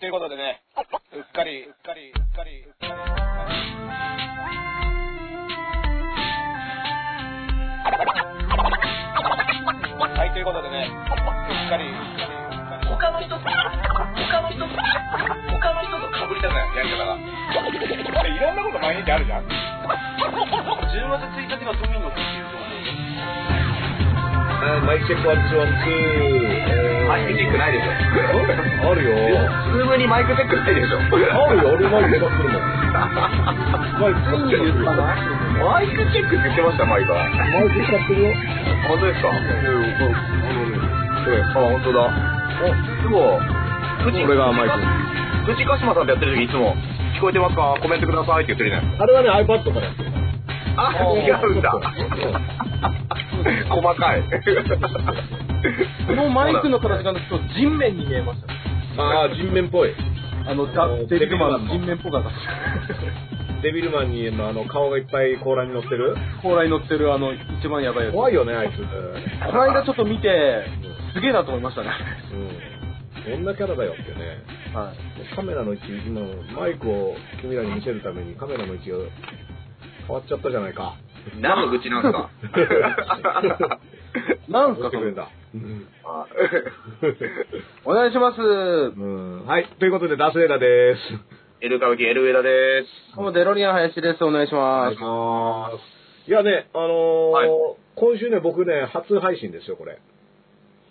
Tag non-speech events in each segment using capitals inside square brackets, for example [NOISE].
ということでね、うっかり、うっかり、うっかり、うっかり。うっかりはい、ということでね、うっかり、うっかり、うっかり。他の人と、他の人と、他の人と被りたくない、やり方が。いろんなこと毎日あるじゃん。 10月1日が都民の日っていうとマイクチェックワンツーワンツー。マイクチェックないでしょ。あるよ。ズームにマイクチェックないでしょ。あるよ、俺マイク使ってるもん。マイク使ってるよ。ママイクチェックって言ってました、マイクは。イク使ってるよ。本当ですかあ、本当だ。お、すごい。俺がマイク。藤鹿島さんとやってる時いつも、聞こえてますかコメントくださいって言ってるじゃないあれはね、iPad からやってる。あ、違うんだ。細かい。このマイクの形がちょっと人面に見えましたね。ああ、人面っぽい。あの、ダおデビルマンのデビ人ルマンの面っぽかった。デビルマンにのあの顔がいっぱい甲羅に乗ってる。高麗に乗ってるあの、一番やばいやつ。こ怖いよね、あいつ。の間ちょっと見て、すげえなと思い [LAUGHS] ましたね。うん。どんなキャラだよってね。はい。カメラの位置、今、マイクを君らに見せるためにカメラの位置が変わっちゃったじゃないか。何の愚痴なんすか [LAUGHS] なんす持かそってくれれん。だ。うんあお願いします。うんはい、ということで、ダースレーダーです。エル歌舞伎、エルウエダです。どうもデロリアン林です。お願いしおま願いすし。ます。いやね、あのーはい今週ね、僕ね、初配信ですよ、これ。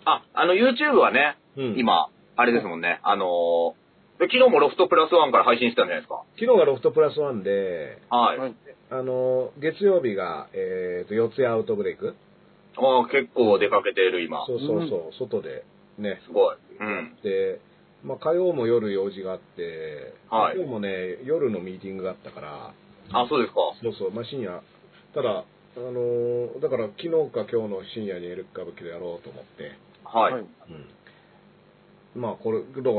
あ、あの、YouTube はね、うん今、あれですもんね、あのー、昨日もロフトプラスワンから配信してたんじゃないですか。昨日がロフトプラスワンで、はい。はいあのー月曜日が、えー、と、四谷アウトブレイク。あー結構出かけてる、今。そうそうそう、外で、ね。すごい。うん。で、まあ、火曜も夜用事があって、はい今日もね、夜のミーティングがあったから、あ、そうですか。そうそう、まあ、深夜、ただ、あのーだから、昨日か今日の深夜にエル歌舞伎でやろうと思って、はい。はいうん、まあこれだから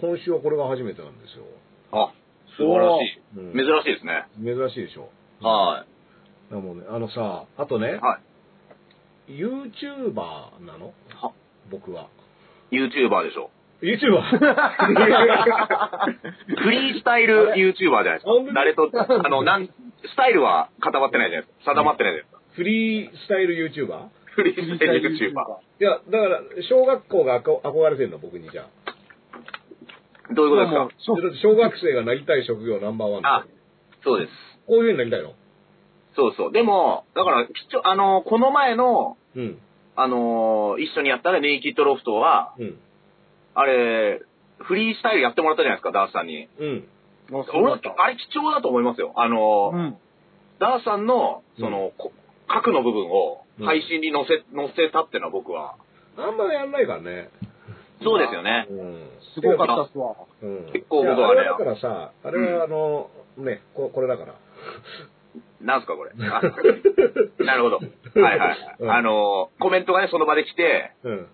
今週はこれが初めてなんですよ、あ、素晴らしい。うん珍しいですね。珍しいでしょはだもんねあのさあとねい。はい。 YouTuber なのは僕は YouTuber でしょ。 YouTuber フリースタイル YouTuber じゃないですか本当 [LAUGHS] に。誰と、あの、なん、スタイルは固まってないじゃないですか。定まってないじゃないですか。フリースタイル YouTuber? フリースタイル YouTuber。いやだから小学校があこ憧れてるの僕にじゃあどういうことですもかうそうだって小学生がなりたい職業ナンバーワンあだよ、そうです。こういうふうになりたいのそうそう。でも、だから、きちょ、あの、この前の、うんあの、一緒にやったね、ネイキッドロフトは、うんあれ、フリースタイルやってもらったじゃないですか、ダースさんに。うんもうそう俺だったあれ貴重だと思いますよ。あの、うん。ダーさんの、その、こ核の部分を配信に載せ、載せたっていうのは僕は。あんまやんないからねそうですよね。うんすごかったっすわ。結結構僕はねだからさ、あれはあの、ね、ここれだから。なんすか [LAUGHS] これ。あなるほど。はいはい。うんあの、コメントがね、その場で来て、うん。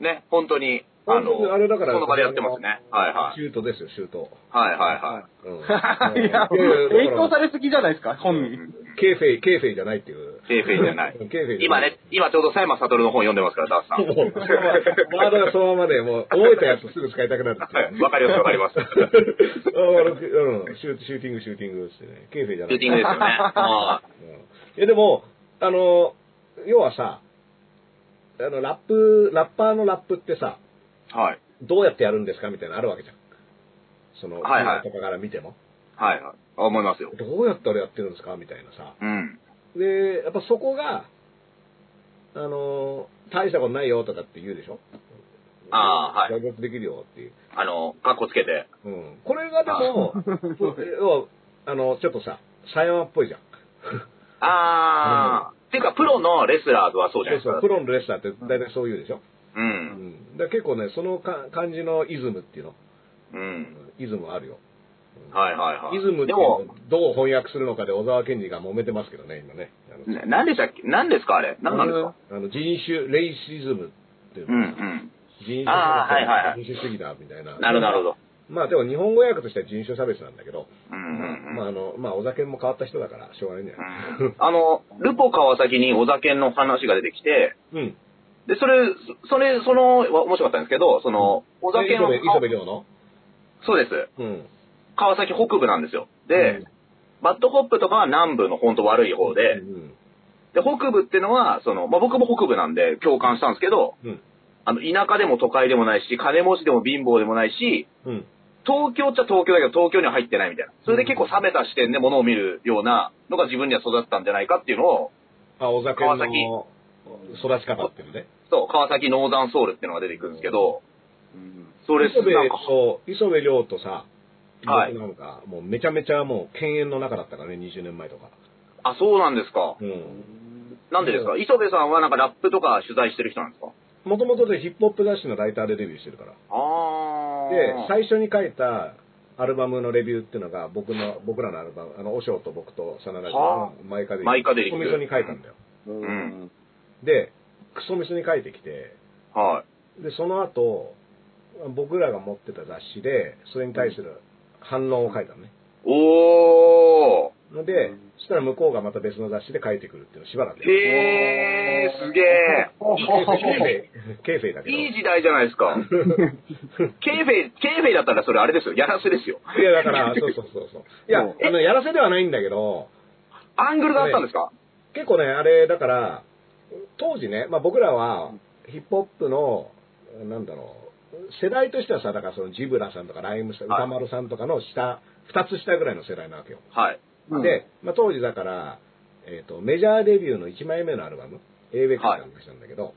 ね、本当に、あの、あれだからその場でやってますね。はいはい。シュートですよ、シュート。はいはい [LAUGHS] はい。うん。いや、影響されすぎじゃないですか、本人。ケーフェイ、ケーフェイじゃないっていう。セーフェイじゃない。ケーフェイじゃ今ないね、、今ちょうど佐山悟の本読んでますから、ダース [LAUGHS] さん。もう、ワードがそのままで、もう、覚えたやつすぐ使いたくなるっては [LAUGHS] いうい。わかりますわかります。シあ悪くうん、シューシューティング、シューティングっつってね。ケーフェイじゃなュい。ーティング [LAUGHS] ですよね。あうんいやでも、あの、要はさ、あの、ラップ、ラッパーのラップってさ、ーはい。どうやってやるんですかみたいなのあるわけじゃん。その、はいはい映画とかから見ても。はいはい。あ思いますよ。どうやったらやってるんですかみたいなさ。うん。で、やっぱそこが、あのー、大したことないよとかって言うでしょああー、はい。解決できるよっていう。あの、カッコつけて。うん。これがでも、要は、あの、ちょっとさ、サヤマっぽいじゃん。ああ、っていうか、プロのレスラーズはそうじゃないですそうそかう。プロのレスラーって大体そう言うでしょう。うんん。だから結構ね、そのか感じのイズムっていうの、うん。イズムはあるよ。はいはいはい。イズムっでていうのをも、どう翻訳するのかで小沢健二が揉めてますけどね、今ね。あのななんでしたっけなんですかあれなんなんですかあの人種、レイシズムっていううんうの、ん。人種あーはいはいは差い別、人種主義だみたいな。なるほどなるほど。まあでも日本語訳としては人種差別なんだけど、うんうんまうあん。あの、まあお酒も変わった人だからしょうがないんじゃないあの、ルポ川崎に小酒の話が出てきて、うん。で、それ、そそれ、その、わ面白かったんですけど、その、小で酒磯の部、磯部亮のそうです。うん。川崎北部なんですよ。で、うんバッドホップとかは南部のほんと悪い方で、うんで、北部ってのは、その、まあ、僕も北部なんで共感したんですけど、うんあの、田舎でも都会でもないし、金持ちでも貧乏でもないし、うん。東京っちゃ東京だけど東京には入ってないみたいな。それで結構冷めた視点で物を見るようなのが自分には育ったんじゃないかっていうのを、あ、お酒川崎の育ち方っていうね。そう、川崎ノーザンソウルっていうのが出てくるんですけど、それ、磯部なんか、と、磯部亮とさ、はいなんか、もうめちゃめちゃもう犬猿の中だったからね、20年前とか。あ、そうなんですか。うん。なんでですか磯部さんはなんかラップとか取材してる人なんですかもともとでヒップホップ雑誌のライターでデビューしてるから。あでー。、最初に書いたアルバムのレビューっていうのが、僕の、僕らのアルバム、あの、お尚と僕と真田はのマイカデリック。マイカデリックク。に書いたんだよ。んで、クソミスに書いてきて、はい。で、その後、僕らが持ってた雑誌で、それに対する反論を書いたのね。おー。ので、そしたら向こうがまた別の雑誌で書いてくるっていうのしばらく。へー、すげえ。ケイフェイだけど。いいい時代じゃないです [LAUGHS] か。ケイフェイ、ケイフェイだったらそれあれですよ。やらせですよ。や、だから、そうそうそうそう。いや、うんあの、やらせではないんだけど、アングルだったんですか結構ね、あれ、だから、当時ね、まあ僕らは、ヒップホップの、なんだろう、世代としてはさ、だからそのジブラさんとかライムさん、はい歌丸さんとかの下、二つ下ぐらいの世代なわけよ。はい。で、まあ、当時だから、えっとメジャーデビューの1枚目のアルバム「ABEX」はいなんかしたんだけど、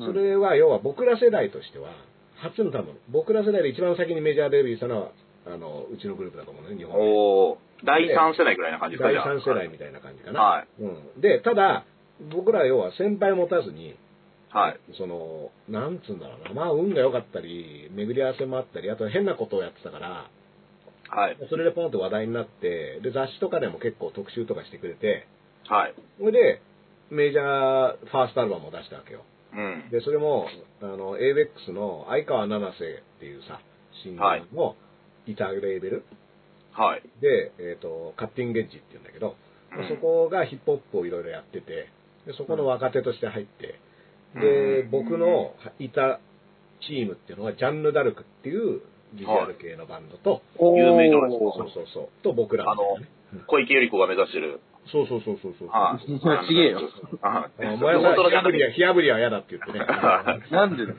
それは要は僕ら世代としては初の多分僕ら世代で一番先にメジャーデビューしたのはあのうちのグループだと思うね日本でおー。第3世代ぐらいな感じですか第じゃあ3世代みたいな感じかな、はい。うん、でただ僕らは要は先輩持たずにはい。そのなんつうんだろうなまあ運が良かったり巡り合わせもあったりあと変なことをやってたからはい。それでポンと話題になってで雑誌とかでも結構特集とかしてくれて、はい。それで、メジャーファーストアルバムを出したわけよ。うん。で、それも、あの、ABEX の相川七瀬っていうさ、シンガーのギターレーベルはい。で、えっ、と、カッティングエッジっていうんだけど、うんそこがヒップホップをいろいろやってて、でそこの若手として入って、でう、ん僕のいたチームっていうのは、ジャンヌ・ダルクっていうビジュアル系のバンドと、有名じゃないですそうそうそう、と僕らみたいなねか。小池百合子が目指してる。そうそうそうそうそう。 [LAUGHS] はい。それは違えよあ。あの本お前は当のジ火ャンあぶルりは、火あぶりは嫌だって言っ [LAUGHS] てね。なんでうん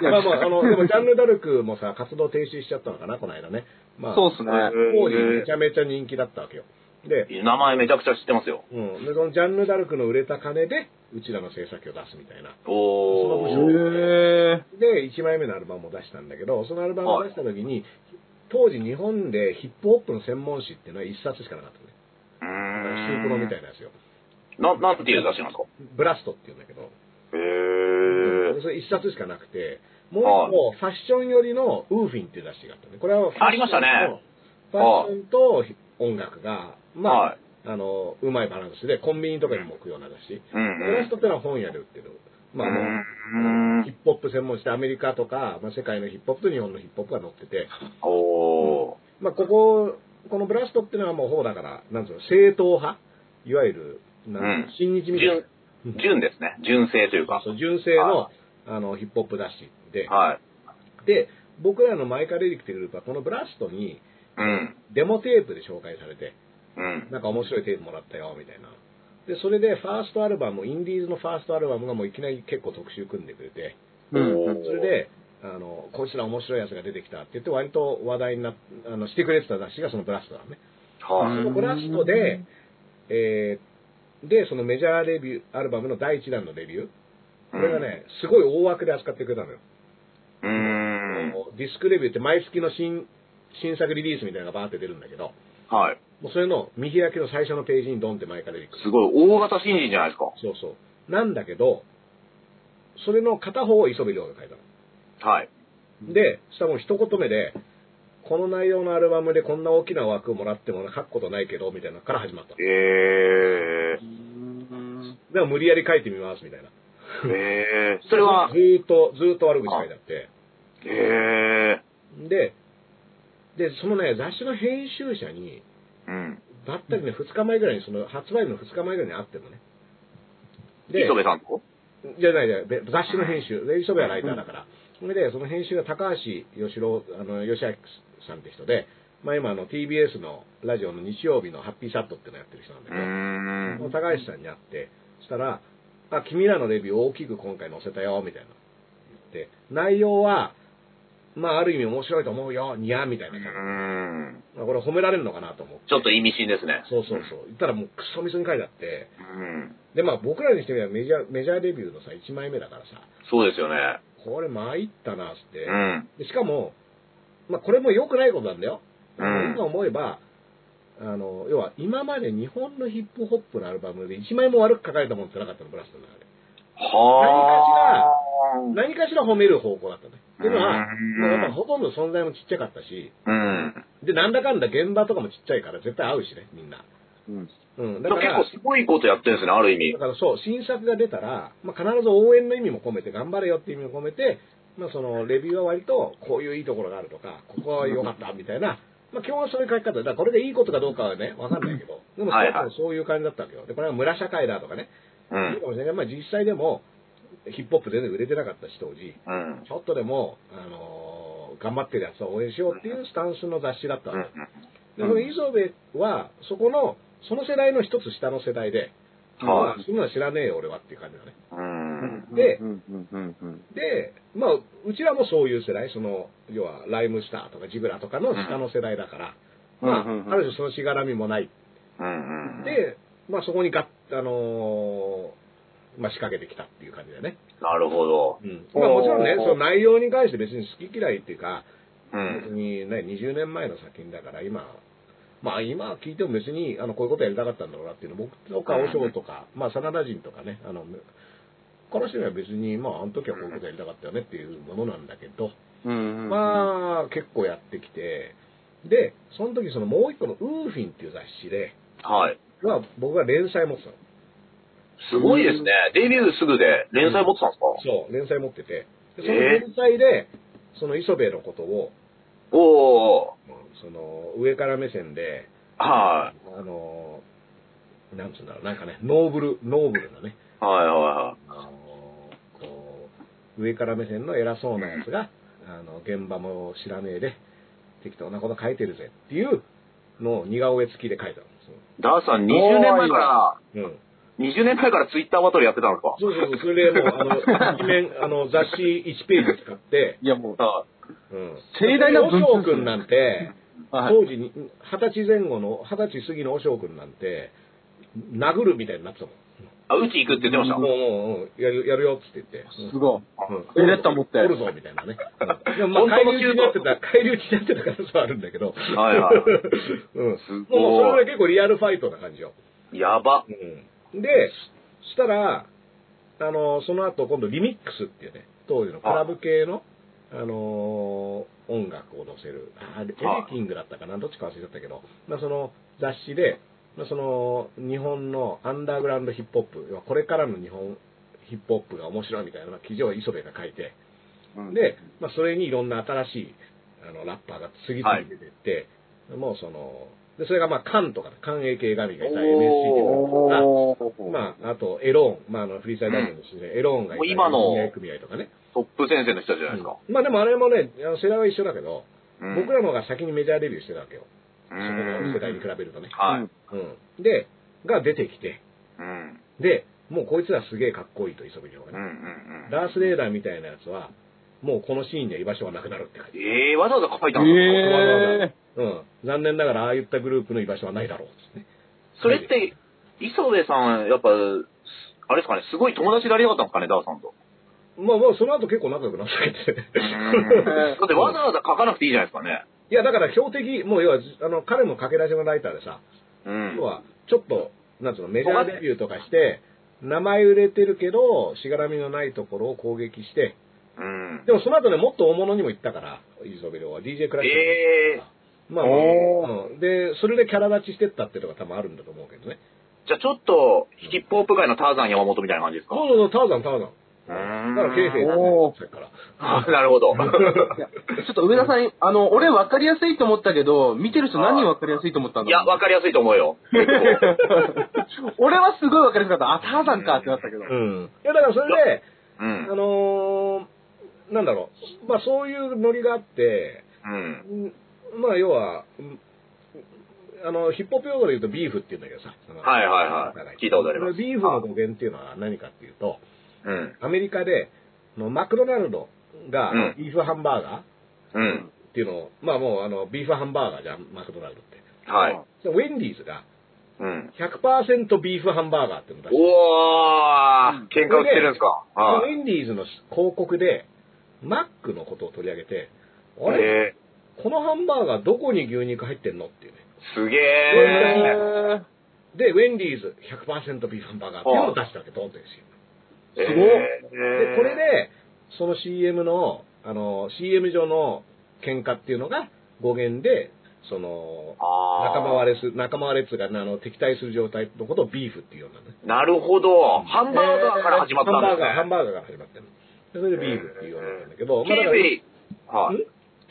まあまあ、あの、でも、ジャンヌ・ダルクもさ、活動停止しちゃったのかな、この間ね。まあ、そうっすね。当時めちゃめちゃ人気だったわけよ。で、名前めちゃくちゃ知ってますよ。うん。で、そのジャンヌ・ダルクの売れた金で、うちらの制作費を出すみたいな。おへー。へで、1枚目のアルバムを出したんだけど、そのアルバムを出した時に、当時日本でヒップホップの専門誌っていうのは1冊しかなかったね。うシーュープロみたいなやつよ。な、なんていう雑誌なんですかブラストっていうんだけど、へそれ1冊しかなくて、もう一個、ファッション寄りのウーフィンっていう雑誌があったね。これはファッションとありましたねファッションと音楽が、ー。まあ、はい。あの、うまいバランスで、コンビニとかにも置くような雑誌。うんうん。ブラストってのは本屋で売ってる。まあもう、うんヒップホップ専門誌でアメリカとか、まあ、世界のヒップホップと日本のヒップホップが載ってて、おー。まあここ、このブラストっていうのはもうほうだから、なんつうの、正統派いわゆる、なんつうの、親日みたいな純、、純ですね。純正というか。そう純正の、あの、ヒップホップ雑誌で、はい。で、僕らのマイカレリックっていうグループは、このブラストにうん。デモテープで紹介されて、うん。なんか面白いテープもらったよ、みたいな。で、それでファーストアルバム、インディーズのファーストアルバムがもういきなり結構特集組んでくれて、おーそれ、で、あの、こいつら面白いやつが出てきたって言って割と話題になっあのしてくれてた雑誌がそのブラストだね。はそい。のブラストで、えーで、そのメジャーレビュー、アルバムの第1弾のレビュー、これがね、すごい大枠で扱ってくれたのよ。うーん。ディスクレビューって毎月の新新作リリースみたいなのがバーって出るんだけど、はい。もうそれの見開きの最初のページにドンって前から出てくる。すごい大型新人じゃないですか。そうそう。なんだけど、それの片方を磯部亮が書いたはい。の。で、したらもう一言目で、この内容のアルバムでこんな大きな枠をもらっても書くことないけど、みたいなのから始まったの。だえから無理やり書いてみます、みたいな。 [LAUGHS] ー。えー。それはず、ーっと、ずーっと悪口書いてあって。えで、で、そのね、雑誌の編集者に、ー。うん。ばったりね、2日前ぐらいに、その発売日の2日前ぐらいに会ってるのね。で磯、部さんとじゃないじゃない、べ雑誌の編集、で磯部はライターだから、それで、その編集が高橋義郎、あの、義明さんって人で、まあ今あの TBS のラジオの日曜日のハッピーシャットっていうのやってる人なんだうけど、ん。高橋さんに会って、そしたら、あ、君らのレビューを大きく今回載せたよ、みたいな。言って、内容は、まあある意味面白いと思うよ、にゃーみたいな感じ。うん。まあこれ褒められるのかなと思って。ちょっと意味深ですね。そうそうそう。言ったらもうクソみそに書いてあって、うん。でまあ僕らにしてみればメジャー、メジャーレビューのさ、1枚目だからさ、そうですよね。これ参ったな、つってう。ん。でしかも、まあこれも良くないことなんだよ。うん今思えば、あの、要は今まで日本のヒップホップのアルバムで1枚も悪く書かれたものってなかったの、ブラストの中で。はあ。何かしら褒める方向だったね。っていうのは、うんもうやっぱほとんど存在もちっちゃかったし、うん。で、なんだかんだ現場とかもちっちゃいから絶対合うしね、みんな。うん。でだもか結ら、構すごいことやってるんですね、ある意味だ。からそう、新作が出たら、まあ、必ず応援の意味も込めて、頑張れよっていう意味も込めて、まあ、その、レビューは割と、こういういいところがあるとか、ここは良かったみたいな、まあ、基本はそういう書き方で、だからこれでいいことかどうかはね、わかんないけど、でもはいはいそういう感じだったわけよ。で、これは村社会だとかね、ういいん。かもしれないけどまあ、実際でも、ヒップホップ全然売れてなかったし、当時。うん。ちょっとでも、あのー頑張ってるやつを応援しようっていうスタンスの雑誌だったうわんけ。で、その磯部は、そこの、その世代の一つ下の世代で、はいまあそんなの知らねえよ、俺はっていう感じだね。うん。でうんうんうんうんで、まあ、うちらもそういう世代、その、要は、ライムスターとかジブラとかの下の世代だから、まあ、うんうんうんある種そのしがらみもない。うん。で、まあ、そこにが、あのーまあ、仕掛けてきたっていう感じだよね。なるほど。うん。まあ、もちろんね、おーその内容に関して別に好き嫌いっていうか、う別ん。にね、20年前の作品だから今、まあ今聞いても別にあのこういうことやりたかったんだろうなっていうの、僕とか、うんお尚とか、まあ、真田人とかね、あの、この人には別に、まあ、あの時はこういうことやりたかったよねっていうものなんだけど、うんうんあまあ、結構やってきて、で、その時、そのもう一個のウーフィンっていう雑誌で、はい。まあ、僕が連載持ってたの。すごいですね。デビューすぐで連載持ってたんですかそう、連載持ってて、でそのえー連載で、その磯部のことを、おー。その上から目線で、はい。あのーなんつうんだろう、なんかね、ノーブル、ノーブルなね、はいはあのーこう、上から目線の偉そうなやつが、あの、現場も知らねえで、適当なこと書いてるぜっていうのを似顔絵付きで書いたんですよい。ダーさん、20年前から、うん。 20年前からツイッターバトルやってたんですかそうそうそう、それでもう、[LAUGHS] あの、一面、あの、雑誌1ページ使って、いやもうはうん。盛大な文通お尚君なんて、はい当時に、二十歳前後の、二十歳過ぎのお尚君なんて、殴るみたいになってたもん。い。あ、うち行くって言ってました。もう、もう、うんやる、やるよっつって言って。すごいうんエレッタ持っておるぞ、みたいなね。 [LAUGHS] でもまあ、本返当りの討ちになってた、返り討ちになってた可能性はあるんだけど。はいはいうん。すごいもう、それぐらい結構リアルファイトな感じよ。やば。うん。で、したら、あの、その後、今度、リミックスっていうね、当時のクラブ系の、あのー音楽を載せる、あれ、エレはいキングだったかな、どっちか忘れちゃったけど、まあ、その雑誌で、まあ、その、日本のアンダーグラウンドヒップホップ、要はこれからの日本ヒップホップが面白いみたいな記事を磯部が書いて、で、まあ、それにいろんな新しいあのラッパーが次々出てって、もうその、で、それがまあ、カンとかね、カン AK ガミがいた MSC おとーか、まあ、あと、エローン、まあ、あの、フリースタイルダンスのですね、エローンがいもうた今の組合組合とかね。トップ先生の人じゃないですか。まあ、でもあれもね、あの世代は一緒だけど、うん僕らの方が先にメジャーデビューしてたわけよ。うそこのん世代に比べるとね。はい。うん。で、が出てきて、うん。で、もうこいつらすげえかっこいいと、磯部亮がうんうね。んうん。ダースレーダーみたいなやつは、もうこのシーンには居場所がなくなるって感じ。えー、わざわざ書いたんですえかうん。残念ながら、ああいったグループの居場所はないだろうっつって。それって、磯部さん、やっぱ、あれですかね、すごい友達になりたかったんですかね、ダーさんと。まあまあ、その後結構仲良くなってて。 [LAUGHS] だってわざわざ書かなくていいじゃないですかね。 [LAUGHS] いや、だから標的、もう要は、あの、彼も駆け出しのライターでさ、うん要。は、ちょっと、なんつうの、メジャーデビューとかして、名前売れてるけど、しがらみのないところを攻撃して、うん。でもその後ね、もっと大物にも行ったから、イゾベルは、DJ クラッシュ。えー、まあ、まあうんで、それでキャラ立ちしてったっていうのが多分あるんだと思うけどね。じゃあちょっと、ヒップホップ界のターザン山本みたいな感じですかそうそうそう、ターザン、ターザン。うだんから、ケイフェイだおねー、さっきから。あ [LAUGHS] なるほど。ーいやちょっと上田さん、あの、俺分かりやすいと思ったけど、見てる人何人分かりやすいと思ったんいだや、ろうわかりやすいと思うよ。俺はすごい分かりやすかった。あ、ターザンかってなったけど。うん。いや、だからそれで、うんあ。のーなんだろう、まあそういうノリがあって、うん。うんまあ要は、うんあの、ヒップホップ用語で言うとビーフって言うんだけどさ。はいはいはい聞いたことありますビーフの語源っていうのは何かっていうと、うん。アメリカで、あのマクドナルドがうんビーフハンバーガーっうん。ていうのを、まあもうあの、ビーフハンバーガーじゃん、マクドナルドって。はい。でウェンディーズがうん。 100%ビーフハンバーガーっていうのを出して、おー、喧嘩売ってるんですか。はウェンディーズの広告で、マックのことを取り上げて、あい。れ、えこのハンバーガーどこに牛肉入ってんのっていうね。ー、すげえ。えで、ウェンディーズ100%ビーフハンバーガーっていうのを出したわけ、ドンってですすごよ。い。ごいで、これで、その CM の、あの、CM 上の喧嘩っていうのが語源で、その、あー仲間割れす、仲間割れっていうか、あの、敵対する状態のことをビーフっていうようなね。なるほど。ハンバーガーから始まったんハでンバーすガー、ハンね。バーガーが始まってるの。でそれでビーフっていうようになったんだけど、ケーフェイ。はいん。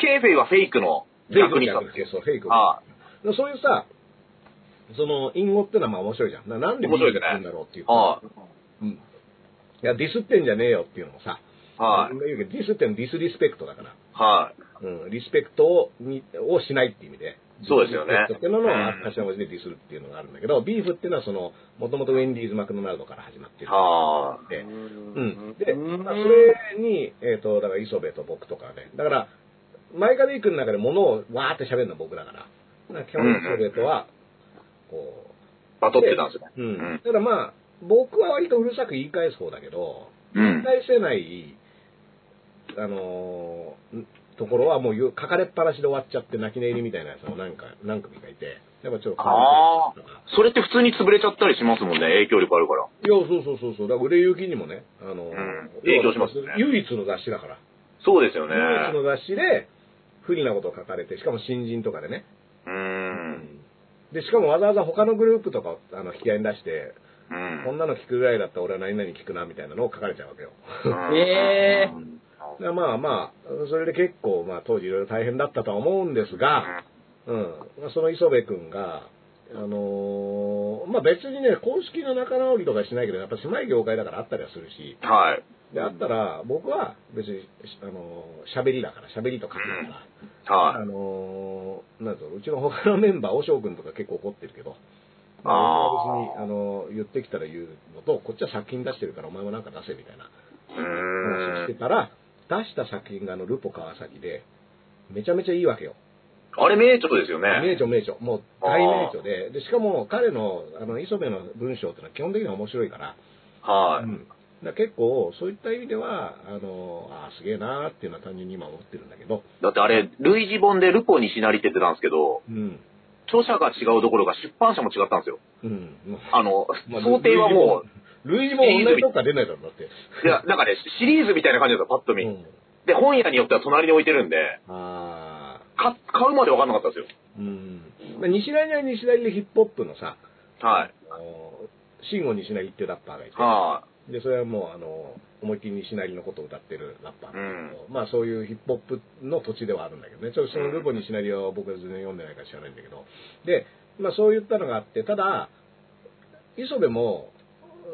ケーフェイはフェイクの逆にしたんですよ。そう、フェイクをあでそういうさ、その、隠語ってのはまあ面白いじゃん。ななんでビーフって言うんだろうっていうあ。はうん。いや、ディスってんじゃねえよっていうのもさ、い。はい。今言うけどディスってんのディスリスペクトだから、はい。うん、リスペクトをにをしないっていう意味で、そうですよねリスペクトっていうのうのん頭文字でディスるっていうのがあるんだけど、ビーフっていうのはその、もともとウェンディーズ・マクドナルドから始まってる。はあ。で、う。うんで、まあそれ、れに、えっ、と、だから磯部と僕とかね、だから、マイカディ君の中で物をわーって喋るのは僕だから、だから基本磯部とは、こう、バトってたんですね。うんうんだからまあ、僕は割とうるさく言い返す方だけど、う言いん。返せない、あのーんところはもう言う書かれっぱなしで終わっちゃって泣き寝入りみたいなやつを何か何組かいて、やっぱちょっとあ変わっそれって普通に潰れちゃったりしますもんね。影響力あるから。いや、そうそうそうそう、だから売れ行きにもね、あうのーん影響しますね唯一の雑誌だから、そうですよね。唯一の雑誌で不利なことを書かれて、しかも新人とかでね、うーん。でしかもわざわざ他のグループとかをあの引き合いに出して、うこんなの聞くぐらいだったら俺は何々聞くなみたいなのを書かれちゃうわけよ。ん。えだからまあまあ、それで結構、まあ当時いろいろ大変だったとは思うんですが、うん。まあその磯部君が、あのーまあ別にね、公式の仲直りとかしないけど、やっぱ狭い業界だからあったりはするし、はい。で、あったら、僕は別に、あのー喋りだから、喋りと書くから、はあのーなんだろう、うちの他のメンバー、おしょう君とか結構怒ってるけど、まあー僕は別に、あのー言ってきたら言うのと、こっちは作品出してるからお前もなんか出せみたいな。い。うー話をしてん。たら、出した作品があのルポ川崎で、めちゃめちゃいいわけよ。あれ名著ですよ名ね。著名著。もう大名著で。で、しかも彼の、あの、磯部の文章ってのは基本的には面白いから、はうんだから結構、そういった意味では、あの、あーすげえなーっていうのは単純に今思ってるんだけど、い。だってあれ、類似本でルポ西成って言ってたんですけど、うん。著者が違うどころか出版社も違ったんですよ。うん。あの、まあ想定はもう、類似も同じとこから出ないだろうなって。いや、なんかね、シリーズみたいな感じだった、パッと見。うん。で、本屋によっては隣に置いてるんで、あか買うまで分かんなかったんですよ。ーうん。まあ、西成には西成でヒップホップのさ、はい。あの、慎吾西成っていうラッパーがいて、はで、それはもう、あの、思いっきり西成のことを歌ってるラッパーなんだけど、まあそういうヒップホップの土地ではあるんだけどね、ちょっとそのルポ西成は僕は全然読んでないから知らないんだけど、で、まあそういったのがあって、ただ、磯部も、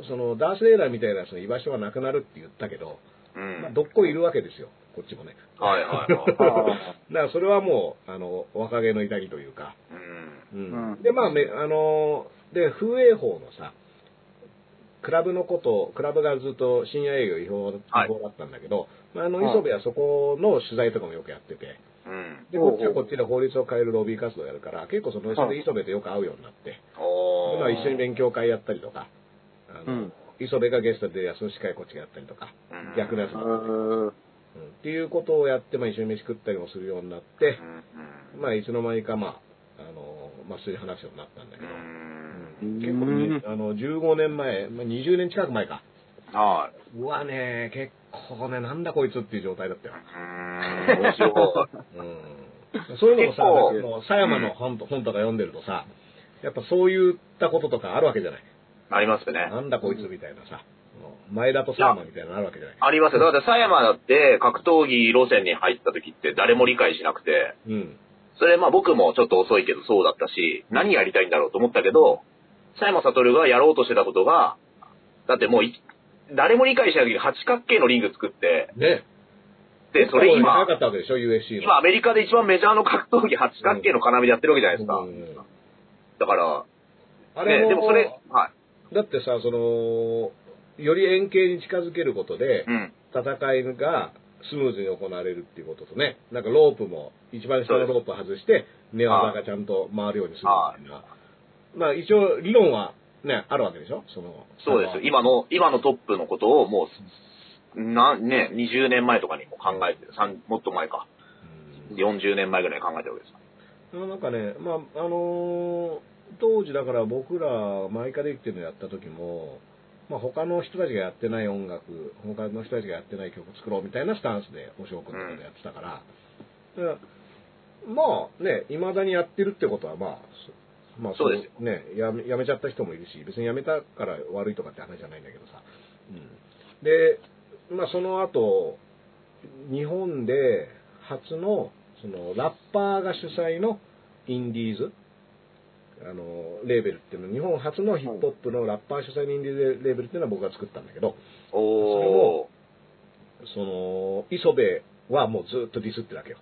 そのダース・レーダーみたいなその居場所はなくなるって言ったけど、い。うまあ、ん。どっこいいるわけですよ、こっちもね。はいはいはい。 [LAUGHS] だからそれはもう、あの、若気の至りというか、うん。うんうんで、まあ、めあのーで、風営法のさ、クラブのこと、クラブがずっと深夜営業違法はい違法だったんだけど、まあ、あの、はい磯部はそこの取材とかもよくやってて、うん。で、おうおうこっちはこっちで法律を変えるロビー活動をやるから、結構その、それで磯部とよく会うようになって、おー。まあ、一緒に勉強会やったりとか、あのうん磯部がゲストで休む司会こっちがやったりとか、うん逆のやつうも、んうんっていうことをやって、まあ、一緒に飯食ったりもするようになってう、ん。まあ、いつの間にか、まあ、あのーまあ、そういう話になったんだけうど、ん。うん結構ね、あの15年前、まあ20年近く前か。はうわね、結構ね、なんだこいつっていう状態だったよい。。うん。面白い。うん。そういうのもさ、結もう狭山の本,、本とか読んでるとさ、やっぱそういったこととかあるわけじゃない。あります [LAUGHS] ね。なんだこいつみたいなさ、うん前田と狭山みたいなのあるわけじゃない。ありますよ。だから、狭山だって、格闘技路線に入った時って誰も理解しなくて、うん。それまあ僕もちょっと遅いけどそうだったし、何やりたいんだろうと思ったけど、佐山悟がやろうとしてたことが、だってもうい、誰も理解しない時に八角形のリング作って、ね。って、それ早今か、ったわけでしょ、USC の。今アメリカで一番メジャーの格闘技八角形の要でやってるわけじゃないですか。うんだから、あれね、も、でもそれ、はい。だってさ、その、より円形に近づけることで、うん。戦いがスムーズに行われるっていうこととね、なんかロープも、一番下のロープを外して、寝技がちゃんと回るようにするみたいな。まあ一応、理論はね、あるわけでしょその、そうですよ。今の、今のトップのことをもう、な、ね、20年前とかにも考えてる。三もっと前か。うん40年前ぐらいに考えてるわけです。なんかね、まあ、あのー当時だから僕ら、マイカで生きてるのやった時も、まあ、他の人たちがやってない音楽、他の人たちがやってない曲作ろうみたいなスタンスで、おしょうくんとかでやってたから、だからまあね、いまだにやってるってことは、まあ、そまあ、そうですよ。ね、やめやめちゃった人もいるし、別にやめたから悪いとかって話じゃないんだけどさ。うん、で、まあ、その後、日本で初のそのラッパーが主催のインディーズあのレーベルっていうの日本初のヒップホップのラッパー主催のインディーズレーベルっていうのは僕が作ったんだけどおー。その磯部はもうずっとディスってるわけよ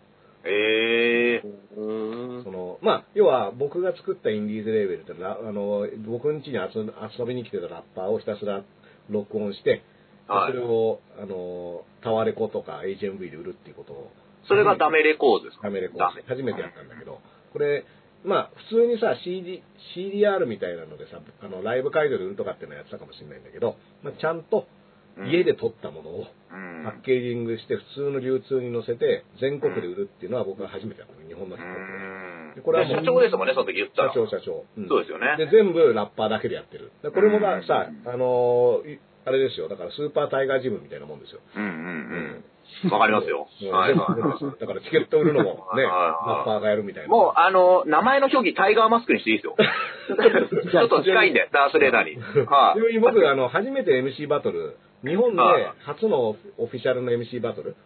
えー。うんそ。のまあ要は僕が作ったインディーズレーベルってラあの僕ん家に遊遊びに来てたラッパーをひたすら録音してはいそれをあのタワレコとか HMV で売るっていうことをそれがダメレコードですかカメレコダメ初めてやったんだけど、これ、まあ、普通にさ、CD、CDR みたいなのでさ、あの、ライブ会場で売るとかっていうのやってたかもしれないんだけど、まあ、ちゃんとうん家で撮ったものをうん。パッケージングして、普通の流通に乗せて、全国で売るっていうのは僕は初めてやったの、日本のうヒップホップでんでこれはもう社長ですもんね、その時言った社ら。長、社長。うんそうですよね。で、全部ラッパーだけでやってる。でこれもだうんさ、あのーいあれですよ、だからスーパータイガージムみたいなもんですよ。うんうんうん。わかります [LAUGHS] よ。はいはいはい。だからチケット売るのもはいね、はいはいラッパーがやるみたいな。もう、あの、名前の表記、タイガーマスクにしていいです [LAUGHS] よ。ちょっと近いんで、ダースレーダーに。はちいな。みに僕、あの、初めて MC バトル、日本であ初のオフィシャルの MC バトル、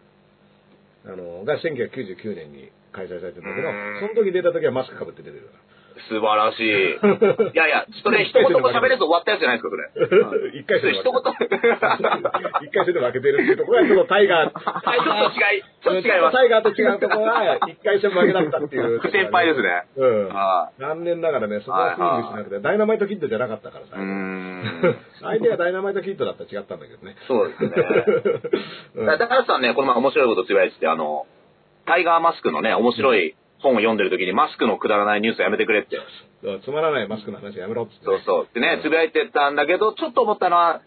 あの、が1999年に開催されてるんだけどうーん、その時出た時はマスクかぶって出てる素晴 [LAUGHS] らしい。いやいや、それ一言も喋れず終わったやつじゃないですか、それ。から。一回そ戦れで一負 [LAUGHS] 言。[LAUGHS] けてる。一回戦で負けてるっていうところは、ちょっとタイガー、はい、ちょっと違い、ちょっと違います。タイガーと違うところは、一回戦負けだったっていう。 [LAUGHS] 不先輩ですね。うん。は残念ながらね、そこはスイングしなくて、ダイナマイトキッドじゃなかったからさい。うー。ん。相手がダイナマイトキッドだったら違ったんだけどね。そうですね。うんだからさんね、この前面白いことつぶやいてて、あの、タイガーマスクのね、面白い本を読んでる時に、マスクのくだらないニュースやめてくれって。そうつまらないマスクの話やめろっつってね、そうそう。ってね、つぶやいてたんだけど、ちょっと思ったのは、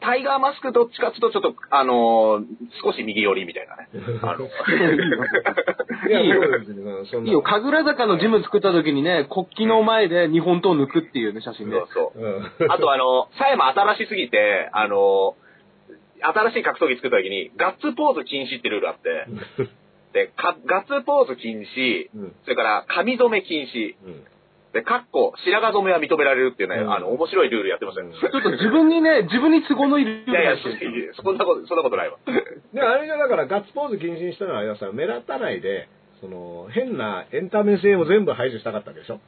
タイガーマスクどっちかっていうと、ちょっと、あのー少し右寄りみたいなね。あ [LAUGHS] のいや、そうですねそんいないよ、神楽坂のジム作った時にね、国旗の前で日本刀抜くっていうね、写真で。そうそう。うんあと、あの、さえも新しすぎて、あの新しい格闘技作った時に、ガッツポーズ禁止ってルールあって、で、かガッツポーズ禁止、うんそれから髪染め禁止、うんで、かっこ、白髪染めは認められるっていうね、うんあの、面白いルールやってましたよ。うんちょっと自分にね、自分に都合のいるいやいや、そそんなこと、そんなことないわ。で、あれじゃだから、ガッツポーズ禁止にしたのは、あれはさ、目立たないで、その、変なエンタメ性を全部排除したかったわけでしょ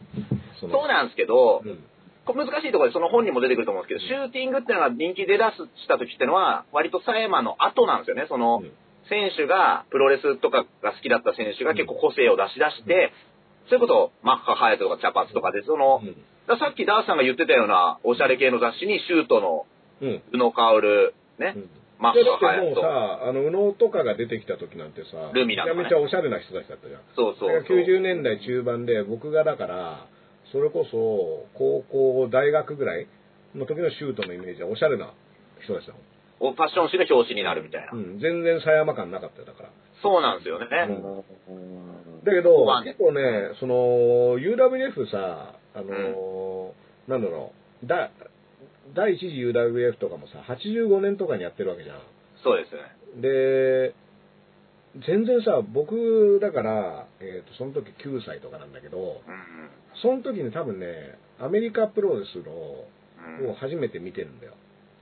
そそうだなんですけど、うん。これ難しいところで、その本にも出てくると思うんですけど、シューティングっていうのが人気出だすした時っていうのは、割とサイマンの後なんですよね。その、うん選手が、プロレスとかが好きだった選手が結構個性を出し出して、そういうことをマッハ、ハヤトとかチャパツとかで、その、うんだからさっきダースさんが言ってたような、おしゃれ系の雑誌にシュートの、うん。宇野薫、ね、うんマッいやだっハ、てハヤもうト。さ、あの、右脳とかが出てきた時なんてさ、ルミナめとちかゃねめちゃおしゃれな人たちだったじゃん。そうそうそう。 90年代中盤で僕がだからそれこそ高校大学ぐらいの時のシュートのイメージはおしゃれな人でしたもん、をファッション誌の表紙になるみたいな。うん、全然狭山感なかったよだからそうなんですよね。うんだけどまあね結構ねその UWF さあのー、なんだろうだ第一次 UWF とかもさ85年とかにやってるわけじゃんそうですよね。で全然さ僕だから、えー、とその時9歳とかなんだけどうその時に多分ねアメリカプロレスのんうん。を初めて見てるんだよ。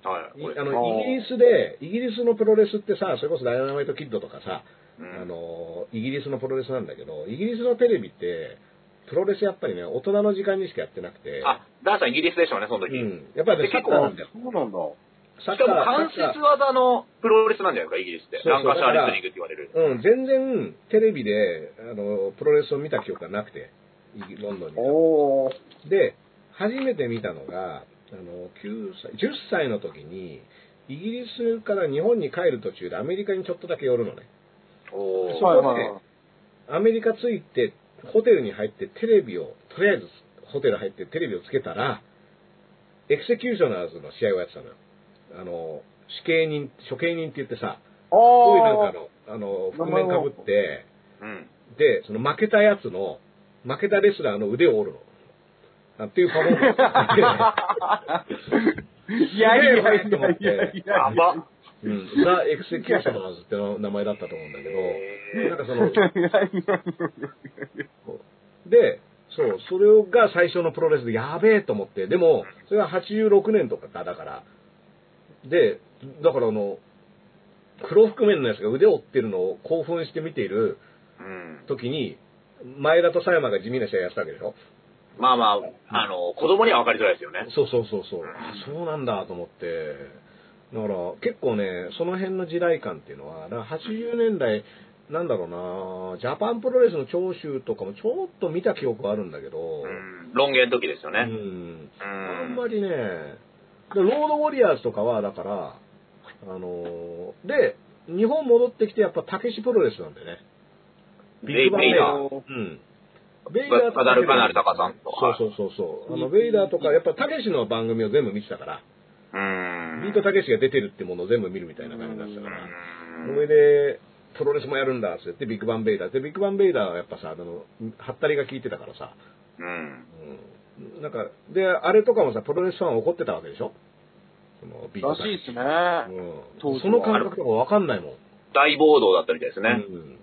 はい。いこれああのーイギリスで、イギリスのプロレスってさ、それこそダイナマイトキッドとかさ、うんあの、イギリスのプロレスなんだけど、イギリスのテレビって、プロレスやっぱりね、大人の時間にしかやってなくて、あ、ダーさんイギリスでしょうね、そのう時。ん、やっぱりでね、結サッカー構なんだよ。うなんだ。サッしかカーも関サッ節技のプロレスなんじゃないですか、イギリスって。そうラそンうカシャーレスリングって言われる。カーうん、全然テレビであのプロレスを見た記憶がなくて、イギロンドンに。おお。で、初めて見たのが、あの9歳10歳の時に、イギリスから日本に帰る途中でアメリカにちょっとだけ寄るのね。おそーこはいではいはいアメリカ着いて、ホテルに入ってテレビを、とりあえずホテル入ってテレビをつけたら、エクセキューショナーズの試合をやってたのよ。あの、死刑人、処刑人って言ってさ、あこういうなんあかあ。の、あの、覆面かぶって、うん。で、その負けたやつの、負けたレスラーの腕を折るの。あっていうパフォーマンスがあいやいやいやいやいやいやや。ば。って、うん、ザ・エクセキューショナーズっての名前だったと思うんだけど、なんかその、で、そう、それが最初のプロレスで、やべえと思って、でも、それが86年とかだから、で、だからあの、黒覆面のやつが腕を折ってるのを興奮して見ているうん。時に、前田と佐山が地味な試合やってたわけでしょまあまあ、あの、子供には分かりづらいですよね。そうそうそうそう。あ、そうなんだと思って。だから結構ね、その辺の時代感っていうのは、だから80年代、なんだろうな、ジャパンプロレスの長州とかもちょっと見た記憶があるんだけど、うん。ロン毛の時ですようね。んうあんん。まりね、でロードウォリアーズとかは、だから、あのーで、日本戻ってきて、やっぱ、たけしプロレスなんでね。ベイバンベイダー。うん。ベイガダルカナルタカさんとかそうそうそうそう。あの、ベイダーとか、やっぱ、たけしの番組を全部見てたから、うん。ビートたけしが出てるってものを全部見るみたいな感じだったうから。んそれで、プロレスもやるんだって言って、ビッグバンベイダー。で、ビッグバンベイダーはやっぱさ、あの、ハったりが効いてたからさ、うん。うんなんか、で、あれとかもさ、プロレスファン怒ってたわけでしょそのビートらたしけいっすね。う当時ん、はその感覚とかわかんないもん。大暴動だったみたいですね。うん、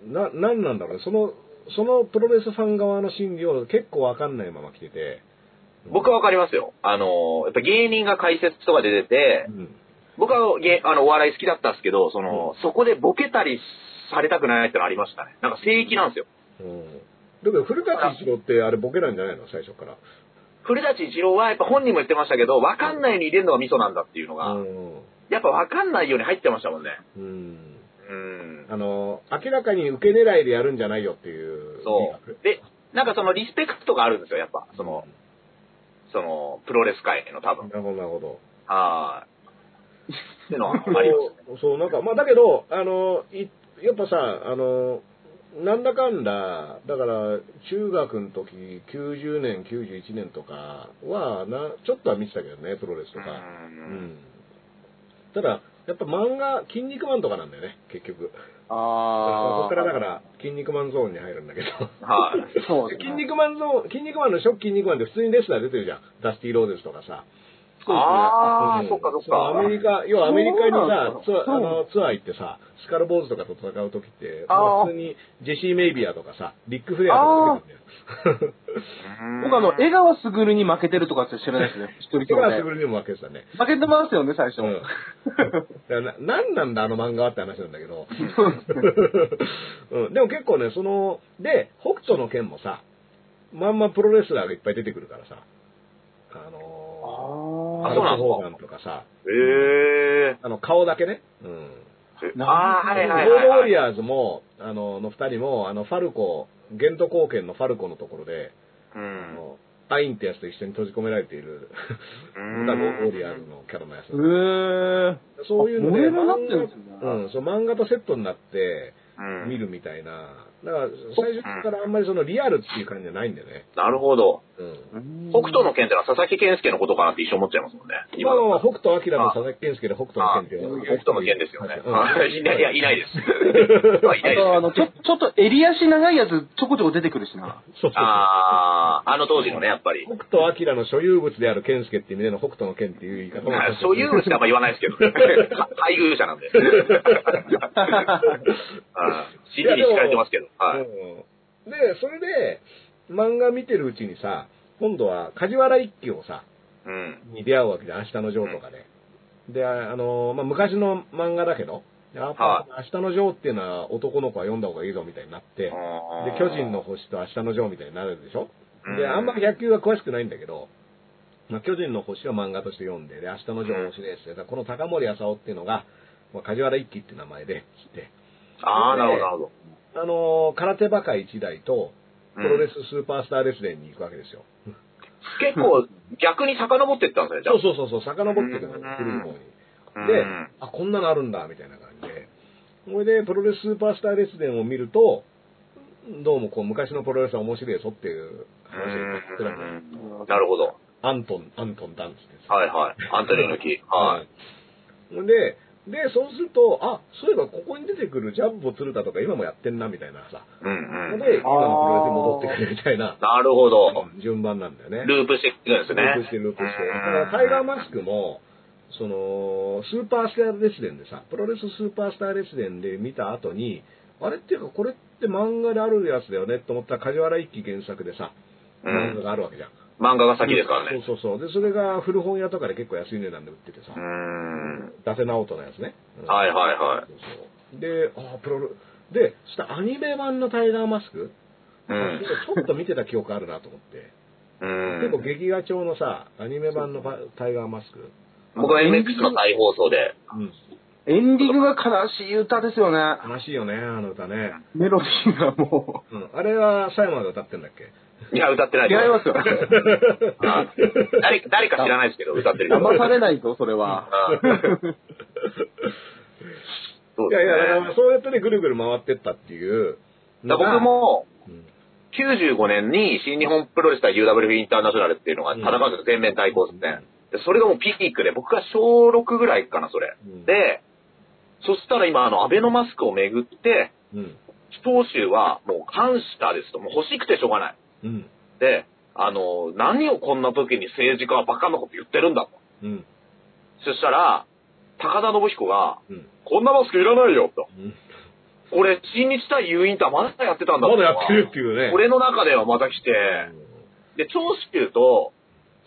全な、なんなんだろうね。その、そのプロレスファン側の心理を結構わかんないまま来てて。僕は分かりますよ。あの、やっぱ芸人が解説とかで出ててう、ん、僕はげあのお笑い好きだったんですけど、その、そこでボケたりされたくないってのありましたね。なんか正義なんですよ。うん。だけど、古舘一郎ってあれボケなんじゃないの最初から。古舘一郎はやっぱ本人も言ってましたけど、分かんないように入れるのがミソなんだっていうのが、うん。やっぱ分かんないように入ってましたもんね。うん。うん。あの、明らかに受け狙いでやるんじゃないよっていう。そう。で、なんかそのリスペクトがあるんですよ、やっぱ。その、その、プロレス界の多分。なるほど、なるほど。はい。ってのはあり [LAUGHS] ます。そう、なんか、まあだけど、あの、いやっぱさ、あの、なんだかんだ、だから、中学の時、90年、91年とかは、な、ちょっとは見てたけどね、プロレスとか。ううんん。ただ、やっぱ漫画、筋肉マンとかなんだよね、結局。あそこからだから、筋肉マンゾーンに入るん [LAUGHS] だけど。はい。そうです筋ね。肉マンゾーン、筋肉マンの初期筋肉マンって普通にレスラー出てるじゃん。ダスティーローデスとかさ。そうですねあうあ、んそっかそっうか。アメリカ、要はアメリカにそうなんさだ、ツアーあうのツアー行ってさ、スカルボーズとかと戦う時って、あーもう普通にジェシー・メイビアとかさ、リック・フレアとか出てくるんだよ。うん僕あの、江川卓に負けてるとかって知らないですね。一人手とかからです。ぐにも負けてたね。負けてますよね、最初。うん。だからな、なんなんだあの漫画はって話なんだけど。うん。でも結構ね、その、で、北斗の剣もさ、まんまプロレスラーがいっぱい出てくるからさ、あのー、あアそうルなんト・だホーガンとかさ、へえ。あの、顔だけね。うん。ああ、はいはいロードウォはいリはい。アーズも、あの、の二人も、あの、ファルコ、ゲント貢献のファルコのところで、うあん。の、アインってやつと一緒に閉じ込められている、うんロードウォリアーズのキャラのやへつ。ー。そういうので、あモデルになってるんですね漫画うん、そう、漫画とセットになってうん見るみたいな。だから、最初からあんまりそのリアルっていう感じじゃないんだよね。なるほど。うん。北斗の剣ってのは佐々木健介のことかなって一生思っちゃいますもんね。今今の。のは北斗晶の佐々木健介で北斗の剣っていうのは北斗の剣ですよね。うんはいいないいや、い [LAUGHS] ないです。はいいなあいでと、あす。の、ちょ、ちょっと襟足長いやつちょこちょこ出てくるしな。そうそうそう。ああ、あの当時のね、やっぱり。北斗晶の所有物である健介っていう意味での北斗の剣っていう言い方もまあ所有物ってあんま言わないです [LAUGHS] けど、ね、か配偶者なんで。あー CD に敷かれてますけど。はい。うんで、それで、漫画見てるうちにさ、今度は梶原一騎をさ、うん。に出会うわけで、明日のジョーとかで。で、ああの、まあ、昔の漫画だけど、やっぱ、明日のジョーっていうのは男の子は読んだ方がいいぞみたいになって、で、巨人の星と明日のジョーみたいになるでしょうんで、あんま野球は詳しくないんだけど、まあ巨人の星は漫画として読んで、で、明日のジョー面白いですね。この高森浅尾っていうのが、まあ、梶原一騎って名前で来て、ああ、なるほど、なるほど。あのー空手バカ一代と、プうんロレススーパースターレスレンに行くわけですよ。結構、逆に遡ってったんですね、じゃあそう。そうそうそう、遡ってくのうん古い方に。うでん、あ、こんなのあるんだ、みたいな感じで。それで、プロレススーパースターレスデンを見ると、どうもこう、昔のプロレスは面白いぞっていう話になってたんですうんなるほど。アントン、アントンダンスです。はいはい。アントニオの [LAUGHS] 木。はい。い。で、で、そうすると、あ、そういえばここに出てくるジャンボ鶴田とか今もやってんな、みたいなさ。うんうのん。で、今のプロレスに戻ってくるみたいななるほど。順番なんだよね。ループしていくんですね。ループして、ループして。だから、タイガーマスクも、その、スーパースターレスデンでさ、プロレススーパースターレスデンで見た後に、あれっていうか、これって漫画であるやつだよねと思ったら、梶原一騎原作でさ、う漫画ん。があるわけじゃん。漫画が先ですからね。そうそうそう。で、それが古本屋とかで結構安い値段で売っててさ、うーん。伊達直人のやつね。うんはいはいはい。そうそうで、ああ、プロレで、そしたらアニメ版のタイガーマスク、うん。ちょっと見てた記憶あるなと思って。うん結構劇画調のさ、アニメ版のパタイガーマスク。僕は MX の再放送で。うん。エンディングが悲しい歌ですよね。悲しいよね、あの歌ね。メロディーがもうん。あれは、最後まで歌ってんだっけいや、歌ってなう、いと違い思ますよ。あ誰誰か知らないですけど、歌ってる人。騙されないと、それは。 [LAUGHS] うんそういですやいや、だかねら。そうやってね、ぐるぐる回ってったっていうだのからが。僕も、うん、 95年に新日本プロレス対 UWF インターナショナルっていうのが戦うんですよ、全面対抗戦。でそれがもうピークで、僕が小6ぐらいかな、それ。うんで、そしたら今、あの、アベノマスクをめぐって、うん。投手はもう感謝ですと、もう欲しくてしょうがない。うん。で、あの、何をこんな時に政治家はバカなこと言ってるんだと。うん。そしたら、高田信彦が、うん。こんなマスクいらないよ、と。うん。これ、新日対ユーインターまだやってたんだまだやってるっていうね。俺の中ではまた来て、で、長州と、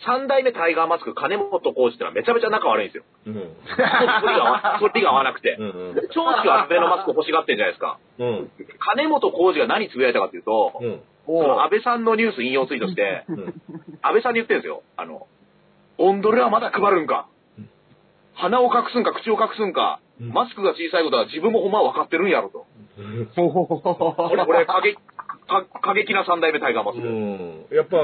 三代目タイガーマスク、金本浩二ってのはめちゃめちゃ仲悪いんで [LAUGHS] すよ。うん。距離が合わ距離が合わなくてう。ん。で長州は安倍のマスク欲しがってるじゃないですか。うん。うん。金本浩二が何つぶやいたかっていうと、うん。その安倍さんのニュース引用ツイートして、うん。安倍さんに言ってるんですよ。あの、オンドレはまだ配るんかうん。鼻を隠すんか、口を隠すんか。うんマスクが小さいことは自分もほんまは分かってるんやろと。うんこれ、これ、過激、過過激な三代目タイガーマスク。うん。やっぱ、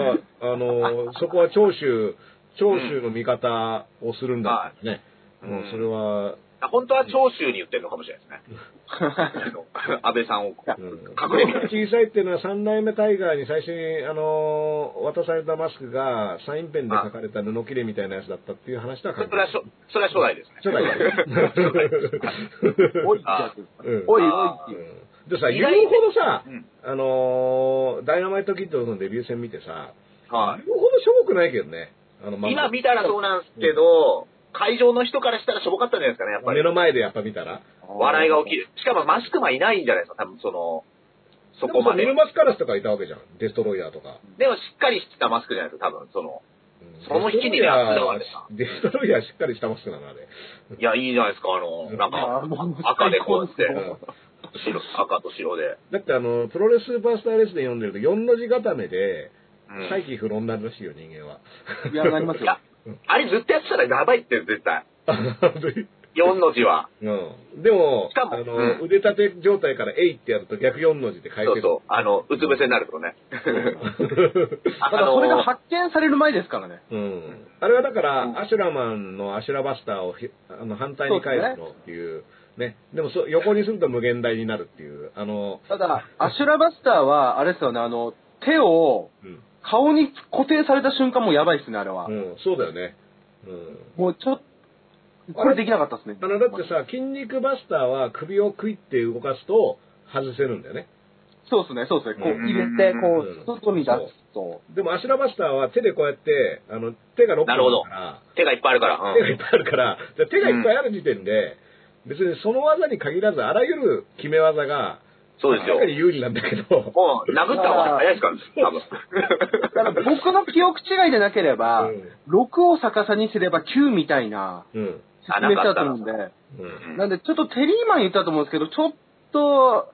あの、そこは長州、長州の味方をするんだね。ううんん、それは、あ本当は長州に言ってるのかもしれないですね。あの安倍さんを。うん隠れみたいな小さいっていうのは三代目タイガーに最初に、あのー渡されたマスクがサインペンで書かれた布切れみたいなやつだったっていう話とはそ関れ係はないしょ、それは初代ですね。初代だおいってあやつ。うんおい、あおいって。うんでさ意言外うにほどさ、うんあのーダイナマイトキッドのデビュー戦見てさは言うほどしょぼくないけどねあの、まい。今見たらそうなんですけど、会場の人からしたらしょぼかったんじゃないですかね、やっぱ目り。の前でやっぱ見たら笑いが起きる。しかもマスクマンいないんじゃないですか、多分その、そこまでで。もさミルマスカラスとかいたわけじゃんデストロイヤーとか、でもしっかりしたマスクじゃないですか、多分その。うんその引きにねあったわけさデストロイヤーしっかりしたマスクなのあれいや、いいじゃないですか、あの、なんか、赤でこうやって、白、赤と白で。だってあの、プロレススーパースターレスで読んでると、4の字固めで、うん再起不論になるらしいよ、人間は。いや、なりますいよや。、あれずっとやってたらやばいって、絶対。4の字は。 [LAUGHS] うん。でも、しかもあの、うん腕立て状態から、えいってやると逆4の字って書いそてうる。そう。あの、うつ伏せになるとね。ただそれが発見される前ですからね。うん。あれはだから、アシュラマンのアシュラバスターをひあの反対に返すのっていう、ね。でもそ、横にすると無限大になるっていう、あの、ただ、アシュラバスターは、あれですよね、あの、手をうん。顔に固定された瞬間もうやばいっすね、あれはう。ん、そうだよね。うん。もうちょっと、これできなかったっすね。あの、だってさ、筋肉バスターは首をクイって動かすと外せるんだよね。そうっすね、そうっすね。こううん入れて、こうんう、外に出すと。でもアシュラバスターは手でこうやって、あの、手が6本なるほどあ手がいっぱいあるから。るから、うん手がいっぱいあるから、じゃあ手がいっぱいある時点で、別にその技に限らず、あらゆる決め技が、そうですよ明。らかに有利なんだけど、もう、殴った方が早いですからね、多分。だから僕の記憶違いでなければ、6を逆さにすれば9みたいなうん。うん。説明したと思うんで、うん。なんでちょっとテリーマン言ったと思うんですけど、ちょっと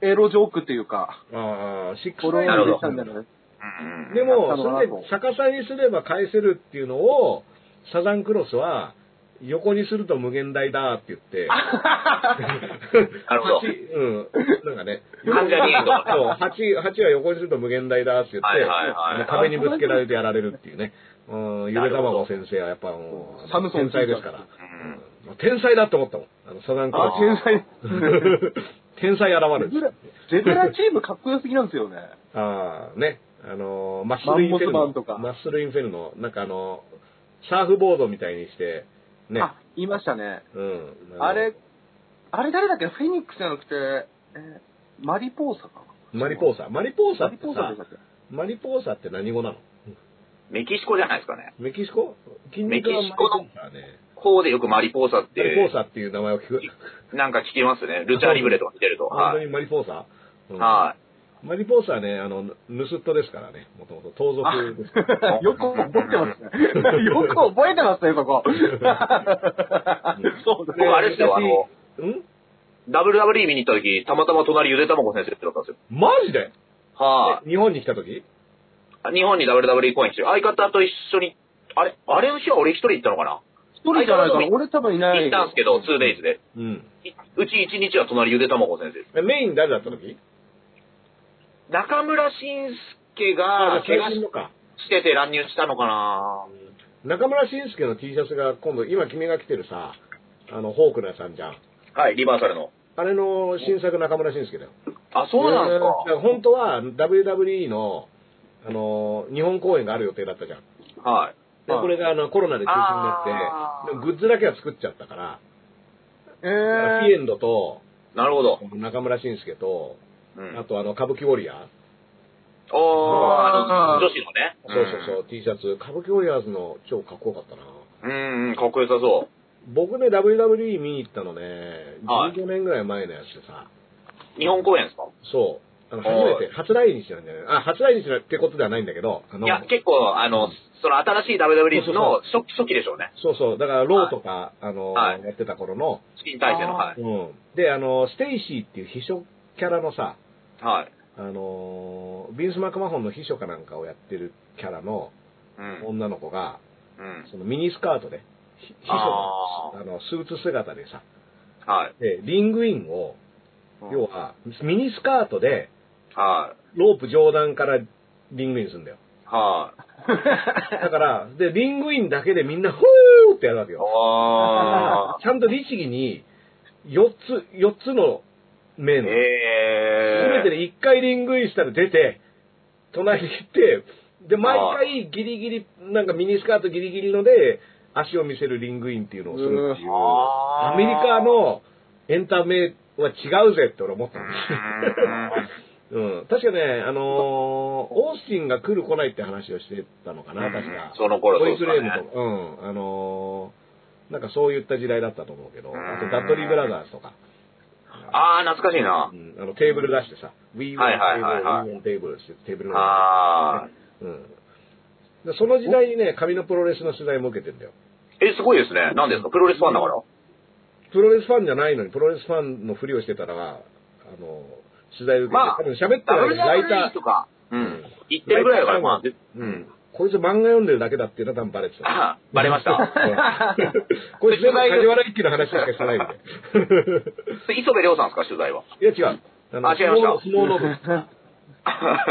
エロジョークっていうか、ああ、シックスこれをな入るほれどたんじゃないうんうんでやも、ったそのれかなでと逆さにすれば返せるっていうのを、サザンクロスは、横にすると無限大だって言って、なるほど。 8、うん、なんかね、関ジャニエイトそう8、8は横にすると無限大だって言って、はいはいはいはい壁にぶつけられてやられるっていうね、うん、ゆで卵先生はやっぱもう、サムソン天才ですから、うんうん天才だと思ったもん、あのサザンクあロ天才。ス。 [LAUGHS] 天才現ゼブれラる。ゼブラチームかっこよすぎなんですよね。ああ、ね。あのー、マッスルインフェルマンモスマノ。ンとかマッスルインフェルノ。なんかあのー、サーフボードみたいにして、ね。あ、言いましたね。うん。のあれ、あれ誰だっけフェニックスじゃなくて、えーマリポーサかマリポーサ。マリポーサマっリてポーサさでした、っけマリポーサって何語なのメキシコじゃないですかね。メキシコ筋メ肉キはシコのマリポーサね。こうでよくマリポーサっマリポーて、サっていう名前を聞く。なんか聞きますね。ルチャーリブレとか見てると。本は当い。にマリポーサ、うんはマリポーサはね、あの、ぬ盗っ人ですからね。もともと盗賊ですから。い。よく覚えてますね。 [LAUGHS] よく覚えてますね、そこ。そうだ僕あれですよ、あの、うん WWE 見に行った時、たまたま隣ゆでたまこ先生だったんですよ。マジでは日本に来た時い。日本に WWE 公演してる、相方と一緒に、あれ、あれの日は俺一人行ったのかな一人じゃないかな。俺多分いない。行ったんですけど、2days で。うん。いうち1日は隣ゆでたまこ先生です。えメイン誰だった時中村晋介がああ、怪最我し近のか。してて乱入したのかな中村慎介の T シャツが今度、今君が着てるさ、あの、フォークナーさんじゃん。はい、リバーサルの。あれの新作中村慎介だよ。あ、そうなんですえーだら本当は WWE の、あのー、日本公演がある予定だったじゃん。か。はい。で、はいこれがあの、コロナで中止になあーって、でもグッズだけは作っちゃったから、えだからフィエンドと、なるほど。中村慎介と、うんあとあの、歌舞伎ウォリアー、おー、ああーの、女子のね。そうそうそう、T シャツ、歌舞伎ウォリアーズの超かっこよかったな。うん。うんうん、かっこよさそ僕ね、WWE 見に行ったのね、はい15年ぐらい前のやつでさ、う。日本公演ですかそう。あの、初はいめて、初来日なんじゃないあ、初来日ってことではないんだけど、あのい、や、結構、あの、その新しい WWE の初初期でしょうね。そうそう、だから、ローとか、あの、はいやってた頃の、新体制の、はあい。うん。で、あの、ステイシーっていう秘書キャラのさ、はい。あの、ビンス・マクマホンの秘書かなんかをやってるキャラのうん。女の子が、うん。そのミニスカートで、ひ秘書あの、あの、スーツ姿でさ、はい。で、リングインを、要は、ミニスカートで、はい。ロープ上段からリングインするん [LAUGHS] だよ。はい。だから、で、リングインだけでみんな、ふーってやるわけよ。あ [LAUGHS] ちゃんと律儀に、4つ、四つー。の [LAUGHS] 面、すべえてで1回リングインしたら出て、隣に行って、で、毎回ギリギリ、なんかミニスカートギリギリので、足を見せるリングインっていうのをするっていうー。う、あーアメリカ、のエンタメは違うぜって俺思ったんですうん、確かね、あのーオースティンが来る来ないって話をしてた [LAUGHS] のかな、確か。その頃ボそイうスですレーかムね。とか、うん、あのーなんかそういった時代だったと思うけど、うんあとダッドリー・ブラザーズとか、あー、懐かしいなう。ん、あのテーブル出してさ、We はいはいはいはい want table, we want table ってテーブルのあうんでその時代にね、紙のプロレスの取材も受けてんだよ。ー。え、すごいですね。何ですかプロレスファンだからプロレスファンじゃないのに、プロレスファンのふりをしてたら、あの、取材受けて、まあ多分喋ってる間にライタ WWE とか、うん。言ってー、るぐらいだから、まあ、ライタうーうんん。こいつ漫画読んでるだけだっていうのは多分バレてた。あーバレまし [LAUGHS] た。うん [LAUGHS] これ全部梶原一騎の話しかしてないんで。それ磯部亮さんですか、取材は。いや違う。ああ違いました相撲の部。 [LAUGHS]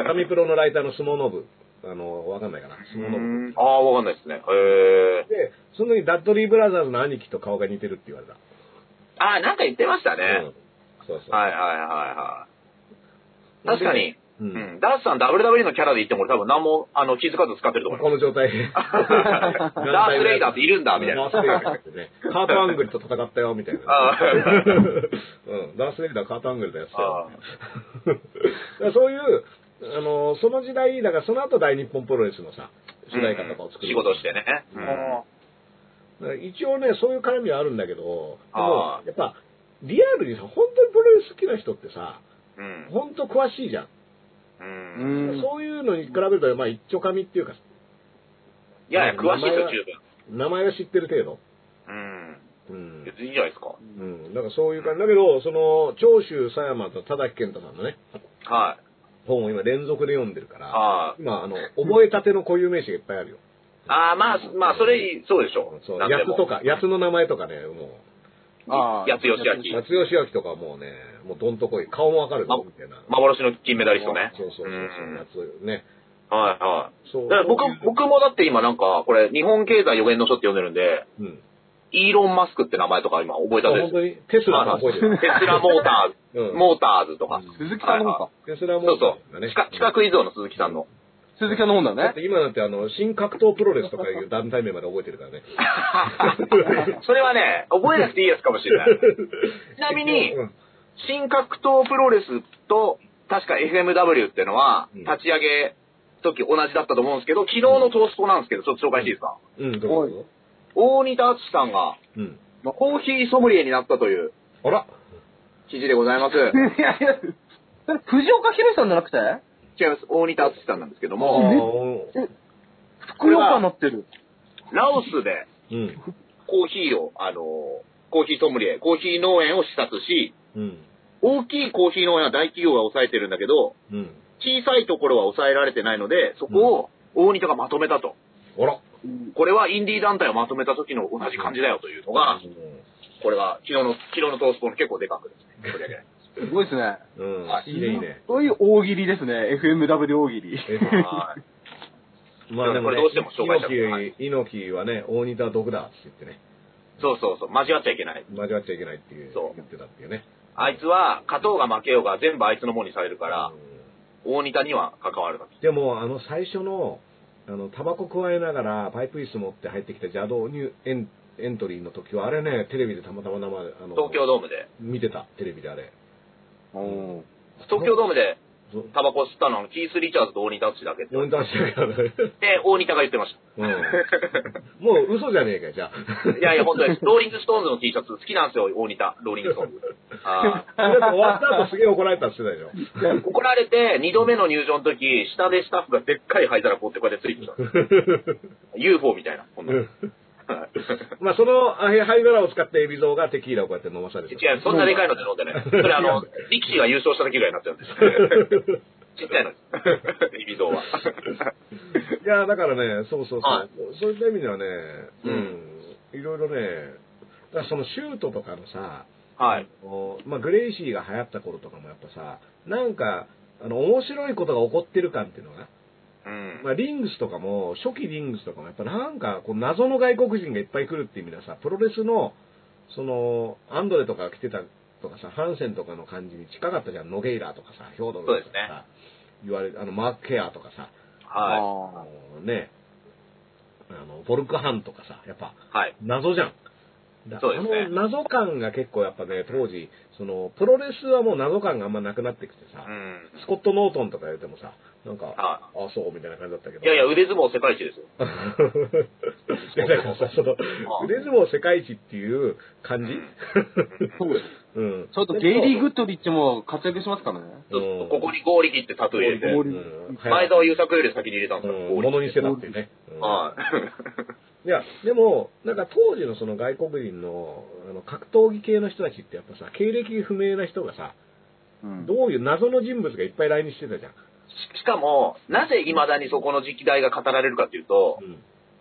紙プロのライターの相撲の部。あの、わかんないかな。相撲の部。ああ、わかんないですね。えで、その時ダッドリー・ブラザーズの兄貴と顔が似てるって言われた。ー。ああ、なんか言ってましたね。うんそうそう。はいはいはいはい。確かに、う。うんん。ダースさん WWE のキャラで言っても俺多分何もあの気づかず使ってると思いまこの状態。す。 [LAUGHS] ダースレイダーっているんだ、みたいな。 [LAUGHS] ダース・レイダーってね。カート・アングルと戦ったよ、みたいな。あーうん、ダース・レイダー、カート・アングルだよ、あーだからそういう、あの、その時代、だからその後大日本プロレスのさ、主題歌とかを作る。仕事をしてね。ううんんだから一応ね、そういう絡みはあるんだけど、でもあ、やっぱ、リアルにさ、本当にプロレス好きな人ってさ、うん。本当詳しいじゃん。うん。うん。そういうのに比べると、まあ、一丁紙っていうか、いやいや、詳しいですよ、十分。名前は知ってる程うん。度。うん。別にいいじゃないですか。うん。だからそういう感じ。だけど、その、長州、狭山と田崎健太さんのね、は本を今連続で読んでるから、あ今、あの、覚えたての固有名詞がいっぱいあるよ。あ。ああ、まあ、まあ、それ、そうでしょそう、なんやでもつとか、やつの名前とかね、もああやつよしあきう、やつよしあきとかもうね、もうどんとこい、顔もわかるよ、みたいな。幻の金メダリストね。そうそうそううんそう、やつね。はいはい。そう。だから僕そういう、僕もだって今なんか、これ、日本経済予言の書って読んでるんで、うん。イーロン・マスクって名前とか今覚えあたんで本す当にテスラも覚えてる。テスラモーターズ、うんモーターズとか。鈴木さんの本か。テスラもそうそだう。ね地下、地下クイズ王の鈴木さんの。鈴木さんの本だだっね。て今なんてあの、新格闘プロレスとかいう団体名まで覚えてるからね。それはね、覚えなくていいやつかもしれない。ちなみに、うん新格闘プロレスと、確か FMW っていうのは、うん立ち上げ時同じだったと思うんですけど、昨日のトーストなんですけど、ちょっと紹介していいですか。うん、どうぞ。大仁田敦さんが、うん。まあコーヒーソムリエになったというあら記事でござい [LAUGHS] ます。いやいや、それ藤岡弘さんじゃなくて違います。大仁田敦さんなんですけどあも、ー福岡になってる。ラオスでうん。コーヒーを、あのー、コーヒーソムリエ、コーヒー農園を視察し、うん。大きいコーヒー農園は大企業が抑えてるんだけど、うん。小さいところは抑えられてないので、そこを大仁田がまとめたと。あらこれはインディー団体をまとめた時の同じ感じだよというのが、これが昨日の、昨日のトースポの結構でかくですね。取り上げられますすごいですね。うん。はいいいね、いいね。そういう大喜利ですね。FMW 大喜利。え [LAUGHS] はいまあでこも、ね、れどうしても紹介しちゃう猪木、猪木はね、大仁田は毒だって言ってね、そうそうそう、交わっちゃいけない。交わっちゃいけないっていうそう言ってたっていうね。あいつは、勝とうが負けようが全部あいつのものにされるからう、ん大仁田には関わるな。でも、あの、最初の、あの、タバコ加えながら、パイプ椅子持って入ってきた邪道入エンエントリーの時は、あれね、テレビでたまたま生で、あの、東京ドームで。見てた、テレビであれ。うん。東京ドームでそうタバコ吸ったのはキース・リチャーズと大仁田氏だけって。四段してるからね。で、大仁田が言ってましうん。もう嘘じゃねえかよ、じゃあ。た。いやいや、本当です。ローリング・ストーンズの T シャツ好きなんですよ、大仁田。ローリング・ストーンズ。あーだって終わった後すげえ怒られたって言ってたでしょ。 [LAUGHS] 怒られて、2度目の入場の時、下でスタッフがでっかい灰皿こうってこうやってついてた。UFO みたいな、こんなうの。んまあ、そのあへ灰殻を使って海老蔵がテキーラをこうやって飲まされて違う、そんなでかいので飲んでない。それあの、力士が優勝した時ぐらいになっちゃうんです。ちっちゃいので [LAUGHS] す。リビゾーは。いや、だからね、そうそうそう。はいそういった意味ではね、う、うんいろいろね、だからそのシュートとかのさ、はい。おまあ、グレイシーが流行った頃とかもやっぱさ、なんか、あの、面白いことが起こってる感っていうのが、うんま。あ、リングスとかも、初期リングスとかも、やっぱなんか、こう、謎の外国人がいっぱい来るっていう意味ではさ、プロレスの、その、アンドレとかが来てたとかさ、ハンセンとかの感じに近かったじゃん、ノゲイラとかさ、ヒョードルとかそうですねさ、言われあの、マーク・ケアとかさ、はあのね、あの、ボルクハンとかさ、やっぱ、い。はい。謎じゃん。だそうですねあの謎感が結構やっぱね、当時、その、プロレスはもう謎感があんまなくなってきてさ、うん。スコット・ノートンとか言うてもさ、なんか、あはそう、 [LAUGHS] みたいな感じだったけど。い。いやいや、腕相撲世界一ですよ。いやだからさ、その、腕相撲世界一っていう感じそうです。うん。ちょっとゲイリー・グッドリッチも活躍しますからね。ずっとここに合力ってタトゥー入れて、合う力ん、前澤友作より先に入れたんですよ、うん、合も力。のにしてたっていうね。うんはい [LAUGHS] や、でも、なんか当時のその外国人のあの格闘技系の人たちってやっぱさ、経歴不明な人がさ、うんどういう謎の人物がいっぱい来日してたじゃん。い。ししかも、なぜ未だにそこの時代が語られるかっていうと、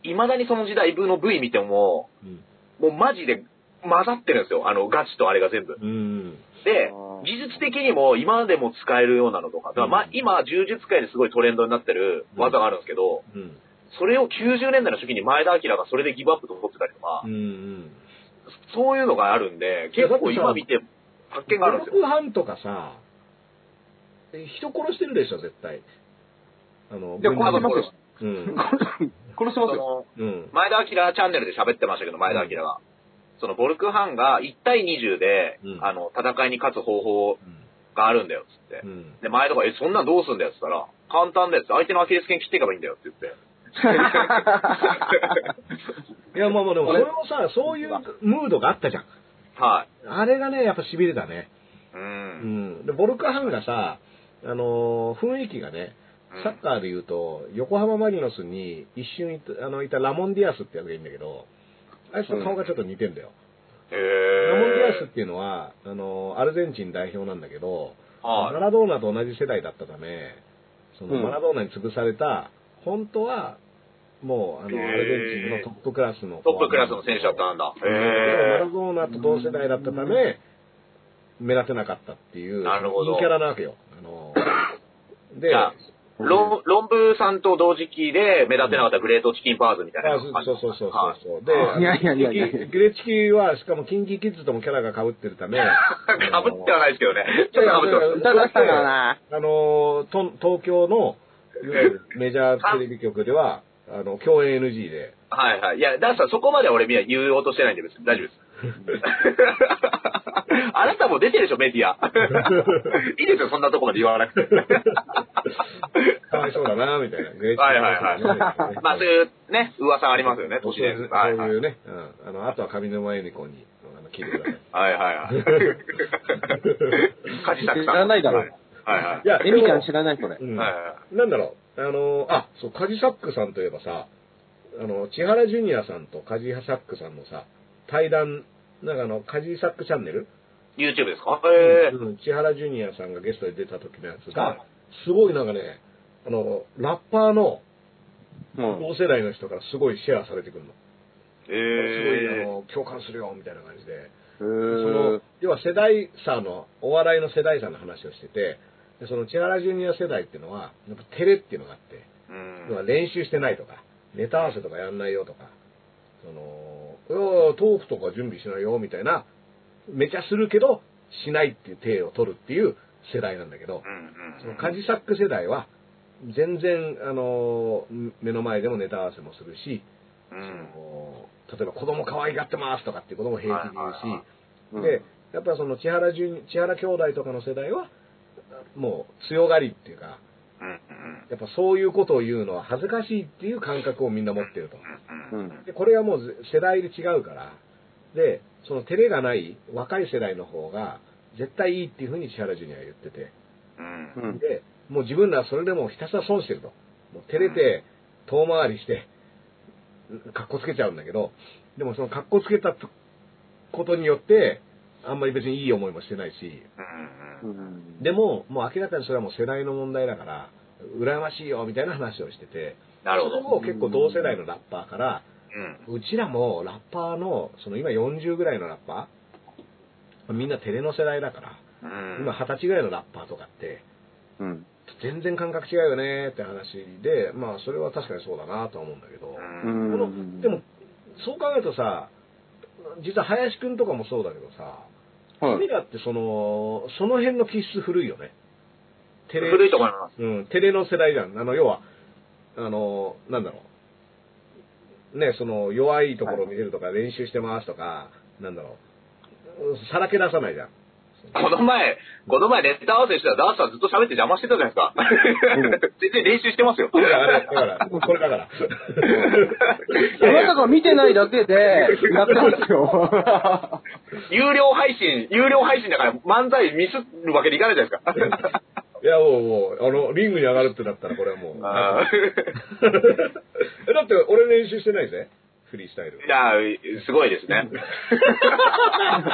未だにその時代分の V 見ても、うん。もうマジで混ざってるんですよ。あの、ガチとあれが全部。うん。であー、技術的にも今でも使えるようなのとか、だからまあうん今、柔術界ですごいトレンドになってる技があるんですけど、うん。それを90年代の初期に前田明がそれでギブアップと取ってたりとかう、ん。そういうのがあるんで、結構今見て発見があるんですよ。犯とかさ、え人殺してるでしょ、絶対。あの、いや、殺あしのますよ。うん。殺しますそよ。のうん。前田明チャンネルで喋ってましたけど、前田明が。そのボルクハンが1対20で、うんあの、戦いに勝つ方法があるんだよ、つってう。ん。で、前とか、え、そんなんどうすんだよって言ったら、簡単だよって、相手のアキレス腱切っていけばいいんだよって言って。いや、まあまあでも、それもさ、そういうムードがあったじゃん。はい。あれがね、やっぱ痺れたね。う。うんん。で、ボルクハンがさ、あのー雰囲気がね、サッカーで言うと、横浜マリノスに一瞬いたあのいたラモン・ディアスってやつがいるんだけど、あいつと顔がちょっと似てんだよ。へラモン・ディアぇスっていうのは、あのーアルゼンチン代表なんだけど、ー。はマラドーナと同じ世代だったため、そのうんマラドーナに潰された、本当は、もう、あの、アへールゼンチンのトップクラスの。い。トップクラスの選手だったんだ。でもマへラドーナと同世代だったため、目立てなかったっていう、なるほどいいキャラなわけよ。あの、でじ、ゃあえ。ロン、ロンブーさんと同時期で目立てなかったグレートチキンパーズみたいなあ。そう [LAUGHS] そうそうそうはいそう。で、いやいやいやいやキグレチキは、しかもキンキキッズともキャラが被ってるため、かぶってはないですけどね。ちょっとかぶってます。歌だったんだろうな。あのーと東京の、いわゆるメジャーテレビ局では、あの、共演 NG で、はいはい。いや、ダンさん、そこまで俺、みんな言おうとしてないんで、別に大丈夫です。 [LAUGHS] あなたも出てるでしょ、メディア。いいですよ、そんなとこまで言わな [LAUGHS] くて。かわいそうだな、みたいな。グレチキはいはいはい。まあ、そういうね、噂ありますよね、都市伝そう説。はいそうはいい。うね、うん。あの、あとは上沼恵美子に、あの、聞いてください。はいはい [LAUGHS] はい。カジサクさん。知らないだ [LAUGHS] ろう。はいはい。いやエミちゃん知らない、これう。うんんはいはいなんだろう、あの、あ、そう、カジサックさんといえばさ、あの、千原ジュニアさんとカジサックさんのさ、対談、なんかあの、カジサックチャンネル、 YouTube ですかへえ。うん、千原ジュニアさんがゲストで出た時のやつはいが、すごいなんかね、あの、ラッパーのうん。同世代の人からすごいシェアされてくるの。すごい、あへえ。の、共感するよ、みたいな感じで。そその、要は世代差の、お笑いの世代差の話をしてて、でその千原ジュニア世代っていうのは、やっぱ照れっていうのがあって、うん要は練習してないとか、ネタ合わせとかやんないよとか、その、いやトークとか準備しないよみたいな、めちゃするけど、しないっていう体を取るっていう世代なんだけう、どんそうんのカジサック世代は、全然、あの、目の前でもネタ合わせもするし、うんその例えば子供可愛がってますとかっていうことも平気で言うし、はいはいはいで、やっぱその千原ジュニ千原兄弟とかの世代は、もう強がりっていうか、うんうんやっぱそういうことを言うのは恥ずかしいっていう感覚をみんな持ってると。うんうんで、これはもう世代で違うから、で、その照れがない若い世代の方が絶対いいっていうふうに千原ジュニアは言ってて、うんうん。で、もう自分らはそれでもひたすら損してると。もう照れて、遠回りして、かっこつけちゃうんだけど、でもそのかっこつけたことによって、あんまり別にいい思いもしてないし、うんううんん。でも、もう明らかにそれはもう世代の問題だから、羨ましいよみたいな話をしてて、なるほど。それも結構同世代のラッパーから、うんうちらもラッパーの、その今40ぐらいのラッパー、みんなテレの世代だかうら、ん今20歳ぐらいのラッパーとかって、うん。全然感覚違うよねって話で、まあそれは確かにそうだなとは思うんだけど、ううんこん。のでも、そう考えるとさ、実は林くんとかもそうだけどさ、は君い。らってその、その辺の気質古いよね。テレ古いと思います。うん、テレの世代じゃん。あの、要は、あの、なんだろう。ね、その、弱いところを見せるとか、練習してますとか、なんだろううん。さらけ出さないじゃん。この前、この前ネタ合わせしてたらダースさんずっと喋って邪魔してたじゃないですか。全然練習してますよ。だから、だから、これだから。あなたが見てないだけで、やったんですよ。有料配信、有料配信だから漫才ミスるわけにいかないじゃないですか。いや、もう、もう、あの、リングに上がるってなったら、これはもう。あだ [LAUGHS] って、俺練習してないぜ。フリースタイ [LAUGHS] ル。ーいやー、すごいですね。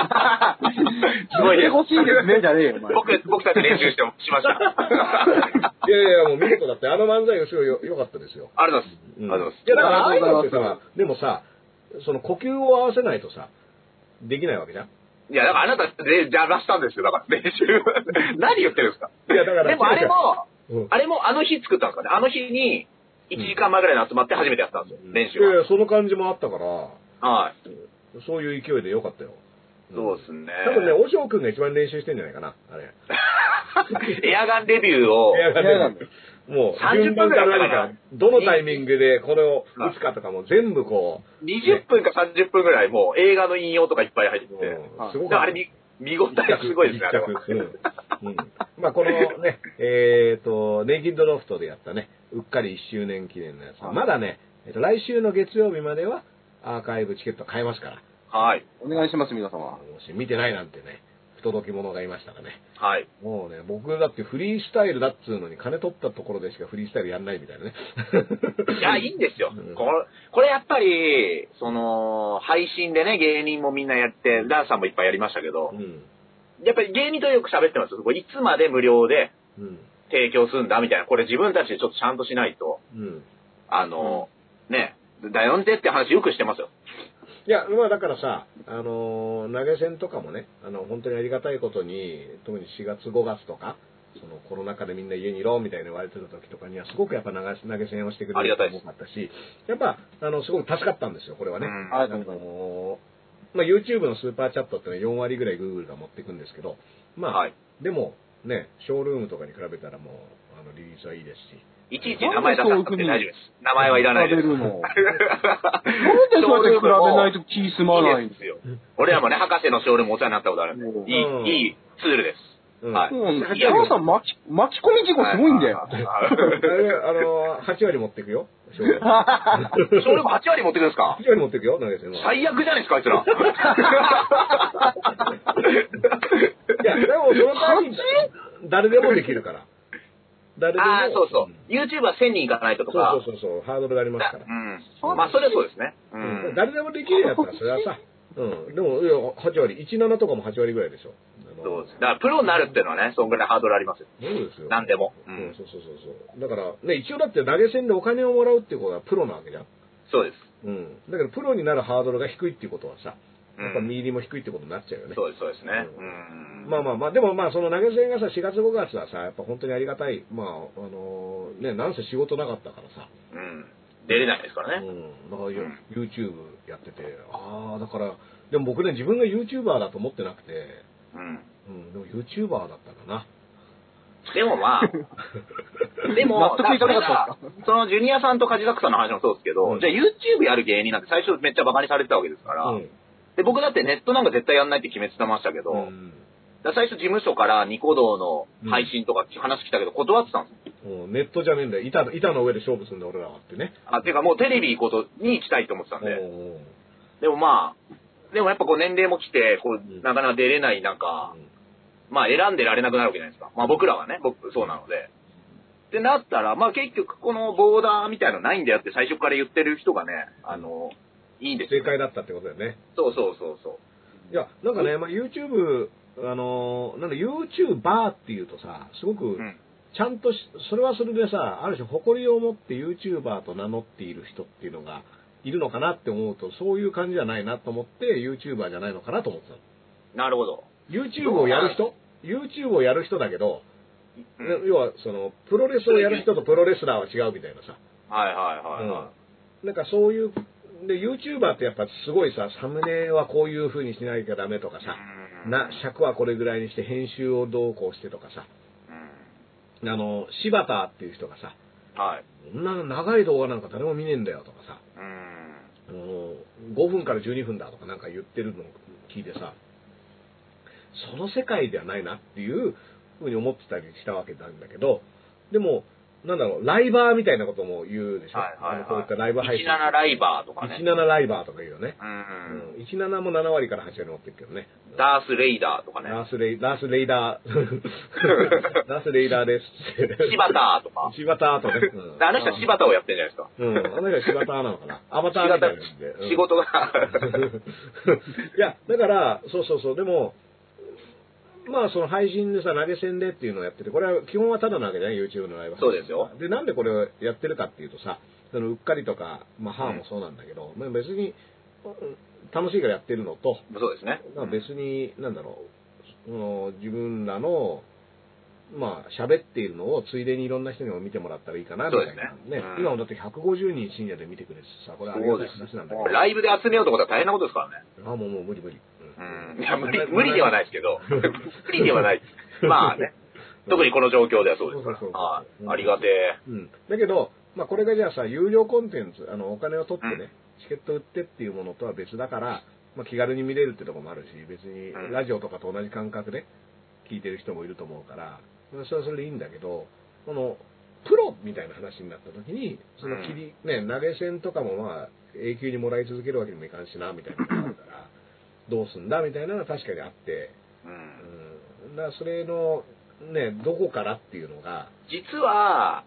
すごいです。欲しい [LAUGHS] ですね、じゃねえよ、お前。僕、僕たち練習してもしました。あいやいやいや、もう見事だって、あの漫才がすごいよ良かったですよ。りがとうございます。ありがとうございます。いや、だから、ああいうのってありがとうさ、でもさ、その呼吸を合わせないとさ、できないわけじゃん。いや、だからあなた、で邪魔したんですよ。だから練習。 [LAUGHS] 何言ってるんですかいや、だから、でもあれも、うん、あれもあの日作ったんですかね。あの日に、1時間前ぐらいに集まって初めてやったんですよ、練習いやいは。やその感じもあったから、はい。そういう勢いでよかったよ。そうですね。多分ね、おしょうくんが一番練習してんじゃないかな、あれ。エアガンレビューを、い嫌なんだよもう、 30順番から分ぐらい何か、どのタイミングでこれを打つかとかも全部こ20分か30分ぐらい、もう映画の引用とかいっぱい入ってう、て、うんいすだかごらかあっれた。見見応えがすごいですね、あれは。密着うんうんまあ、このね、 [LAUGHS] えっ、と、ネイキッドロフトでやったね、うっかり1周年記念のやつ、はいまだね、えっと来週の月曜日まではアーカイブチケット買えますから、はい。お願いします、皆様。もし見てないなんてね、不届き者がいましたらね、はい。もうね、僕だってフリースタイルだっつうのに金取ったところでしかフリースタイルやんないみたいなね。いや、いいんですよ。うんこれ、これやっぱり、その、配信でね、芸人もみんなやって、ダンサーもいっぱいやりましたけどう、ん。やっぱり芸人とよく喋ってますよ。これいつまで無料でうん。提供するんだみたいな。これ自分たちでちょっとちゃんとしないと、うん。あの、ね、だよんてって話よくしてますよ。いや、まあだからさ、あのー投げ銭とかもね、あの、本当にありがたいことに、特に4月5月とか、そのコロナ禍でみんな家にいろみたいに言われてた時とかには、すごくやっぱ投げ投げ銭をしてくあれりるがたい人ですも多かったし、やっぱ、あの、すごく助かったんですよ、これはね。うんありがあとうございまのーまあ、YouTube のスーパーチャットって、ね、4割ぐらい Google が持っていくんですけど、まあ、はい。でもね、ショールームとかに比べたらもう、あのリリースはいいですし、いちいち名前出さなくて大丈夫です。名前はいら比ないでべす。るの。なんでそうやって比でべないと気済まないいんいでですよ。俺らもね、博士のショールームお世話になったことあるんで、うんいい、いいツールです。うんはいそうなんだよ。山さん巻き、巻き込み事故すごいんだよ。はいあれ、あのー、8割持って [LAUGHS] いくよ、ショールーム。ショールーム8割持ってくんですか8割持っていくよ、投げ銭は。最悪じゃないですか、あいつら。いや、でもその代わりに誰でもできるから。誰でも。ああ、そうそんう。YouTube は1000人いかないととか。そうそうそうそう、ハードルがありますから。うん。まあ、それはそうですね。ううんん。誰でもできるやつはそれはさ、うん。でも、いや8割、17とかも8割ぐらいでしょ。あのそうです。だから、プロになるっていうのはね、そんぐらいハードルありますよ。そうですよ。何でも。ううん、ん。そうそうそうそう。だから、ね、一応だって投げ銭でお金をもらうっていうことはプロなわけじゃん。そうです。うん。だけど、プロになるハードルが低いっていうことはさ、うやっぱ身ん。入りも低いってことになっちゃうよね。そうです、そうですね。ううん。まあまあまあ、でもまあ、その投げ銭がさ、4月5月はさ、やっぱ本当にありがたい。まあ、あのーね、なんせ仕事なかったからさ、うん。出れないですからね。うん、だからようん YouTube やってて、ああ、だから、でも僕ね、自分が YouTuber だと思ってなくて、うん。うん、でも YouTuber だったかな。でもまあ、でも、納得いかなかっただからそのジュニアさんとカジザクさんの話もそうですけど、うんじゃあ YouTube やる芸人なんて最初めっちゃバカにされてたわけですから、うんで僕だってネットなんか絶対やんないって決めてましたけど、うんだから最初事務所からニコ動の配信とか話来たけど断ってたんですよ。うんネットじゃねえんだよ板の板の上で勝負するんだ俺らはってね。あ、てかもうテレビ行こうとに行きたいと思ってたんで、おーでもまあ、でもやっぱこう年齢も来て、こんう、なかなか出れない中、まあ選んでられなくなるわけじゃないですか。まあ僕らはね、僕そうなので。ってなったら、まあ結局このボーダーみたいのないんだよって最初から言ってる人がね、あの、いいんです正よ。解だったってことだよね。そうそうそうそいや、なんかね、まあ、YouTube、あのーなんだ、YouTuber っていうとさ、すごう。くう、ん。ちゃんとし、それはそれでさ、ある種誇りを持って YouTuber と名乗っている人っていうのがいるのかなって思うと、そういう感じじゃないなと思って、YouTuber じゃないのかなと思ってたの。なるほど。 YouTube をやる人 ?YouTube をやる人だけど、うん要は、その、プロレスをやる人とプロレスラーは違うみたいなさ。はいはいはいはうんなんかそういう、で、YouTuber ってやっぱすごいさ、サムネはこういう風にしないゃダメとかさ、い。うんな、尺はこれぐらいにして編集をどうこうしてとかさ、うんあの、柴田っていう人がさ、はい。こんな長い動画なんか誰も見ねえんだよとかさ、うん。あの5分から12分だとかなんか言ってるのを聞いてさ、その世界ではないなっていうふうに思ってたりしたわけなんだけど、でも、なんだろう、ライバーみたいなことも言うでしょ。はいはいあのこういったライブは配い。信。 17ライバーとかね。 17ライバーとか言うよね。うん。うん17も7割から8割持ってるけどね。ダース・レイダーとかね。ラースレイ、ラースレイダ [LAUGHS] ー、ラースレイダーです。柴田とか。柴田とね。うんあの人は柴田をやってるじゃないですか。うん、あの人は柴田なのかな。アバターみたいな感じで。うん仕事が。 [LAUGHS] いや、だから、そうそうそう、でも、まあその配信でさ、投げ銭でっていうのをやってて、これは基本はただなわけじゃない YouTube のライブ配信そうですよ。で、なんでこれをやってるかっていうとさ、そのうっかりとか、まあ歯もそうなんだけど、まあ別に、うん楽しいからやってるのと、そうですね。まあ別に、なんだろう、その自分らの、まあ、喋っているのをついでにいろんな人にも見てもらったらいいかな、みそうたいですねな。うん今もだって150人深夜で見てくれてさ、これありがたい話なんだけライブで集めようと思ったら大変なことですからね。ど、あ、もうもう無理無理。。うん。いや、無理、無理ではないいですけ [LAUGHS] ど。無理ではない。まあね。特にこの状況ではそうですから。そうそうそうはうい。んありがてえ。うん。だけど、まあこれがじゃあさ、有料コンテンツ、あの、お金を取ってうね、チケット売ってっていうものとは別だから、まあ気軽に見れるってとこもあるし、別にうんラジオとかと同じ感覚で聞いてる人もいると思うから、それはそれでいいんだけど、この、プロみたいな話になった時に、その切り、ね、投げ銭とかもまあ、永久にもらい続けるわけにもいかんしな、みたいなのがあるから、どうすんだみたいなのは確かにあって、うん。うん。だからそれの、ね、どこからっていうのが、実は、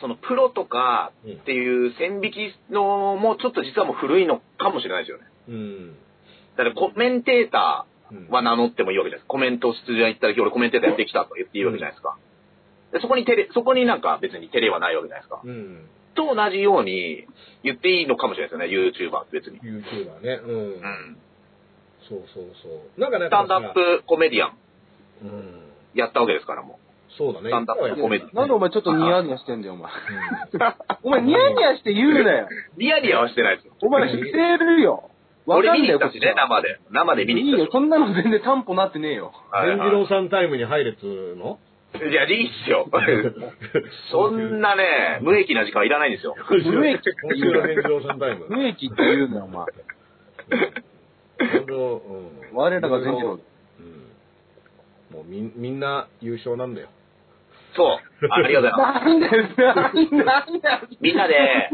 そのプロとかっていう線引きのもちょっと実はもう古いのかもしれないですよね。うん。だからコメンテーターうんは名乗ってもいいわけじゃないですか。コメント出演行った時、俺コメンテーターやってきたと言っていいわけじゃないですか。でそこにテレ、そこになんか別にテレはないわけじゃないですか。うん。と同じように言っていいのかもしれないですよね、YouTuber って別に。 YouTuber ね。う。うんん。そうそうそう。なんかね、スタンドアップコメディアンうん。やったわけですから、もそうだね。スタンドアップコメディなんでお前ちょっとニヤニヤしてんだよ、お前。うんお前ニヤニヤして言うなよ。う。ニヤニヤはしてないですよ。お前否定るよ。わ俺か見んにだ行よ、こったっしちね、は。生で。生で見いにい行ったよし、。そんなの全然担保なってねえよ。はい伝はい次郎さんタイムに入れっつうのいや、いいっす [LAUGHS] よ。そんなね、無益な時間はいらないんですよ。今週の無益伝次郎さんタイム。無益って言うなよ、お前。伝次郎うん我らが全治郎。うんもうみんみんな優勝なんだ [LAUGHS] よ。そう。あありがとうございます。なんだよ、なんなんだよ。[LAUGHS] みんなで、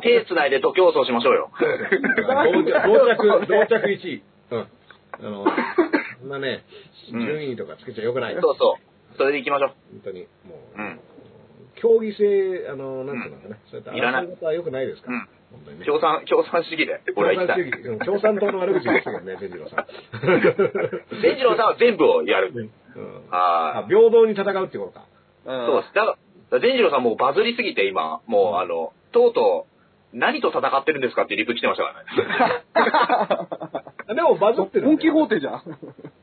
手繋いで徒競走しましょうよ。同着、同着、同着1位。うん。あの、そんなね、うん順位とかつけちゃよくない。そ本うそう。それで行きましょう。当に。もう、うん。競技性、あの、なんていうのかね、そうやっていらない争い事は良くないですかうんら。本当にね。共産、共産主義で、俺は行きたい。義、うん共産党の悪口言ってた [LAUGHS] よね、善次郎さん。善次郎さんは全部をやる。うんあは、い。平等に戦うってことか。そうです。だから、善次郎さんもうバズりすぎて今、もうあの、とうとう、何と戦ってるんですかってリプ来てましたからね。でもバズってる本んだよ。気法廷じゃん。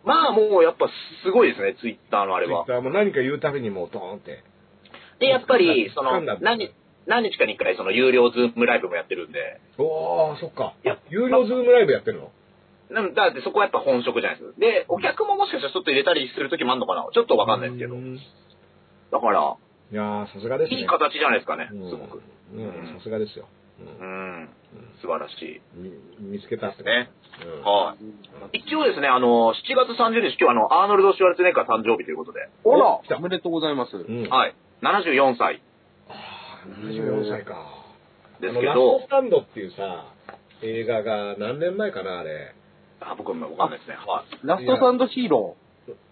まあもうやっぱすごいですね、ツイッターのあれツイッは。ターも何か言うたびにもうドーンって。で、やっぱり、その掴んだ、何、何日かに一回その有料ズームライブもやってるんで、おー、そっかいや。有料ズームライブやってるのなんだってそこはやっぱ本職じゃないですか。で、お客ももしかしたらちょっと入れたりする時もあるのかなちょっとわかんないですけどう。んいだから、やー、さすがですね。いい形じゃないですかね、うんすごく。うん、さすがですよ。う、うんん素晴らしい。み見つけたってことね。うんはい。一応ですね、あの、7月30日、今日あの、アーノルド・シュワルツェネッカー誕生日ということで、ほら来たおめでとうございます。うんはい。74歳あー74歳か。ですけあのラストどス、タンドっていうさ、映画が何年前かな、あれ。あ僕もわかんないですね。はい。ラストサンドヒーロ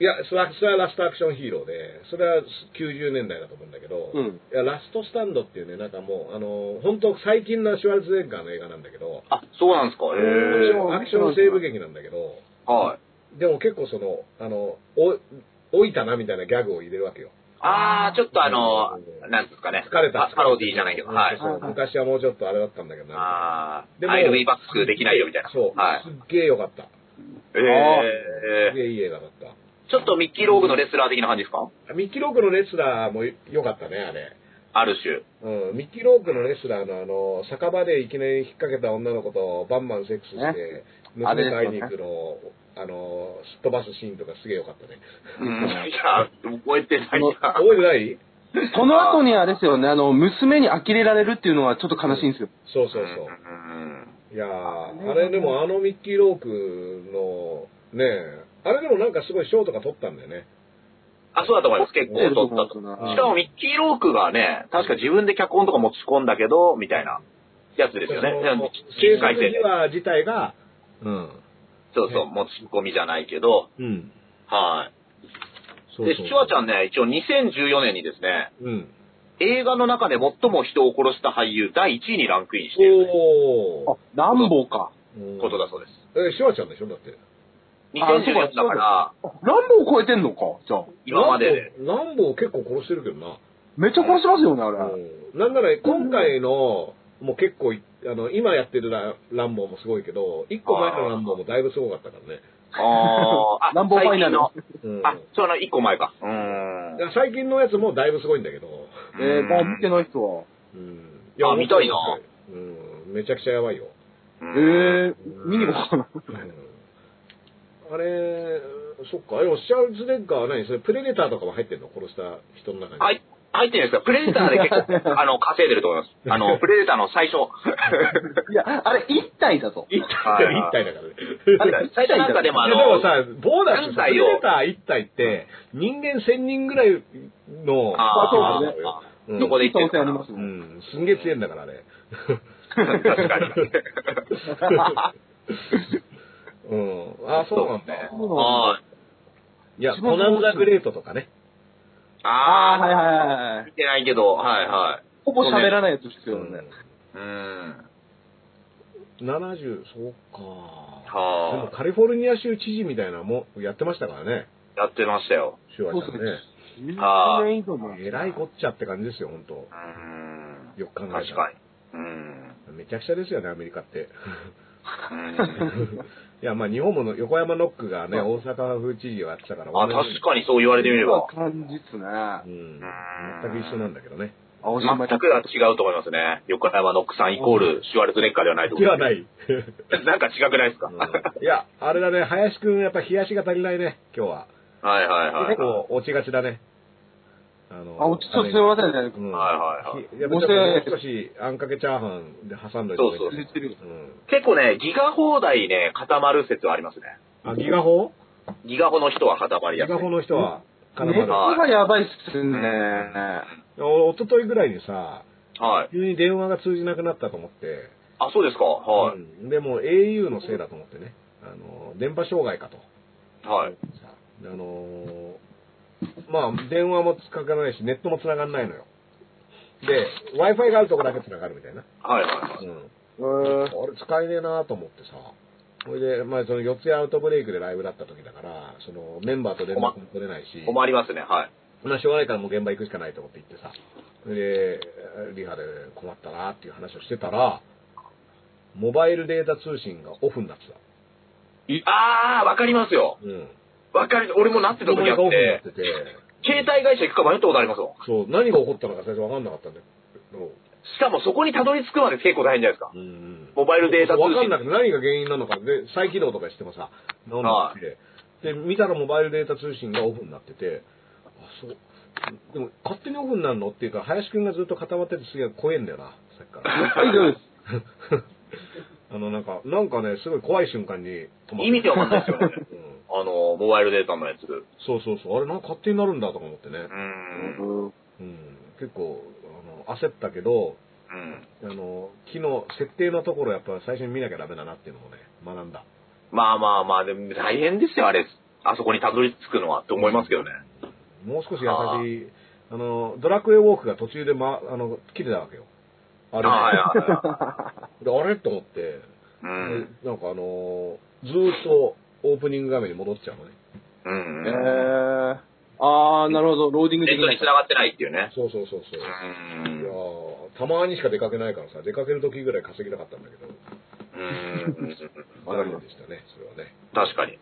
いや、それはそれはラストアクションヒーローで、それは90年代だと思うんだけど、ー。うん。いやラストスタンドっていうね、なんかもう、あの、本当最近のシュワルツェネッガーの映画なんだけど、あ、そうなんですか。へアクション西部劇なんだけど、え。はい。でも結構その、あの、お老いたなみたいなギャグを入れるわけよ。あー、ちょっとあの、なんですかね。疲れたパ。パロディーじゃないけど、はういん。そうそう昔はもうちょっとあれだったんだけどな。あでー、もアイルビーバックできないよみたいな。そう。はい。すっげえよかった。すっえげえいい映画だった。ー、ちょっとミッキー・ローグのレスラー的な感じですかミッキー・ロークのレスラーも良かったね、あれ。ある種。うん、ミッキー・ロークのレスラーのあの、酒場でいきなり引っ掛けた女の子とバンバンセックスして、あれ娘と会いに行くのを、あの、すっ飛ばすシーンとかすげえよかったね。うん、いや、覚えてないな。覚えてないその後にあれですよね、あの、娘に呆れられるっていうのはちょっと悲しいんですよ。そうそうそうう。んいやー、あれでもあのミッキー・ロークの、ねえ、あれでもなんかすごい賞とか取ったんだよね。あ、そうだと思います。結構取ったと。うんしかもミッキー・ロークがね、確か自分で脚本とか持ち込んだけど、みたいなやつですよね。そでのも制新作海戦秘話自体が、うん。そうそう、持ち込みじゃないけど、うん。はい。そで、うシそうュワちゃんね、一応2014年にですね、うん。映画の中で最も人を殺した俳優第1位にランクインしているおあ、ランボーか。ー。ことだそうです。え、シュワちゃんでしょだって。 2014だから、ランボー超えてんのかじゃあ。今までで。ランボー。ランボー結構殺してるけどな。めっちゃ殺しますよね、あれ。うん。なんなら今回の、もう結構い、あの、今やってるラランボーもすごいけど、一個前のランボーもだいぶすごかったからね。あーあ、ランボーファイナル最近のうん。あ、その1個前か。うーん。最近のやつもだいぶすごいんだけど。えー、まあ見てない人は。うん。あ見たいな。うん。めちゃくちゃやばいよ。えうー、ん見に行こうかな。あれ、そっか、でもシャルズネッガーは何それ、プレデターとかも入ってんの殺した人の中に。。はいい。入ってるんですかプレデターで結構、あの、稼いでると思います。あの、プレデターの最初。いや、あれ、一体だと。一体だ [LAUGHS] 一体だからね。あれ、一最体初なんだかとで。もあいやでもの、さ、ボーナス軍プ隊レをデター一体って、人間1000人ぐらいの、あーパワーだと思うよどこでいい可能言っ性てありるのかなますうね。ん、すんげえ強いんだから、あれ。確かに。うん。あ、そうなんだ。ね。そうなんはい。いや、コナンザグレートとかね。あー、あー、はいはいはい。見てないけど、はいはい。ほぼ喋らないやつですよね。うーん。 70、そうか。でもはカリフォルニア州知事みたいなのもやってましたからね、あ。やってましたよ。シュワちゃんそうね。あー10年以上も。えらいこっちゃって感じですよ、本当うーん。よく考えたら。確かに。うーん。めちゃくちゃですよね、アメリカって。ういや、まあ日本もの横山ノックがね、そう大阪府知事をやってたから、ーんあ、同じ確かにそう言われてみれば。感じっすね。うん。全く一緒なんだけどね。青島全くは違うと思いますね。横山ノックさんイコールシュワルツェネッカーではないと思でいまはす。ない。なんか違くないですか、うんいや、あれだね、林くん、やっぱ冷やしが足りないね、今日は。はいはいはい。結構落ちがちだね。あのあ、おちょっとすみませんね。うんはいはいはいひやっぱちょっともう少し、あんかけチャーハンで挟んどいてもいいそう言ってるようん。結構ね、ギガ放題ね、固まる説はありますね。あ、ギガホギガホの人は固まりギやすい。ガホの人は絡熱まねがやばいっすね。る。おとといぐらいにさ、はい。急に電話が通じなくなったと思って、あ、そうですか。はい。うんでも au のせいだと思ってね、あの、電波障害かと。はい。さあのーまあ、電話もつかからないし、ネットも繋がんないのよ。で、Wi-Fi があるとこだけ繋がるみたいな。はいはいはうい。ん。えーあれ使えねえなと思ってさ。それで、まあ、その四谷アウトブレイクでライブだった時だから、そのメンバーと連絡も取れないし、困りますね。はい。まあ、しょうがないからもう現場行くしかないと思って行ってさ。それで、リハで困ったなっていう話をしてたら、モバイルデータ通信がオフになってた。あー、わかりますよ。うん。わかる。俺もなってた時あっモバイルがオてフになっ、てて。携帯会社行くか迷ったことありますもん。そう、何が起こったのか最初分かんなかったんだけど、しかもそこにたどり着くまで結構大変じゃないですか。うんモバイルデータ通分かん信な。くて何が原因なのか、で、再起動とかしてもさ、なんだって。で、見たらモバイルデータ通信がオフになってて、あ、そう。でも、勝手にオフになるのっていうか、林くんがずっと固まっててすげえ怖えんだよな、さっき [LAUGHS] から。はい、どうです。あの、なんか、なんかね、すごい怖い瞬間に止まっ意味でわかんないですよね。 [LAUGHS] うんあの、モバイルデータのやつ。うそうそうそう、あれ、なんか勝手になるんだとか思ってね。ーん。うんうん。結構、あの、焦ったけど、うん。あの、昨日、設定のところやっぱ最初に見なきゃダメだなっていうのもね、学んだ。まあまあまあ、でも大変ですよ、あれ。あそこにたどり着くのはって思いますけどね。もう少し優しい、あの、ドラクエウォークが途中で、ま、あの、切れたわけよ。ああれ、はいはいはい。であれと思って、うん。なんかあの、ずーっとオープニング画面に戻っちゃうのね。うん。えー。あー、なるほど。ローディングネできットなにい。繋がってないっていうね。そうそうそうそうう。いん。やーたまにしか出かけないからさ、出かける時ぐらい稼ぎたかったんだけど、うん。わかりま残念でしたね、それはね。確かに。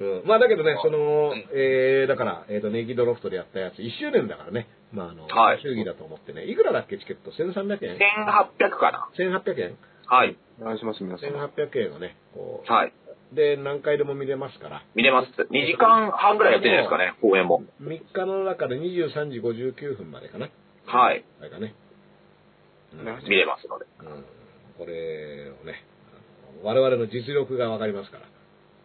うん、まあだけどね、その、えー、だから、えっ、と、ネギドロフトでやったやつ、1周年だからね、まああの、はい祝儀だと思ってね、いくらだっけチケット ?1300 円1800かな。 ?1800 円はい。お願いします、皆さん。 ?1800 円をね、こはい。う、で、何回でも見れますから、見れます。2時間半ぐらいやってるんじゃないですかね、公演も。 3日の中で23時59分までかなはい。あれかね。うん、うん見れますので。これをね、あの我々の実力がわかりますから。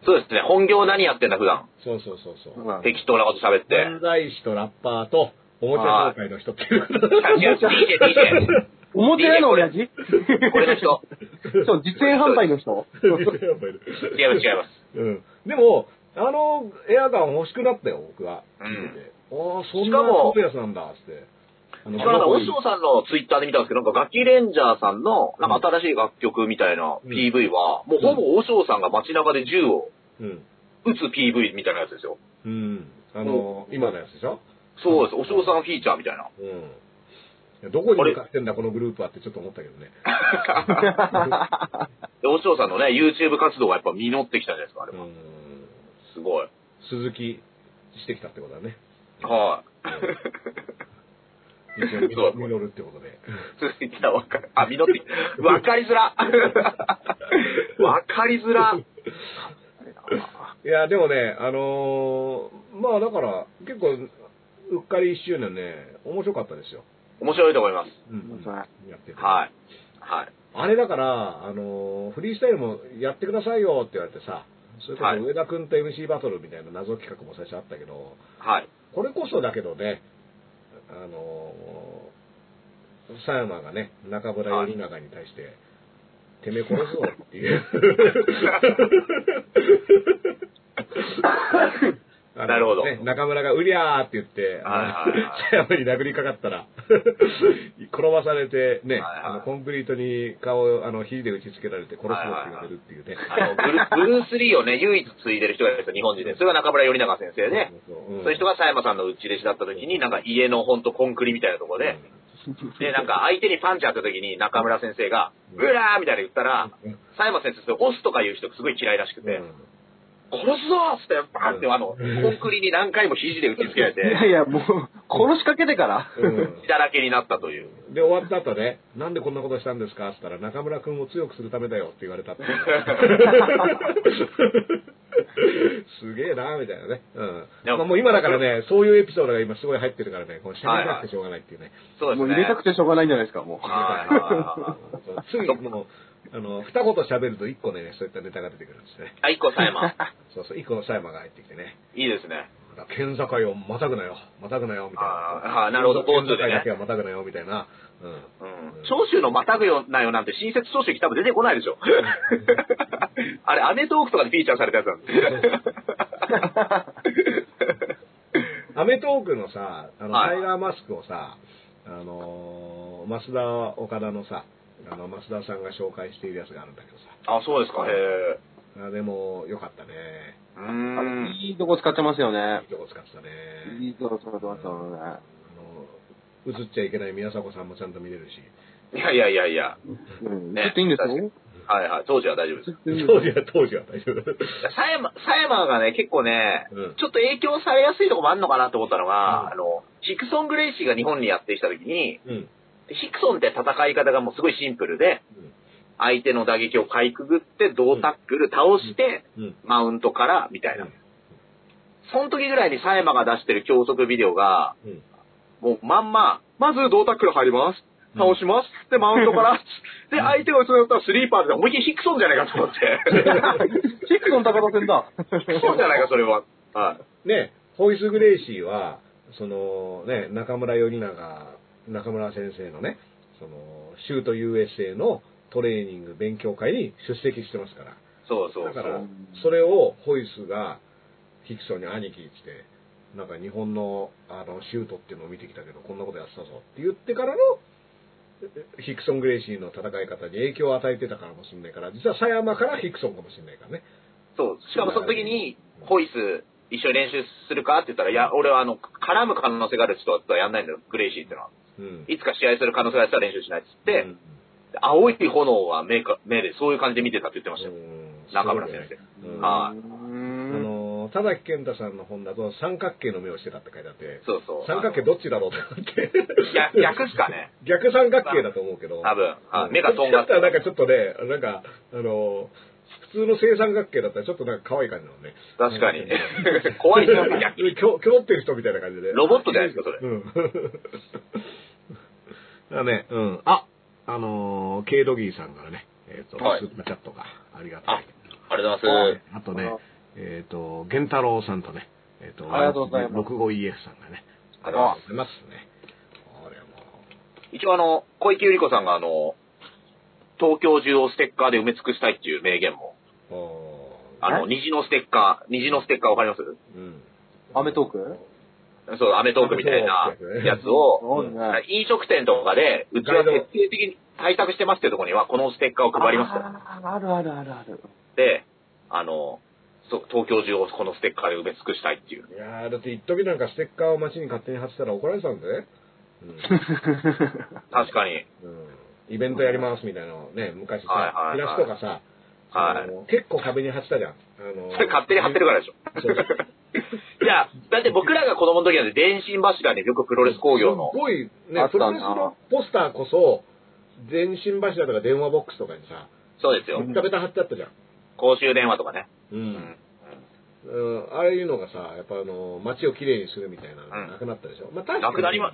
そうですね。本業何やってんだ、普段。そうそうそうそう。まあ適当なこと喋って。漫才師とラッパーと、おもちゃ業界の人っていう。違う DJ、DJ。表への親父これの人。そう、実演販売の人やっぱいる違います、違います。うんでも、あのエアガン欲しくなったよ、僕は。うん見ててああ、そんしなかもそうやつなんだ、つって。あのしかもなんか、オかっこいいシオさんのツイッターで見たんですけど、なんか、ガキレンジャーさんの、なんか新しい楽曲みたいなうん PV は、もうほぼオシオさんが街中で銃をうん。撃つ PV みたいなやつですよ。うん。あの、今のやつでしょそうです。オシオさんフィーチャーみたいな。うんいや。どこに向かってんだ、このグループはってちょっと思ったけどね。で、オシオさんのね、YouTube 活動がやっぱ実ってきたじゃないですか、あれうも。ん。すごい。鈴木してきたってこと [LAUGHS] だね。はい。一応そう実るってことで。続いてはわかる。あ、実ってきた。わかりづ [LAUGHS] ら。わかりづら。いや、でもね、あのーまあだから、結構、うっかり一周年ね、面白かったですよ。面白いと思います。うんうん。やってて。はい。はい。あれだから、あのーフリースタイルもやってくださいよって言われてさ、それこはいそ上田君と MC バトルみたいな謎企画も最初あったけど、はい。これこそだけどね、あのー、佐山がね、中村頼長に対して、てめえ殺すぞ [LAUGHS] っていう。あのなるほどね、中村がうりゃーって言って、あはいはいはいの、茶山に殴りかかったら、 [LAUGHS] 転ばされて、ね、はいはいあの、コンクリートに顔を、あの、火で打ち付けられて殺すのって言われるっていうね。あのブルブルース・リーをね、唯一継いでる人がいるんですよ、日本人で。それが中村頼長先生で、そうそうそういう人が佐山さんの打ち弟子だった時に、なんか家のほんとコンクリみたいなとこで、で、なんか相手にパンチあった時に中村先生が、うんうらーみたいな言ったら、うん佐山先生、それ押すとかいう人すごい嫌いらしくて、うん殺すぞーっつって、バンってあの、コンクリに何回も肘で打ちつけられいやて、いや、もう、殺しかけてから。うん血だらけになったという。で、終わった後ね、なんでこんなことしたんですかって言ったら、中村君を強くするためだよって言われたっていうすげえなみたいなね。うん。でもまあもう今だからね、そういうエピソードが今すごい入ってるからね、このしゃべなくてしょうがないっていうね。そうですね。もう入れたくてしょうがないんじゃないですか、もう。はいはいはいはいそうついもう、あの、二言喋ると一個ね、そういったネタが出てくるんですね。あ、一個佐 [LAUGHS] 山。そうそう、一個のサイマーが入ってきてね。いいですね。だから県境をまたぐなよ、またぐなよ、みたいあーあーな。なるほど県境ボンズでねだけはまたぐなよ、みたいな。うん。うん長州のまたぐよなよなんて新設長州来たも出てこないでし [LAUGHS] ょ。あれ、アメトーークとかでフィーチャーされたやつなんです。アメトークのさ、あの、はいタイガーマスクをさ、あのー、増田岡田のさ、あの、増田さんが紹介しているやつがあるんだけどあ、そうですか。へえ。さ。あでも、よかったね。うーん。いいとこ使ってますよねいい。とこ使ってたね。いいとこ使ってますよね。あの、映っちゃいけない宮迫さんもちゃんと見れるし。いやいやいやいや。うん。ちねょっといいんですよ。はいはい。当時は大丈夫です。当時は、当時は大丈夫。狭山、狭山がね、結構ね、うんちょっと影響されやすいとこもあるのかなと思ったのが、うんあの、ヒクソン・グレイシーが日本にやってきた時に、うん。ヒクソンって戦い方がもうすごいシンプルで、うん相手の打撃をかいくぐって、胴タックル、倒して、うん。マウントから、みたいな。その時ぐらいに佐山が出してる教則ビデオが、うん。もうまんま、まず胴タックル入ります。倒します。で、マウントから。で、相手が打つのだったらスリーパーで思いっきりヒクソンじゃないかと思って。チェックの高田戦だ。ヒクソンじゃないか、それは。はい。ね、ホイス・グレイシーは、そのね、中村頼長、中村先生のね、その、シュート USA のトレーニング勉強会に出席してますから。そうそうだそからう。、それをホイスがヒクソンに兄貴ってって、なんか日本のあのシュートっていうのを見てきたけど、こんなことやってたぞって言ってからの、えヒクソン・グレイシーの戦い方に影響を与えてたからもしれないから、実は狭山からヒクソンかもしれないからね。そう。しかもその時に、ホイス、一緒に練習するかって言ったら、いや、俺はあの、絡む可能性がある人はやんないんだよ、グレイシーってのは。うん。いつか試合する可能性がある人は練習しないって言って、うん青い炎は目か目でそういう感じで見てたって言ってましたよ。うん中村先生。うんはあのー田崎健太さんの本だと三角形の目をしてたって書いてあって、そうそう。三角形どっちだろうってなって、逆逆っすかね。 [LAUGHS] 逆三角形だと思うけど、多分。うはいん目がとんがっ [LAUGHS] こっちだったらなんて。かちょっとね、なんか、あのー普通の正三角形だったらちょっとなんか可愛い感じなのね。確かに。 [LAUGHS] 怖いです [LAUGHS] よね、逆に。きょきょってる人みたいな感じで。ロボットじゃないですかそれうん。 [LAUGHS] だね、うん。あ、あのー、ケイドギーさんからね、えっ、と、はいスーパーチャットがありがたい。ありがとうございます。あとね、えっ、と、源太郎さんとね、えっ、と、ありがとうございます 65EF さんがね、ありがとうございますありがとうございますね。これはも一応あの、小池百合子さんがあの、東京中をステッカーで埋め尽くしたいっていう名言も、う、おあの、虹のステッカー、虹のステッカーわかりますーうん。アメトークそう、アメトークみたいなやつを、そうね。飲食店とかで、うちは徹底的に対策してますっていうところには、このステッカーを配りますと。あーあるあるある [LAUGHS] ある。で、あの、そう東京中をこのステッカーで埋め尽くしたいっていう。いやー、だって一時なんかステッカーを街に勝手に貼ってたら怒られてたんでね。確かに。うん。イベントやりますみたいなのをね、昔さ、はいはいはいイラストがさ、はいあの結構壁に貼ってたじゃん。あのそれ勝手に貼ってるからでしょ。そうそういや、だって僕らが子供の時なんで、電信柱によくプロレス工業のすっ、ごいあねっ、プたなロレスのポスターこそ、電信柱とか電話ボックスとかにさ、そうですよう。んベタベタ貼ってあったじゃん。公衆電話とかね。ううんん。うん、ああいうのがさ、やっぱあの、街をきれいにするみたいなのがうんなくなったでしょ。まあ確かに。なくなりま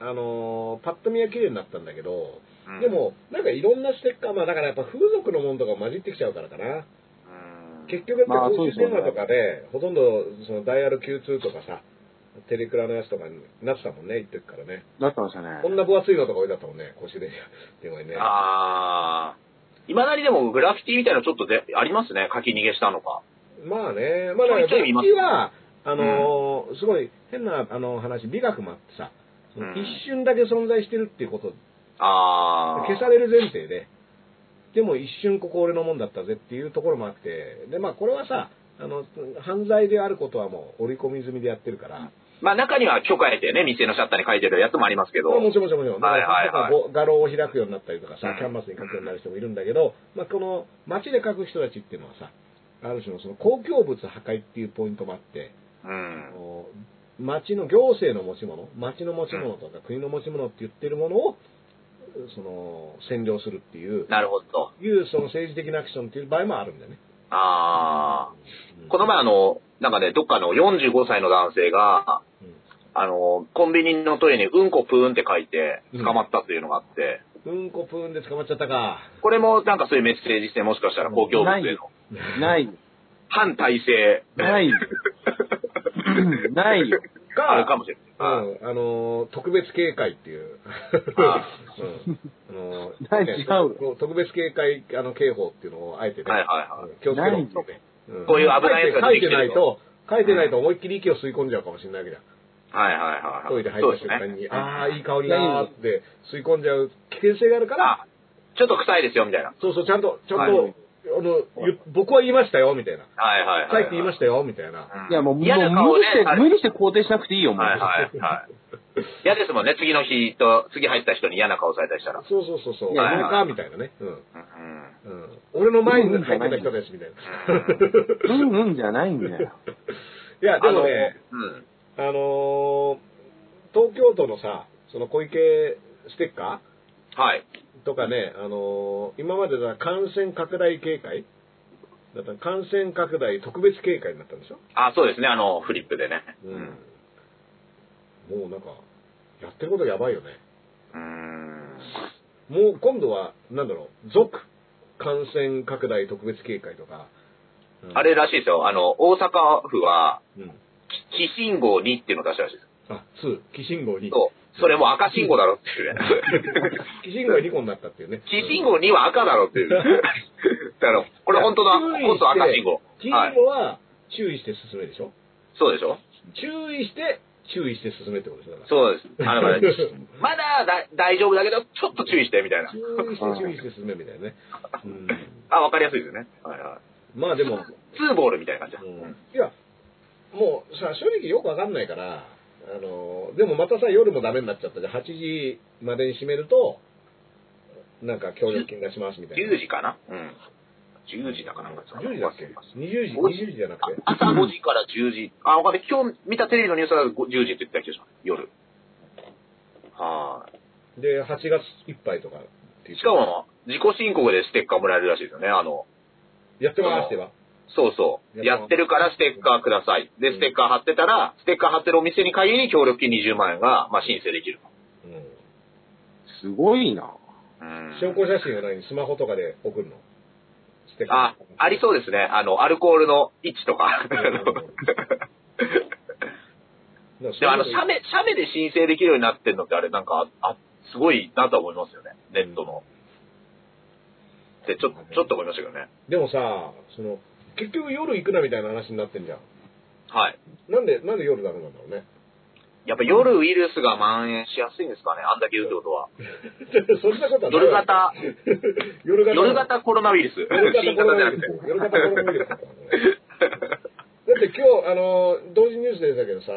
あのー、パッと見はきれいになったんだけど、うんで、も、なんかいろんなステッカー、まあだからやっぱ風俗のものとか混じってきちゃうからかな。うん結局やっまぱあ公衆電話とかで、ほとんどそのダイヤル Q2 とかさ、テレクラのやつとかになってたもんね、言ってるからね。なってましたね。こんな分厚いのとか置いてあったもんね、公衆電話電話にね。ああ。いまだにでもグラフィティみたいなのちょっとでありますね。書き逃げしたのか。まあね、まあだから、ちょいちょい見ます楽器は、あのーすごい変なあの話、美学もあってさ、そうのん一瞬だけ存在してるっていうこと、あー。消される前提で、でも一瞬ここ俺のもんだったぜっていうところもあって、で、まあこれはさ、あの、犯罪であることはもう織り込み済みでやってるから、まあ中には許可得てね、店のシャッターに書いてるやつもありますけど。まあもちろんもちろんもちろん。はいはいはいだから画廊を開くようになったりとかうさん、キャンバスに書くようになる人もいるんだけど、まあこの街で書く人たちっていうのはさ、ある種のその公共物破壊っていうポイントもあって、うんあ。の町の行政の持ち物、町の持ち物とか国の持ち物って言ってるものを、その占領するっていう、なるほど。いうその政治的なアクションっていう場合もあるんだよね。あうー。んこの前あの、なんかね、どっかの45歳の男性が、あの、コンビニのトイレにうんこぷーんって書いて捕まったというのがあって、うん、うんこぷーんで捕まっちゃったか。これもなんかそういうメッセージ性もしかしたら公共物へのない。反体制 [LAUGHS] ない。ないよ。があるかもしれうない。ん、あのー特別警戒っていう。あうん [LAUGHS] あのーないね違うこ特別警戒あの警報っていうのをあえてね、はいはいはいうん気をつけろ [LAUGHS] ってねんこういう危ないやつが書出いててきてなるいとと、書いてないと思いっきり息を吸い込んじゃうかもしれないわけじゃん。はいはいはいはい。トイレ入そうっでたす瞬間ね。に、ああ、いい香りだーって吸い込んじゃう危険性があるから、あ、ちょっと臭いですよみたいな。そうそう、ちゃんと、ちゃんと、はいあの、ゆ僕は言いましたよ、みたいな。はいはいはい書はい。いて言いましたよ、みたたいな。うんいや、もう、もう嫌な顔無理して、ね無理して肯定しなくていいよ、もう。はいはいはい。嫌ですもんね、次の日と、次入った人に嫌な顔されたりしたら。そうそうそうそう、はいなんか、みたいなね。うん。うんうん。俺の前に入ってた人で [LAUGHS] す、みたいな。うんうんじゃないんだよ。いや、でもね、うん。あのー東京都のさ、その小池ステッカはい。ーとかね、あのー今までだ感染拡大警戒だったら感染拡大特別警戒になったんでしょあ、そうですね、あの、フリップでね。うん。うんもうなんか、やってることやばいよね。うん。もう今度は、なんだろう、続感染拡大特別警戒とか。うんあれらしいですよ、あの、大阪府は、うん。き鬼信号2っていうのを出したらしいです。あ、2、鬼信号2。そう。それも赤信号だろっていう [LAUGHS] ね。鬼信号2個になったっていうね。鬼信号2は赤だろっていう。だ [LAUGHS] から、これ本当だ。注意してこそ赤信号。鬼信はい。号は注意して進めでしょそうでしょ注意して、注意して進めってことでしょだからそうです。あの、 [LAUGHS] だからまだだ大丈夫だけど、ちょっと注意してみたいな。注意して、注意して進めみたいな [LAUGHS] ね。うん。あ、わかりやすいですね。はいはい。まあでも、ツーボールみたいな感じだ。うんいや、もうさ、正直よくわかんないから、あの、でもまたさ、夜もダメになっちゃったじゃん。8時までに閉めると、なんか協力金出しますみたいな。 10時かなうん。10時だかなんか。 10時だっけ忘れました ?20 時、20時じゃなくて。朝5時から10時。あ、わかんない。今日見たテレビのニュースはご10時って言ってた気がします。夜。はで、8月いっぱいとかってい。いうしか、も、自己申告でステッカーもらえるらしいですよね。あの、やってますってば。そうそう。やってるからステッカーください。で、ステッカー貼ってたら、ステッカー貼ってるお店に限り協力金20万円が、まあ、申請できる。うん。すごいな。うん証拠写真は何スマホとかで送るのステッあカ、ーありそうですね。あの、アルコールの位置とか。 [LAUGHS] だからでもあの、写そういうのメ、写メで申請できるようになってるのってあれなんか、あ、あすごいなとは思いますよね。ネットの。ってちょ、ちょっと思いましたけどね。でもさ、その、結局夜行くなみたいな話になってんじゃん。はい。なんで、なんで夜ダメなんだろ [LAUGHS] うね。やっぱ夜ウイルスが蔓延しやすいんですかね。あんだけ言うってことは。そんなことはない夜型、夜型。夜型コロナウイルス。夜型新コロ型じゃなナウイくルて。ス。夜型コロナウイルスだったからね。だって今日、あのー、同時ニュースで出たけどさ、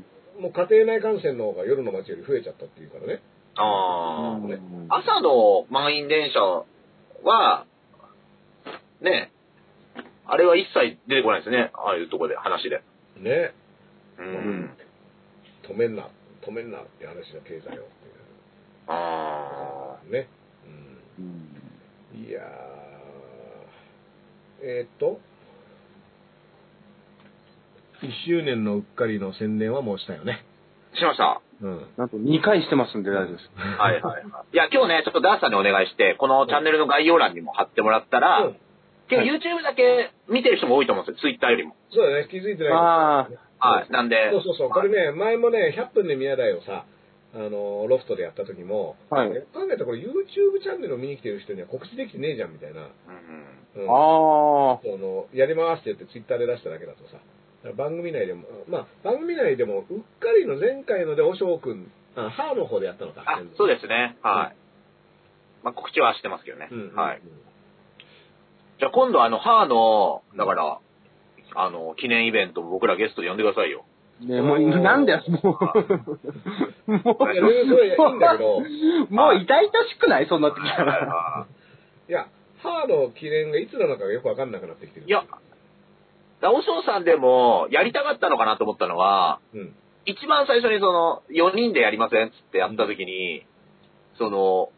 [LAUGHS] もう家庭内感染の方が夜の街より増えちゃったっていうからね。あーね朝の満員電車は、ね、あれは一切出てこないですね。ああいうとこで、話で。ね。うん。止めんな、止めんなって話の経済をっていう。あね。うんうん、いやー、えーっと、1周年のうっかりの宣伝はもうしたよね。あ。しました。うん。なんと2回してますんで大丈夫です。はいはいはい。いや、今日ね、ちょっとダーさんにお願いして、このチャンネルの概要欄にも貼ってもらったら、うん今日 YouTube だけ見てる人も多いと思うんですよ、Twitter よりも。そうだね、気づいてない。ああ、はい。なんで、そうそうそう、これね、前もね、100分で宮台をさ、あの、ロフトでやった時も、はいよく考えたらこれ YouTube チャンネルを見に来てる人には告知できてねえじゃんみたいな。うんうんああ。そのやりますって言ってツイッターで出しただけだとさ、だから番組内でも、まあ、番組内でも、うっかりの前回ので、おしょうくん、あ、歯の方でやったのか。あ、そうですね。はい。まあ、告知はしてますけどね。うん、はい。。じゃあ今度あの、ハーの、だから、あの、記念イベント僕らゲストで呼んでください [LAUGHS] よ。ねもう、なんだよ、もう。もいや、それはいいんだけど、う、もう痛々しく [LAUGHS] ないそんな時かはら。いはいや、歯の記念がいつなのかがよくわかんなくなってきてる。いいや、だからおしょうさんでも、やりたかったのかなと思ったのは、うん。一番最初にその、4人でやりませんっつってやった時に、その、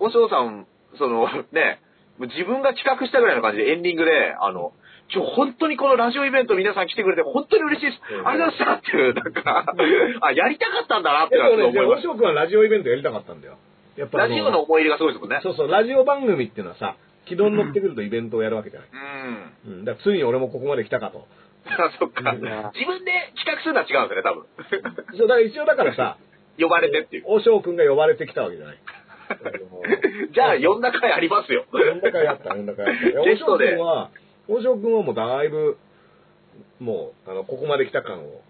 おしょうさん、その、ね、もう自分が企画したぐらいの感じでエンディングで、あの、ちょ、本当にこのラジオイベント皆さん来てくれて本当に嬉しいです。うんありがとうございましたっていう、なんか、あ、やりたかったんだなってでいうのはもちょっと思ね、じゃいあ、まおし。しょうくんはラジオイベントやりたかったんだよ。やったぱあラジオの思い入れがすごいですもんね。そうそう、ラジオ番組っていうのはさ、軌道に乗ってくるとイベントをやるわけじゃない。うん。 [LAUGHS] うん。だから、ついに俺もここまで来たかと。あ、そっか。うん自分で企画するのは違うんですよね、多分。そう、だから一応だからさ、呼ばれてっていう。おしょうくんが呼ばれてきたわけじゃない。じゃあ、呼んだ回ありますよ。呼んだかやった、呼んだかやった。ゲストで大城君は、大城君はもうだいぶ、もう、あの、ここまで来た感を、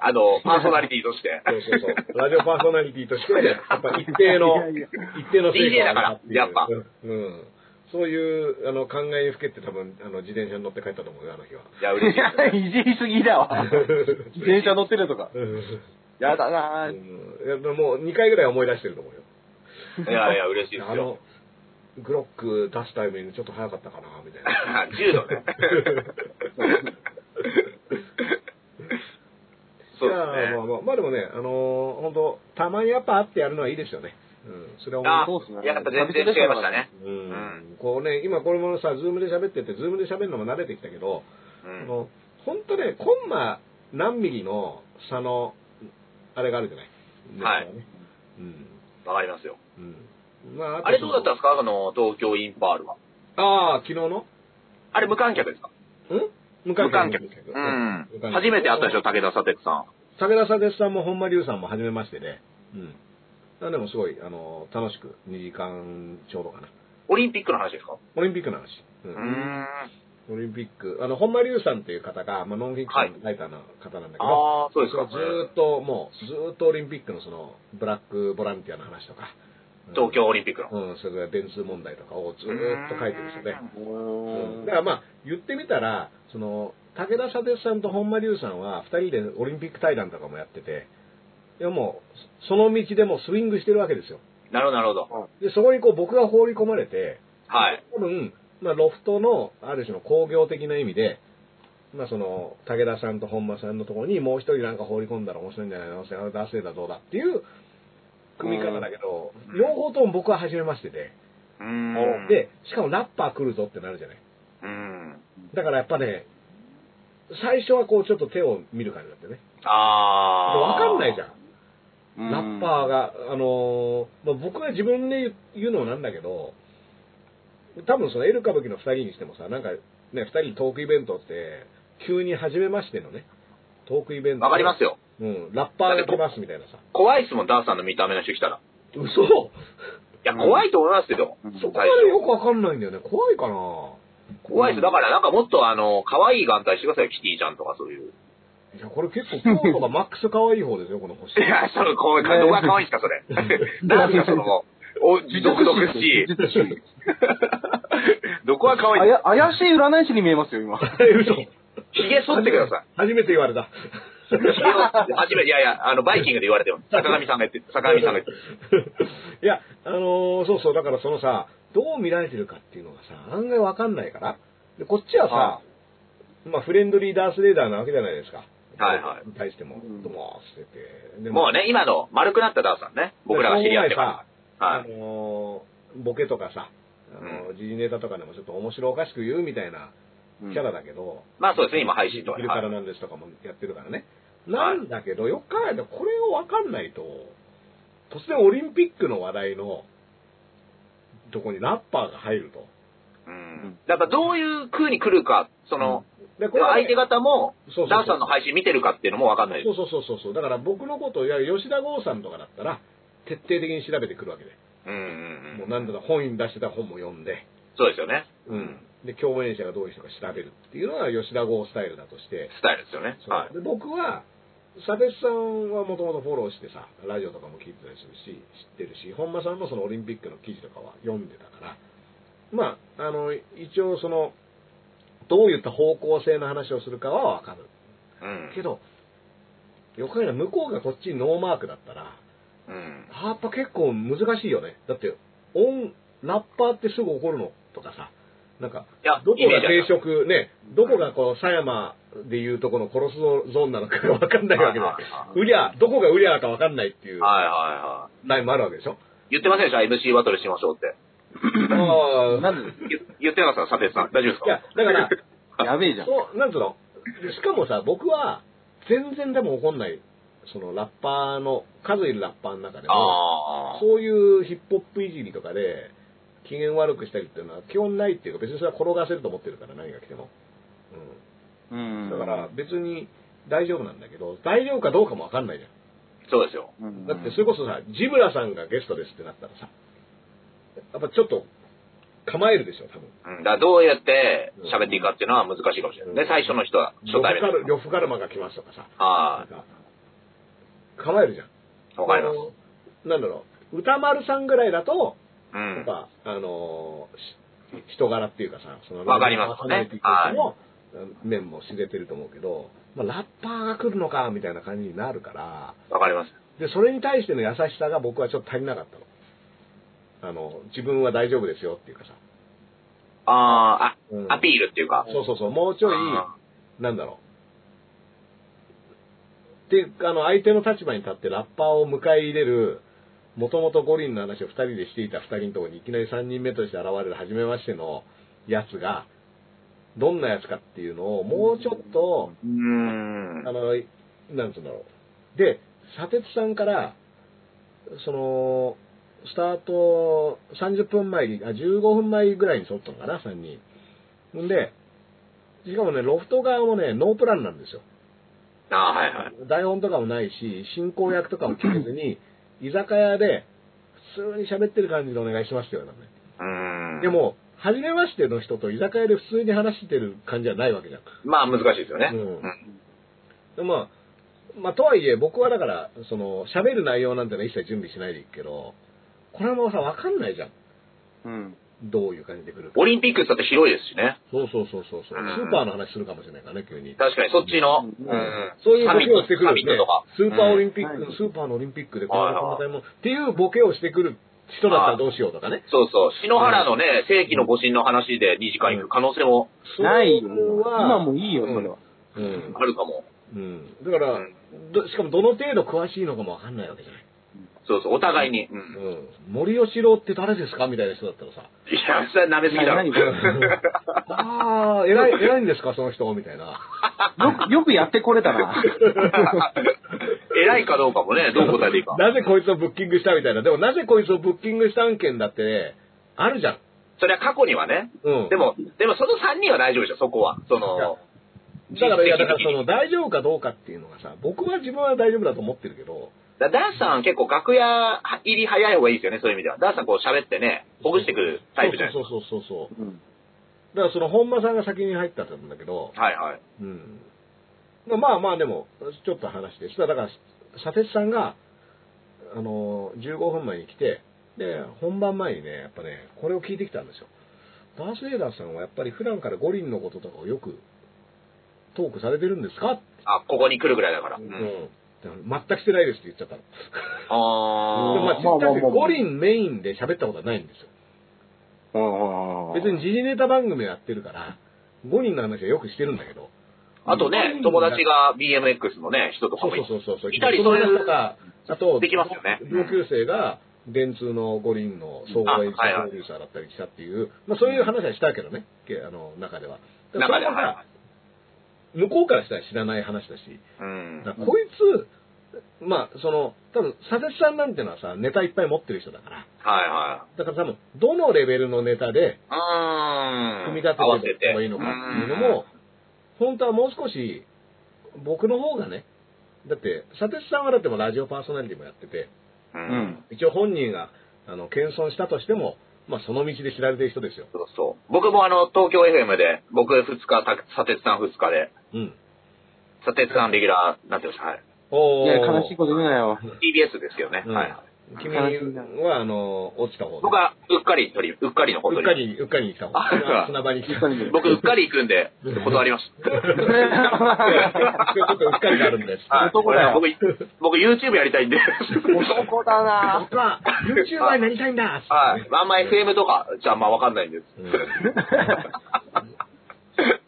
あの、パーソナリティとして。そうそうそう、ラジオパーソナリティとして、やっぱ一 [LAUGHS] 定の、いやいや一定の成果 DJ だからやっぱうん。うんそういう、あの、考えにふけって多分、あの、自転車に乗って帰ったと思うよ、あの日は。 [LAUGHS] いや、嬉しいですね。いじりすぎだわ。 [LAUGHS] 自転車乗ってるとか。うんやだなぁ。いやもう2回ぐらい思い出してると思うよ。いやいや、嬉しいであすよの。、グロック出すタイミングちょっと早かったかな、[LAUGHS] みたいな。 10度 [LAUGHS] ね。そうでいやまあまあ、まあでもね、あのー本当たまにやっぱ会ってやるのはいいですよね。うん、それはあ思う。そうっすねすね。やっぱ全然違いましたね。うんうこうね、今これもさ、ズームで喋ってて、ズームで喋るのも慣れてきたけど、うあん。の本当ね、コンマ何ミリの差の、あれがあるじゃない。はいねうん。わかりますよ。うん。まあ、とあれどうだったんですかあの、東京インパールは。ああ、昨日のんあれ無観客ですか無無観観客客。うん無観。客初めて会ったでしょ武田砂鉄さん。武田さんですさんも本間龍さんも初めましてで、うん。あでもすごい、あの、楽しく、2時間ちょうどかな。オリンピックの話ですかオリンピックの話。ううーん。ん。オリンピック。あの、本間龍さんっていう方が、まあ、ノンフィクションのライターの方なんだけど、ああ、そうですそかう。ずーっと、もう、ずーっとオリンピックのその、ブラックボランティアの話とか、うん東京オリンピックの。うん、それから電通問題とかをずーっと書いてる人で、ううんんだからまあ、言ってみたら、その、武田砂鉄さんと本間龍さんは、二人でオリンピック対談とかもやってて、いやもう、その道でもうスイングしてるわけですよ。なるほど、なるほど。で、そこにこう僕が放り込まれて、はい。多分、まあ、ロフトの、ある種の工業的な意味で、まあ、その、武田さんと本間さんのところにもう一人なんか放り込んだら面白いんじゃないのせ出せだどうだっていう組み方だけどう、ん両方とも僕は初めましてで、うーん。で、しかもラッパー来るぞってなるじゃない。うん。だからやっぱね、最初はこうちょっと手を見る感じだったよね。ああ。わかんないじゃん。うんラッパーが、あのーまあ、僕は自分で言う言うのもなんだけど、多分そのエル歌舞伎の2人にしてもさ、なんかね、2人トークイベントって、急に初めましてのね、トークイベント。わかりますよ。うん、ラッパーが来ますみたいなさ。怖いっすもん、ダーさんの見た目の人来たら。嘘いや、怖いと思いますけど。うんそこま最でよ初くわかんないんだよね。怖いかな怖いっす。だから、なんかもっと、あの、可愛い眼帯してくださいよ、キティちゃんとかそういう。いや、これ結構、今日とかマックス可愛い方ですよ、この星。いや、その、こう、どこが可愛いっすか、そ [LAUGHS] れ。なんかその、お、独特しい。呪術師どこが可あ愛いや怪しい占い師に見えますよ、今。 [LAUGHS] 嘘ひげ剃ってください。初めて言われた。ひげを、初めて、いやいや、あの、バイキングで言われてます。坂上さんが言って、坂上さんが言って。いや、あのーそうそう、だからそのさ、どう見られてるかっていうのがさ、案外わかんないから。で、こっちはさ、はまあ、フレンドリーダースレーダーなわけじゃないですか。はいはい。対しても、うんどうもーってて。でもうね、今の丸くなったダーさんね。僕らが知り合ってかそら。のは前い。さ、あのーボケとかさ、あのー時事ネタとかでもちょっと面白おかしく言うみたいなキャラだけど、まあそうですね、今配信とかいで。るかはいらなんですとかもやってるからね。はいなんだけど、よく考えたらこれを分かんないと、突然オリンピックの話題のとこにラッパーが入ると。うんだからどういう空に来るか、その、でこでれはね相手方もそうそうそう、ダンさんの配信見てるかっていうのもわかんないでそうそうそうそうそう。だから僕のことを、いわゆる吉田剛さんとかだったら、徹底的に調べてくるわけで。す。うんうんもううん。何度か本出してた本も読んで、そうですよね。うん。で、共演者がどういう人か調べるっていうのが吉田剛スタイルだとして、スタイルですよね。そうはい。で僕は、差別さんはもともとフォローしてさ、ラジオとかも聞いてたりするし、知ってるし、本間さんのそのオリンピックの記事とかは読んでたから、まあ、あの、一応その、どういった方向性の話をするかはわかる。うん。けど、よく考えたら向こうがこっちにノーマークだったら、うん。やっぱ結構難しいよね。だって、音、ラッパーってすぐ怒るのとかさ、なんか、いや、どこイメーがジある定食、ね、どこがこう、狭山でいうとこの殺すゾーンなのかがわかんないわけだはいはいは。いうりゃ、どこがうりゃかわかんないっていうはいはいはい。ラインもあるわけでしょ。言ってませんでした ?MC バトルしましょう [LAUGHS] って。あなあん言言ってなかったですか、サテさん。大丈夫ですいやか、だ [LAUGHS] から、で、やべえじゃん。そう、なんつうのしかもさ、僕は、全然でも怒んない、そのラッパーの、数いるラッパーの中でも、ああ。そういうヒップホップいじりとかで、機嫌悪くしたりっていうのは基本ないっていうか、別にそれは転がせると思ってるから、何が来ても。うん。うん。だから、別に大丈夫なんだけど、大丈夫かどうかもわかんないじゃん。そうですよ。うん、だってそれこそさ、ジブラさんがゲストですってなったらさ、やっぱちょっと構えるでしょ、多分。うん。だからどうやって喋っていいかっていうのは難しいかもしれない。うね、ん最初の人は、初対面呂布カル呂布カルマが来ますとかさ、なはんか構えるじゃん。い。わかります。す。なんだろう、歌丸さんぐらいだと、うやっん。ぱ、あのーし人柄っていうかさ、その、わかりますね離れていく人の面も知れてると思うけど、まあ、ラッパーが来るのか、みたいな感じになるから、わかります。で、それに対しての優しさが僕はちょっと足りなかったの。あの、自分は大丈夫ですよっていうかさ。あうーんあ、アピールっていうか。そうそうそう、もうちょあい、なんだろう。で、あの、相手の立場に立ってラッパーを迎え入れる、もともと五輪の話を二人でしていた二人のところにいきなり三人目として現れる初めましてのやつが、どんなやつかっていうのを、もうちょっと、ーうーん。あの、なんつうんだろう。で、砂鉄さんから、その、スタート30分前に、あ、15分前ぐらいに沿ったのかな、3人。んで、しかもね、ロフト側もね、ノープランなんですよ。ああ、はいはい。台本とかもないし、進行役とかも決めずに、居酒屋で、普通に喋ってる感じでお願いしますって言われたのうーね。ん。で、も、初めましての人と居酒屋で普通に話してる感じじゃないわけじゃん。まあ難しいですよね。うんうんでまあ、まあ、とはいえ、僕はだから、その、喋る内容なんてのは一切準備しないでいくけど、これもさ、わかんないじゃん。うん。どういう感じで来るか。オリンピックだって広いですしね。そうそうそうそうそうう。んスーパーの話するかもしれないからね、急に。確かに、そっちの、うんうんそういうボケをしてくサるミッねトとか。。スーパーオリンピッンピック、うんスーパーのオリンピックでこはんいなはいこんな買い物っていうボケをしてくる人だったらどうしようとかね。ク。そうそう。篠原のね、正規の誤審の話で2時間行く可能性もないよ。それは今もういいよ、それは。うんあ。るかも。うん。だから、うんどしかもどの程度詳しいのかもわかんないわけじゃない。そうそう、お互いに。うんうん。森吉郎って誰ですかみたいな人だったらさ、いや、それは舐めすぎだろ。何ああ、偉い、偉いんですか、その人、みたいな。よく、よくやってこれた [LAUGHS] な。偉いかどうかもね、どう答えていいか。なぜこいつをブッキングしたみたいな。でも、なぜこいつをブッキングした案件だってね、あるじゃん。それは過去にはね。うん。でも、でもその3人は大丈夫でしょ、そこは。その、だから、いや、だから、実績的そにの、大丈夫かどうかっていうのがさ、僕は自分は大丈夫だと思ってるけど、だダンさん結構楽屋入り早い方がいいですよね、そういう意味では。ダンさんこう喋ってね、ほぐしてくるタイプじゃないそでうそうそうそうそう。うん。だから、その、本間さんが先に入ったんだけどす、か。はいはい。うん。まあまあ、でも、ちょっと話して、そしたら、だから、砂鉄さんが、あのー、15分前に来て、で、本番前にね、やっぱね、これを聞いてきたんですよ。ダース・レーダーさんはやっぱり普段から五輪のこととかをよくトークされてるんですかあ、ここに来るぐらいだから。う。うんん。全くしてないですって言っちゃったの。あでーままあ、あまあまあ実際五輪メインで喋ったことはないんですよ。別に時事ネタ番組をやってるから、五輪の話はよくしてるんだけど。あとね、友達が BMX のね、人とかそうもいそうて。そうそうそう。いたりそういうとか、あと、できますよね同級生が、電通の五輪の総合演出プあはいはいロデューサーだったりしたっていう、まあそういう話はしたけどね、けあの、中では。だか中らでそれはまはあ。向こうからしたら知らない話だし、うん。だからこいつ、まあその、多分、佐々木さんなんてのはさ、ネタいっぱい持ってる人だから、はいはだから多分、どのレベルのネタでい。うーん。組み立合わてていった方がいいのかっていうのも、本当はもう少し、僕の方がね、だって、佐哲さんはだってもうラジオパーソナリティもやってて、う。うんん。一応本人が、あの、謙遜したとしても、まあ、その道で知られてる人ですよ。そうそう。僕もあの、東京 FM で、僕2日、さてつさん2日で、うん。さてつさんレギュラーになってました。はい。おいーや、悲しいこと言うなよ。 TBS ですよね。うんはい。君は、あの、落ちた方僕は、うっかり取り、うっかりの方う取っかり。り、うっかりに来た方あそうだ砂場に来た。うっかりに僕、うっかり行くんで、断りました。ちょっとうっかりがあるんです。はい男だよ僕、僕 YouTube やりた [LAUGHS] いんで。男だな僕は、YouTuber になりたいんだはい。あんま FM とか、じゃあまあわかんないんです。うん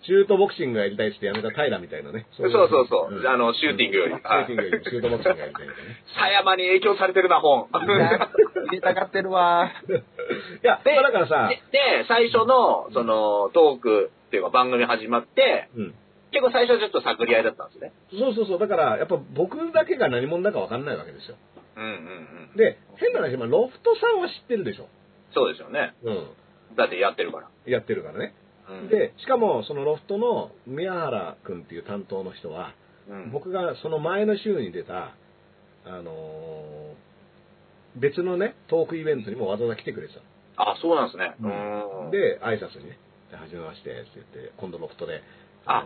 シュートボクシングがやりたいってやめた平みたいなね。そうそうそう。あの、シューティングより。シュはーいティングよりもシュートボクシングがやりたいみたいなね。狭山に影響されてるな、本。入れたがってるわいや、でまあだからさ、で、で最初の、その、トークっていうか番組始まって、うん。結構最初はちょっと探り合いだったんですね。そうそうそう。だから、やっぱ僕だけが何者だかわかんないわけですよ。うんうんうん。で、変な話、まあ、ロフトさんは知ってるでしょ。そうですよね。うだってやってるから。ん。やってるからね。うん、で、しかも、そのロフトの宮原くんっていう担当の人は、うん、僕がその前の週に出た、あのー別のね、トークイベントにもわざわざ来てくれてたのあ、そうなんですね。ううん。、で、挨拶にね、ではじめましてって言って、今度ロフトで、あ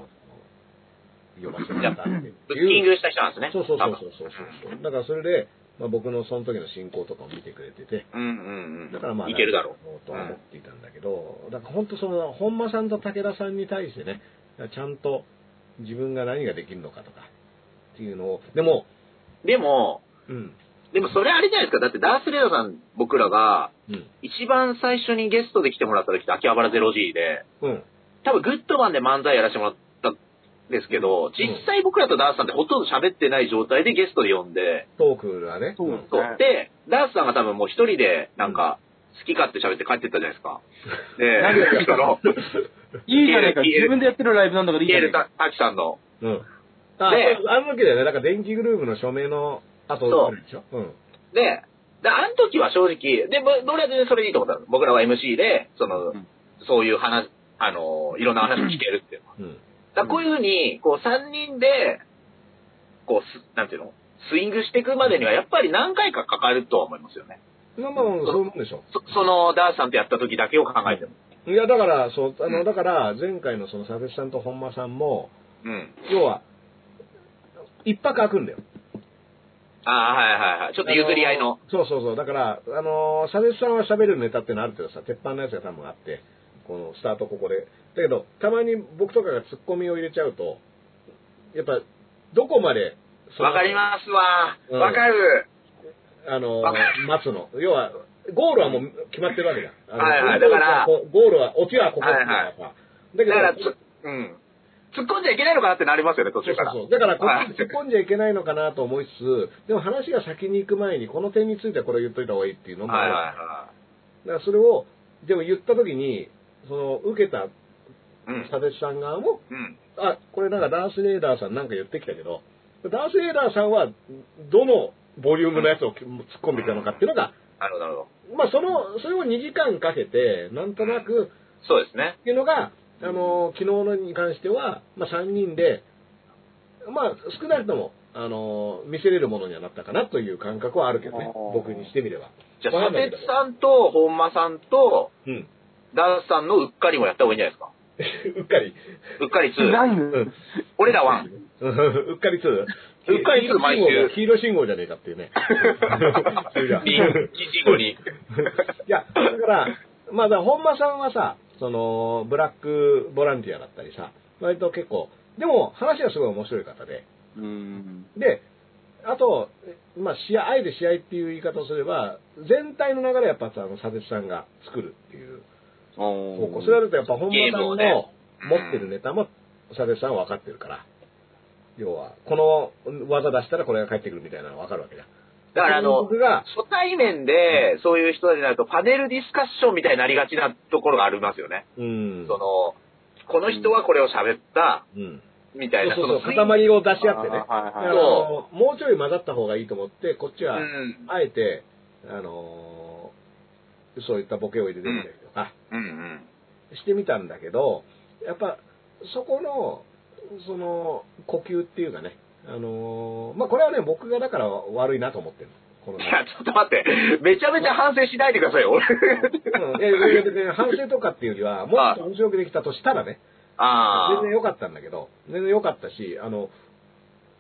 の、呼ばせてもらったっていう。ブッキングした人なんですね。そうそうそうそうそう多そう。だからそれで、まあ、僕のその時の進行とかを見てくれてて、分うんうんうん。だからまあ、いけるだろう。う。とは思っていたんだけど、だから本当その、本間さんと武田さんに対してね、ちゃんと自分が何ができるのかとか、っていうのを、でも、でも、うん、でもそれあれじゃないですか。だってダース・レイダーさん、僕らが、うん、一番最初にゲストで来てもらった時って秋葉原 0G で、うん。多分グッドマンで漫才やらせてもらったんですけど、実際僕らとダースさんってほとんど喋ってない状態でゲストで呼んで、トークはね、そううんそう。で、ダースさんが多分もう一人で、なんか、好き勝手喋って帰ってったじゃないで [LAUGHS] すか。で、何がその、いいじゃねえか自分でやってるライブなんだからいいピじエゃーねルえかた滝さんの。うん。あ、でそうあの時だよね。だから電気グループの署名の後そうあるでしょ。うん。で、であの時は正直、で、ぼ僕らは全然それでいいと思ったの。僕らは MC で、そうの、んそういう話、あの、いろんな話聞けるっていうのは。うん。だからこういうふうに、こう3人で、こうす、なんていうのスイングしていくまでにはやっぱり何回かかかるとは思いますよね。まあまあ、そういうもんでしょ。そその、ダースさんとやった時だけを考えても。いや、だから、そう、あうの、んだから、前回のその、佐々木さんと本間さんも、うん。要は、一泊空くんだよ。ああ、はいはいはい。ちょっと譲り合いの。あそうそうそう。だから、あのー、佐々木さんは喋るネタってのある程度さ、鉄板のやつが多分あって、この、スタートここで。だけど、たまに僕とかがツッコミを入れちゃうと、やっぱ、どこまで、そのわかりますわう。んわかる。あのわか、待つの。要は、ゴールはもう決まってるわけだ。あのはいはいだからゴールはこうゴールは、オチはここっていうのはいがさ。だけだど、からつ、うん。突っ込んじゃいけないのかなってなりますよね、途そう中から。そうそう。だから、こはっちに突っ込んじゃいけないのかなと思いつつ、でも話が先に行く前に、この点についてはこれを言っといた方がいいっていうのもあはいる。はいだかはら、それを、でも言った時に、その、受けたい。うん。佐哲さん側も、うん。あ、これなんかダースレーダーさんなんか言ってきたけど、ダースレーダーさんは、どのボリュームのやつを突っ込んできたのかっていうのが、なるほど、なるほど。まあ、その、それを2時間かけて、なんとなく、そうですね。っていうのが、あの、昨日のに関しては、まあ、3人で、まあ、少なくとも、あの、見せれるものにはなったかなという感覚はあるけどねあー、僕にしてみれば。じゃわあ、かんない佐けど哲さんと本間さんと、うん。ダンスさんのうっかりもやった方がいいんじゃないですか。うっかり。うっかりな2。いうんの俺ら1。 [LAUGHS] うっかり2。うっかり2毎週黄色信号じゃねえかってい [LAUGHS] うね。それじゃリン、キジゴに。いや、だから、まあ、だから本間さんはさ、その、ブラックボランティアだったりさ、割と結構、でも話はすごい面白い方で、うんで、あと、えまあ、試合、あえて試合っていう言い方をすれば、全体の流れはやっぱあの佐哲さんが作るっていう方向。それはだとやっぱ本間さんのゲーム持ってるネタも佐哲さんは分かってるから。要は、この技出したらこれが返ってくるみたいなの分かるわけじゃん。だからあの僕が、初対面で、そういう人になると、パネルディスカッションみたいになりがちなところがありますよね。うん。その、この人はこれを喋った、うん。みたいそな、うそそうそうの、、塊を出し合ってね。あーだはいかはらいはあいのもうちょい混ざった方がいいと思って、こっちうは、ん。あえて、あのーそういったボケを入れてみたりとか、うんうん。してみたんだけど、やっぱそこの、その呼吸っていうかね、あのーまあ、これはね、僕がだから悪いなと思ってるこ [LAUGHS] のいねや、ちょっと待って、めちゃめちゃ反省しないでくださいよ、俺。うんいやいや別に反省とかっていうよりは、もっと面白くできたとしたらね、あ全然良かったんだけど、全然良かったし、あの、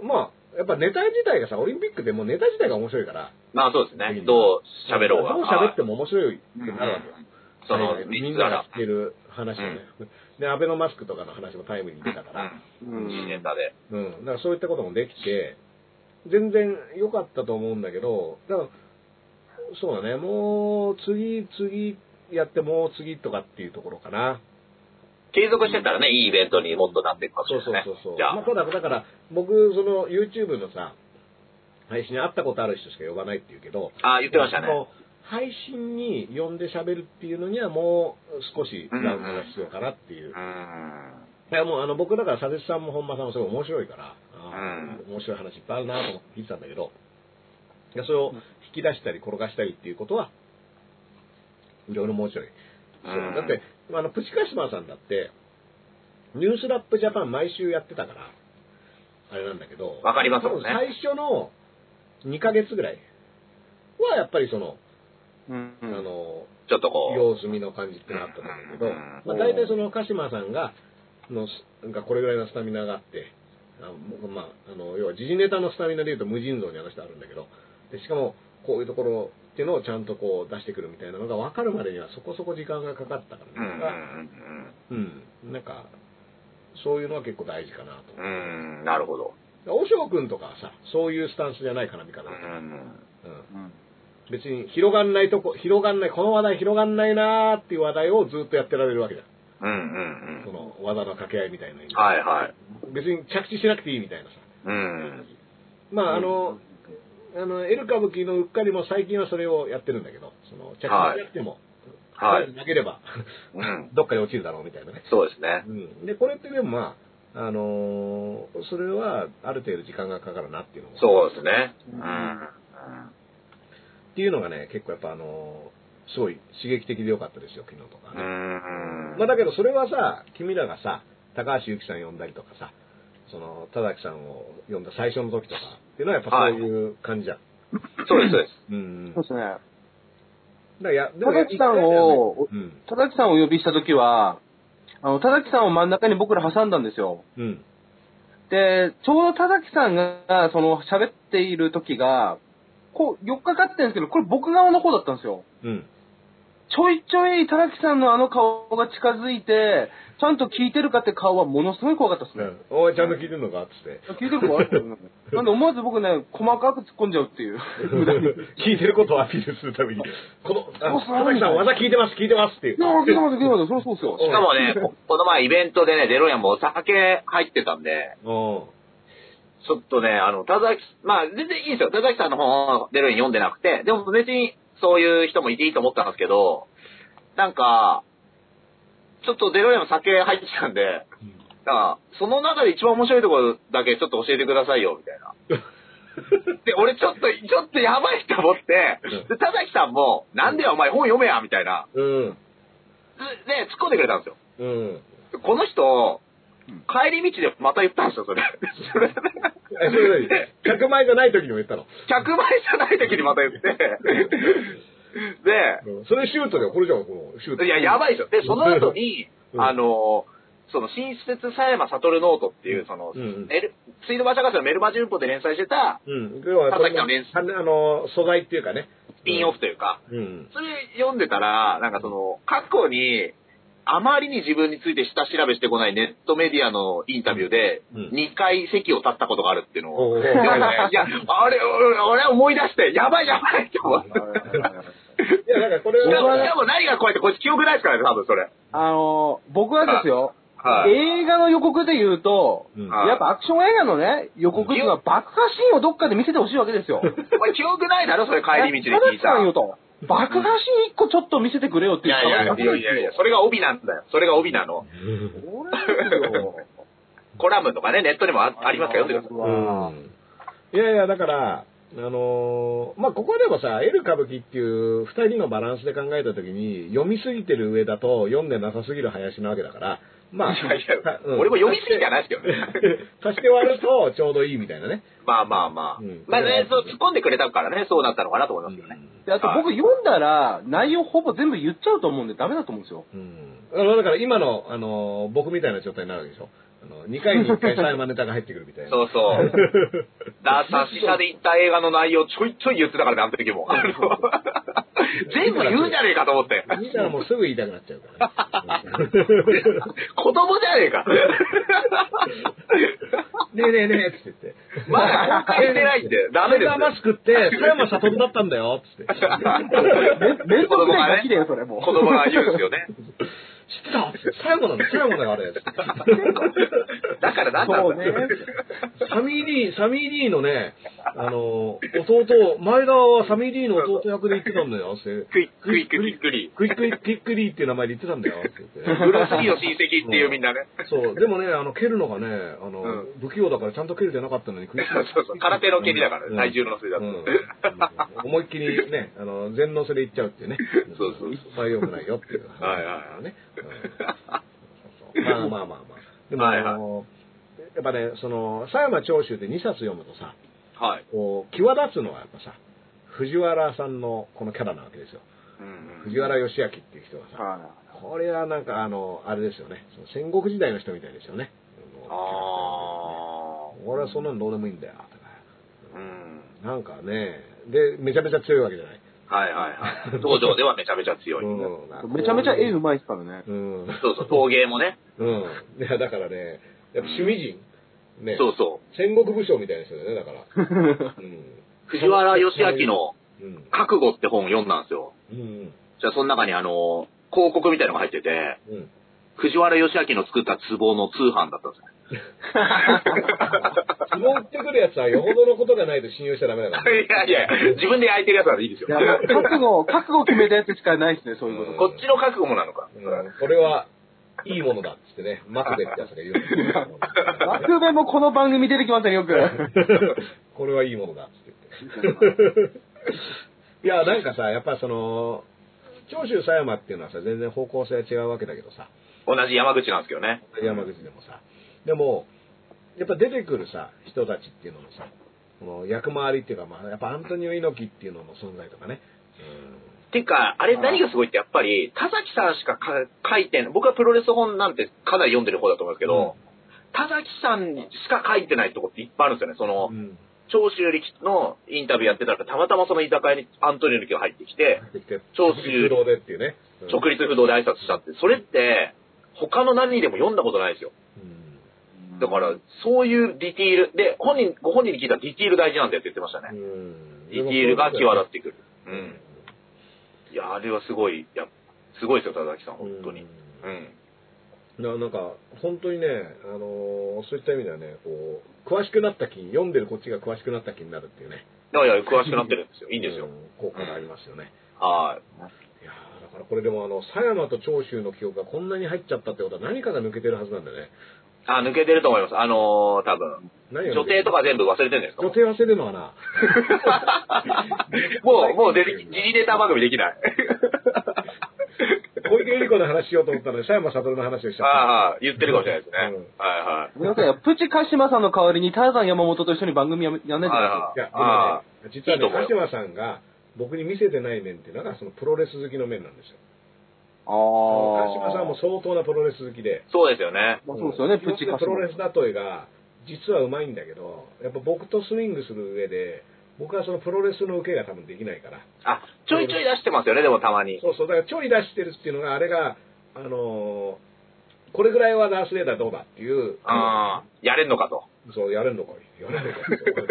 まあ、やっぱネタ自体がさ、オリンピックでもうネタ自体が面白いから、あ、まあそうですね。どう喋ろうが。どう喋っても面白いってうなんるわけよ。その海外、でみ三んつなだがら知っ。てる話をね。で、アベノマスクとかの話もタイムに出たから、うんいいネタで。うん、だからそういったこともできて、全然良かったと思うんだけど、だから、そうだね、もう次、次やって、もう次とかっていうところかな。継続してたらね、いいイベントにもっとなっていくかもしそれうそうないそうねそう。。じゃまあ、あ、ただ、だから、僕、その YouTube のさ、配信に会ったことある人しか呼ばないっていうけど、ああ、言ってましたね。その配信に呼んで喋るっていうのにはもう少しラウンドが必要かなっていうう。ん。いやもうあの僕だから佐々木さんも本間さんもすごい面白いから、あーう面白い話いっぱいあるなと思って聞いてたんだけど、いやそれを引き出したり転がしたりっていうことは、いろいろ面白い。そううんだって、あのプチカシマさんだって、ニュースラップジャパン毎週やってたから、あれなんだけど、わかりますもんね多分最初の2ヶ月ぐらいはやっぱりその、うんあの、ちょっとこう。様子見の感じってなったんだけど、うんまあ、大体その鹿島さんがのすがこれぐらいのスタミナがあってあもうまあ、あの要は時事ネタのスタミナでいうと無尽蔵に話してあるんだけどでしかもこういうところっていうのをちゃんとこう出してくるみたいなのが分かるまでにはそこそこ時間がかかったかうんうんら、ねうんなんかそういうのは結構大事かなとうんうん。うん、なるほど。大翔君とかはさそういうスタンスじゃない絡み方うだから、ん。うん、うん別に広がんないとこ広がんないこの話題広がんないなーっていう話題をずっとやってられるわけじゃんうんうんそうの技の掛け合いみたいなのにん。はいはい。別に着地しなくていいみたいなさうん。まああの、あのエル歌舞伎のうっかりも最近はそれをやってるんだけどその着地しなくても、はとりあえい。ず投げればうん。どっかに落ちるだろうみたいなね、そうですね。うん、でこれってでもまああのーそれはある程度時間がかかるなっていうのもそうですね。うん。っていうのがね結構やっぱあのーすごい刺激的でよかったですよ昨日とかうね、ん。うんまあ、だけどそれはさ君らがさ高橋由紀さん呼んだりとかさその田崎さんを呼んだ最初の時とかっていうのはやっぱそういう感じじゃん、そうです、そうです。うんそうですね。だからやで田や崎さんを、うん田崎さんをお呼びしたときは、あの、田崎さんを真ん中に僕ら挟んだんですよ。うんで、ちょうど田崎さんが、その、喋っている時が、こう、4日かってるんですけど、これ僕側の方だったんですよ。うんちょいちょい田崎さんのあの顔が近づいて、ちゃんと聞いてるかって顔はものすごい怖かったですね。うんおいちゃんと聞いてんのかっつって聞いてるかなんで思わず僕ね、細かく突っ込んじゃうっていう。聞いてることをアピールするためにこのそうあそう田崎さん技聞いてます聞いてますっていういや、聞いてます、聞いてます。そうそうですよ。しかもね、ここの前イベントでね、デロリアンもお酒入ってたんで、うんちょっとね、あの、田崎、まあ、全然いいんですよ。田崎さんの本をデロリアン読んでなくて、でも別にそういう人もいていいと思ったんですけど、なんか、ちょっとデロリアンも酒入ってきたんで、だから、その中で一番面白いところだけちょっと教えてくださいよ、みたいな。で、俺ちょっと、ちょっとやばいと思って、で、田崎さんも、なんでよお前本読めや、みたいな。うんで、突っ込んでくれたんですよ。うんこの人、帰り道でまた言ったんですよ、それ。それえそれ何100枚じゃない時にも言ったの、 100倍じゃない時にまた言って。うんそれシュートだよこれじゃんこのシュートで、いや、やばいですよ。で、その後に、 [LAUGHS] うんあの、その、新設佐山悟ノートっていう、その、うんうんメル水道橋博士のメルマジ運法で連載してたうん要はそれ田崎さんのの連あの素材っていうかねスピンオフというか、うんそれ読んでたら、なんかその、過去に、あまりに自分について下調べしてこないネットメディアのインタビューで、うん2回席を立ったことがあるっていうのを、おーいやいやいや、あれ、俺、俺思い出して、やばいやばいって思って。いやだからこれしかも、はしかも何が怖いって、こっち記憶ないですからね、多分それ。あの、僕はですよ、はい。映画の予告で言うと、うんはいやっぱアクション映画のね、予告っていうのは爆破シーンをどっかで見せてほしいわけですよ。お前記憶ないだろ、それ帰り道で聞田い崎さんよた。と。爆破シーン一個ちょっと見せてくれよってい言っやたいやいわやけいやいやいや、それが帯なんだよ。それが帯なの。これですよ。コラムとかね、ネットにもあ [LAUGHS] ありますから読んでくださうんいやいや、だから、あのーまあ、ここはでもさ、エル歌舞伎っていう二人のバランスで考えたときに、読みすぎてる上だと読んでなさすぎる林なわけだから、まあ、いやいやか、うん俺も読みすぎじゃないですけどね。 [LAUGHS] 足して割るとちょうどいいみたいなね。まあまあまあ。うんまあね、そう突っ込んでくれたからね、そうなったのかなと思いますけどね。で、あと僕読んだら、内容ほぼ全部言っちゃうと思うんで、ダメだと思うんですよ。うん。あのだから今の、あの、僕みたいな状態になるわけでしょ。あの、2回に1回サイマネタが入ってくるみたいな。そう [LAUGHS] そう。だからさ、死者で言った映画の内容ちょいちょい言ってたからね、あの [LAUGHS] 時も。あの全部言うじゃねえかと思って。見たらもうすぐ言いたくなっちゃうから、 [LAUGHS] ね。子供じゃねえか。ねえねえねえっつって言って。まだ公開してないんで、ダメですサ。マスクって、佐山悟だったんだよっつって。知って [LAUGHS] め連続でガキだよ、それもう。 [LAUGHS] 子供が言うんですよね。た佐山なの佐山だよ、あれ。だからなんそだろううねね。。サミー・リー、サミー・リーのね、あの、弟、前側はサミー・リーの弟役で言ってたんだよって。クイックイックびっくり。クイックイックイックリーっていう名前で言ってたんだよって言って。ブ [LAUGHS] ルース・リーの親戚っていうみんなね。そう、でもね、あの、蹴るのがね、あの、う不器用だからちゃんと蹴るじゃなかったのに、クリスマスそうそう、空手の蹴りだからね、体重のせいだと。うん思いっきりね、あの、全能せでいっちゃうっていうね。そうそうそういっぱい良くないよっていう。はいはいね。うんそうそうまあまあまあまあ。でも、はいはいあのやっぱね、その、佐山長州で2冊読むとさ、はい。こう、際立つのはやっぱさ、藤原さんのこのキャラなわけですよ。うんうん藤原義明っていう人がさ、はこれはなんかあの、あれですよね、その戦国時代の人みたいですよね。ああ。俺はそんなのどうでもいいんだよ、とか。うん。なんかね、で、めちゃめちゃ強いわけじゃない。はいはいはい。道場ではめちゃめちゃ強い。うんいめちゃめちゃ絵ううまいですからね。ん。うん。そうそう、陶芸もね。いや、だからね、やっぱ趣味人、ね、そうそ戦国武将みたいな人だよね、だか [LAUGHS] ら。うん。う。藤原義明のうん。覚悟って本を読んだんですよ。うん。じゃあその中にあの、広告みたいのが入ってて、うん。藤原義明の作った壺の通販だったんですよ。相撲売ってくるやつはよほどのことがないと信用しちゃダメだからね。いやいや、自分で焼いてるやつはいいですよい。や、もう覚悟、覚悟決めたやつしかない [LAUGHS] ですね、そういうこと。こっちの覚悟もなのか。うん。これは、いいものだっつってね、マクベってやつが言うんだけどマ [LAUGHS] クベもこの番組出てきましたね、よ [LAUGHS] く。これはいいものだっつって言って。いや、なんかさ、やっぱその、長州狭山っていうのはさ、全然方向性は違うわけだけどさ、同じ山口なんですけどね。山口でもさ、でも、やっぱ出てくるさ、人たちっていうののさ、この役回りっていうか、まあ、やっぱアントニオ猪木っていうのの存在とかね、てか、あれ何がすごいって、やっぱり、田崎さんしかか書いてない、僕はプロレス本なんてかなり読んでる方だと思うんですけど、田崎さんしか書いてないとこっていっぱいあるんですよね。そのう、ん、長州力のインタビューやってたら、たまたまその居酒屋にアントニオ猪木が入ってきて、出てきて、長州不動でっていうね。うん直立不動で挨拶したって、それって、他の何にでも読んだことないですよ。うんだから、そういうディティール、で、本人、ご本人に聞いたらディティール大事なんだよって言ってましたうね。んディティールが際立っってくる。うん。いや、あれはすごい、いや、すごいですよ、田崎さん、本当に。うん。ななんか本当にね、あのーそういった意味ではねこう詳しくなった気読んでるこっちが詳しくなった気になるっていうねいやいや、詳しくなってるんですよ。いいいんですよ。効果がありますよね、はいやーだからこれでもあの狭山と長州の記憶がこんなに入っちゃったってことは何かが抜けてるはずなんだよねい。あ、抜けてると思います。あのー、多分。何が女帝とか全部忘れてるんじゃないですか予。定忘れてるのかなもう、もう出てき、時事ネタ番組できない。小池百合子の話しようと思ったのに狭山悟の話をしちあゃあ、はっい言ってるかもしれないですね。はいはい。ごめんなさいよ、プチカシマさんの代わりにターザン山本と一緒に番組やめやんないでくださはいいはやでい。もねああ。実はいいとね思うよ鹿島さんが僕に見せてない面っていうのがそのプロレス好きの面なんですよい。ああ鹿島さんも相当なプロレス好きでそうですよね。まあそうですよね、ププチカシプロレマ。ス例えが、実はうまいんだけど、やっぱ僕とスイングする上で、僕はそのプロレスの受けが多分できないから。あ、ちょいちょい出してますよね、でもたまに。そうそう、だからちょい出してるっていうのが、あれが、あのーこれぐらいはダースレーダーどうだっていう、ああ、やれんのかと。そう、やれんのかいやれんのかい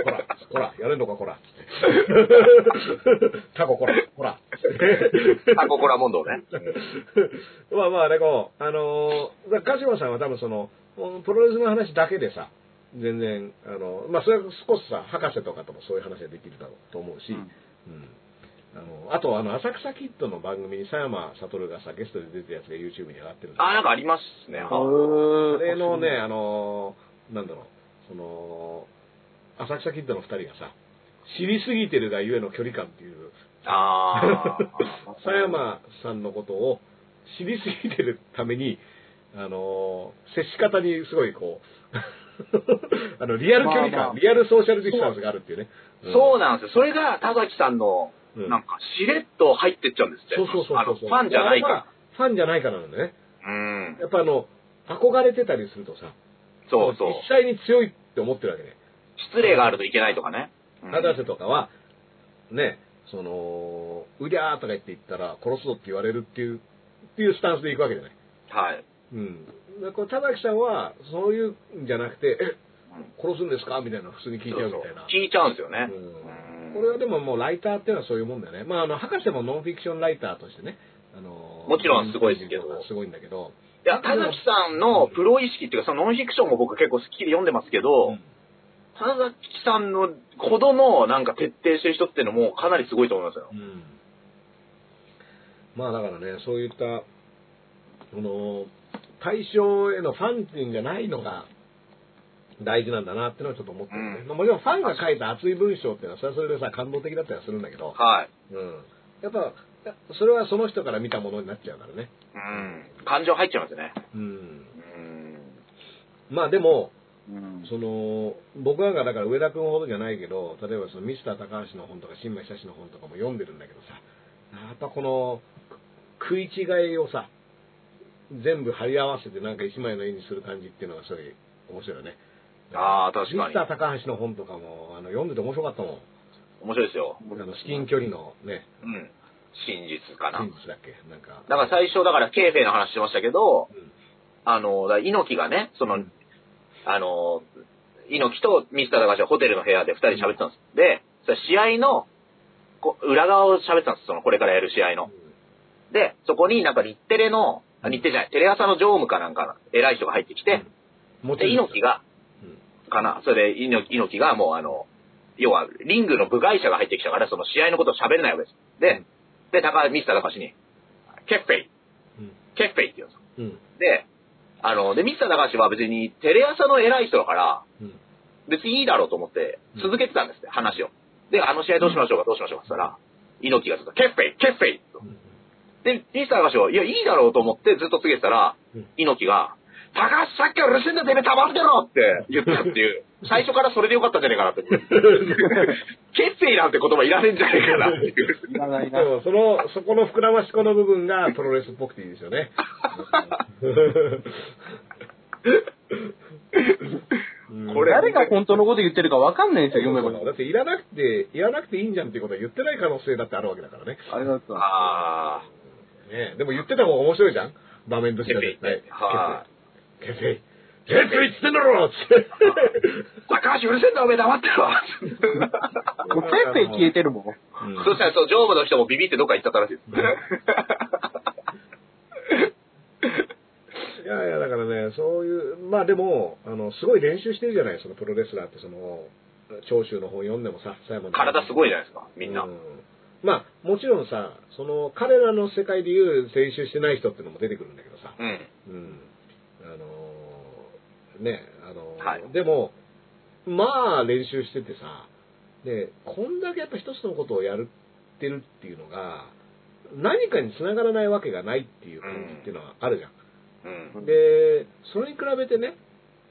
ほら、ほら、やれんのか、ほら。タコ、ほら、ほら。タココラモンドを [LAUGHS] ね。まあまあ、でも、あのー、だから鹿島さんは多分その、プロレスの話だけでさ、全然、あの、まあ、それは少しさ、博士とかともそういう話ができるだろうと思うし、うん。あの、あと、あの、浅草キッドの番組に佐山悟がさ、ゲストで出てるやつが YouTube に上がってるんだあ、なんかありますね。あはああれのね、、あのー、なんだろう、その、浅草キッドの二人がさ、知りすぎてるがゆえの距離感っていう、ああ。 [LAUGHS] 佐山さんのことを知りすぎてるために、ああのー接し方にすごいこう、あ [LAUGHS] の、リアル距離感、まあまあリアルソーシャルディスタンスがあるっていうね。そうなんですよ。それが田崎さんの、うん、なんか、しれっと入ってっちゃうんですって。そうそうそうあその、うファンじゃないかまあら。ファンじゃないからなんだね。うん。やっぱあの、憧れてたりするとさ、そうそう。実際に強いって思ってるわけね。失礼があるといけないとかね。うん博士とかは、ね、その、うりゃーとか言って言ったら殺すぞって言われるっていう、っていうスタンスで行くわけじゃない。はい。うん。だからこう田崎さんは、そういうんじゃなくて、え、殺すんですかみたいなの普通に聞いちゃうみたいな。聞いちゃうんですよね。うんこれはでももうライターっていうのはそういうもんだよね。まあ、あの、博士もノンフィクションライターとしてね、あのもちろんすごいですけどすごいんだけど。いや、田崎さんのプロ意識っていうか、そのノンフィクションも僕結構好きで読んでますけど、うん田崎さんのほどのなんか徹底してる人っていうのもかなりすごいと思いますよう。んまあだからね、そういった、この、対象へのファン人じゃないのが大事なんだなってのはちょっと思ってるね。うんまあもちろんファンが書いた熱い文章っていうのは、それはそれでさ、感動的だったりはするんだけど、はい。うん。やっぱ、それはその人から見たものになっちゃうからね。うん。感情入っちゃいますよね。うん。うん。まあでも、うんその、僕なんかだから上田君ほどじゃないけど、例えばそのミスター高橋の本とか新米久志の本とかも読んでるんだけどさ、やっぱこの、食い違いをさ、全部貼り合わせてなんか一枚の絵にする感じっていうのがすごい面白いよね。ああ、確ミかスにタ。ー高橋の本とかもあの読んでて面白かったもん。面白いですよ。あの至近距離のね、うん。真実かな。真実だっけなんか。だから最初、だから、ケーフェイの話してましたけど、うんあの、だから猪木がね、その、うんあの、猪木とミスター高橋はホテルの部屋で二人喋ってたんです。で、それ試合の、こ裏側を喋ってたんです、その、これからやる試合の。で、そこになんか日テレの、あ日テレじゃない、テレ朝の常務かなんか、偉い人が入ってきて、うん、もで、猪木が、うんかな、それで猪木猪木がもうあの、要は、リングの部外者が入ってきたから、その試合のことを喋れないわけです。うでん、で、高、ミスター高橋に、ケッフェイ、ケッフェイって言うんですようん。うん。で、あの、で、ミスター高橋は別にテレ朝の偉い人だから、うん。別にいいだろうと思ってうん続けてたんですって、話を。で、あの試合どうしましょうか、どうしましょうかって言ったら、猪木がずっと、ケッフェイ、ケッフェイとうんで、ミスター高橋は、いや、いいだろうと思ってずっと告げてたらうん、猪木が、高橋さっきから盗んだてめえたまってろって言ったっていう、最初からそれでよかったんじゃねえか [LAUGHS] なって。ケッフェイなんて言葉いらねえんじゃねえかなっていう。いらないでな。もその、そこの膨らましこの部分がプロレスっぽくていいですよね。うんこれ誰が本当のこと言ってるかわかんないんですよ、読めば。だっていらなくて、いらなくていいんじゃんっていうことは言ってない可能性だってあるわけだからね。あれだった。ああ、ねえでも言ってた方が面白いじゃん場面としては絶対。はケフェイ。ケフェイっつってんだろっつって。高橋うるせえんだ、おめえ黙ってろもうペッペイ消えて [LAUGHS] るもん。そしたら、そう、常務の人もビビってどっか行っちゃったらしいです。いやいや、だからね、そういう、まあでも、あの、すごい練習してるじゃない、そのプロレスラーって、その、長州の本読んでもさ、最後 [LAUGHS] に。体すごいじゃないですか、みんな。うまあ、もちろんさ、その、彼らの世界でいう練習してない人ってのも出てくるんだけどさ、うん。うん。あのーね、あのーはいでも、まあ、練習しててさ、で、こんだけやっぱ一つのことをやるってるっていうのが、何かに繋がらないわけがないっていう感じっていうのはあるじゃん。うん。で、それに比べてね、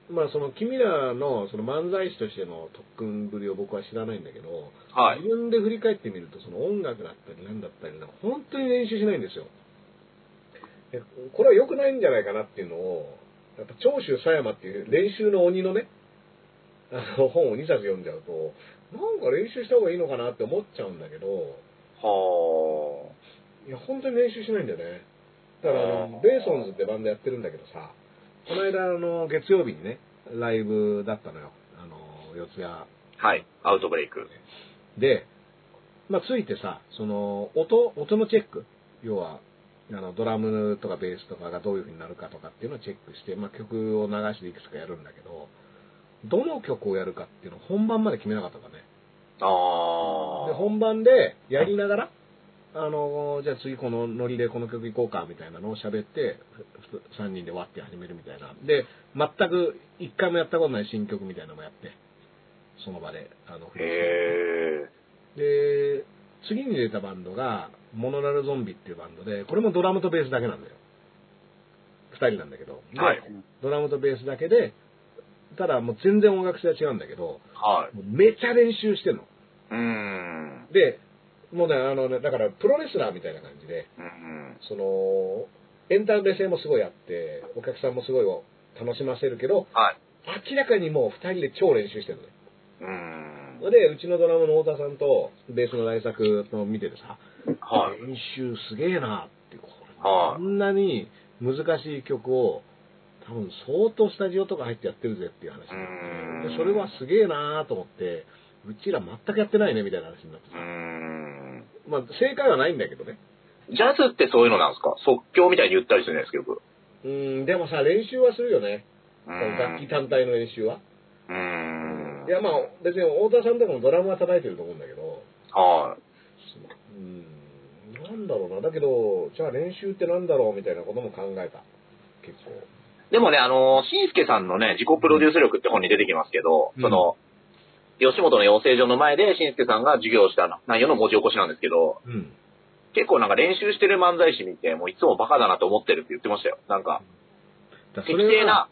まあその君らのその漫才師としての特訓ぶりを僕は知らないんだけど、はい。自分で振り返ってみると、その音楽だったり何だったりなんか本当に練習しないんですよ。でこれは良くないんじゃないかなっていうのを、やっぱ長州狭山っていう練習の鬼のね、あの本を2冊読んじゃうと、なんか練習した方がいいのかなって思っちゃうんだけど、はいや、本当に練習しないんだよね。だからああの、ーベーソンズってバンドやってるんだけどさ、この間、あの、月曜日にね、ライブだったのよ。あの、四ツ谷あ。はい。アウトブレイク。で、まあ、ついてさ、その、音、音のチェック。要は、あの、ドラムとかベースとかがどういう風になるかとかっていうのをチェックして、まあ、曲を流していくつかやるんだけど、どの曲をやるかっていうのを本番まで決めなかったんだね。あで、あ。本番でやりながら、あの、じゃあ次このノリでこの曲いこうかみたいなのを喋って、3人で割って始めるみたいな。で、全く一回もやったことない新曲みたいなのもやって、その場で、あの、へえ。で、次に出たバンドが、モノラルゾンビっていうバンドで、これもドラムとベースだけなんだよ。 2人なんだけど、はい。ドラムとベースだけで、ただもう全然音楽性は違うんだけど、はい。もうめちゃ練習してんの。うーん。で、もうね、あのね、だからプロレスラーみたいな感じで、うん。その、エンタメ性もすごいあって、お客さんもすごい楽しませるけど、はい。明らかにもう2人で超練習してるのね。うーん。で、うちのドラムの太田さんと、ベースの大作の見ててさ、はい。練習すげえなって、これはいこんなに難しい曲を、多分相当スタジオとか入ってやってるぜっていう話うーでんそれはすげえなと思って、うちら全くやってないねみたいな話になってうさー、ん。まあ正解はないんだけどね。ジャズってそういうのなんですか即興みたいに言ったりするんですけど。僕うん、でもさ、練習はするよね。う楽器ーん。単体の練習は。うーんいやまあ別に太田さんとかもドラムは叩いてると思うんだけど、はい。うん、なんだろうな、だけど、じゃあ練習ってなんだろうみたいなことも考えた、結構。でもね、あの、しんすけさんのね、自己プロデュース力って本に出てきますけど、うんその、吉本の養成所の前で、しんすけさんが授業した内容の文字起こしなんですけど、うん、結構なんか練習してる漫才師見て、もういつもバカだなと思ってるって言ってましたよ。なんか、だ適正な、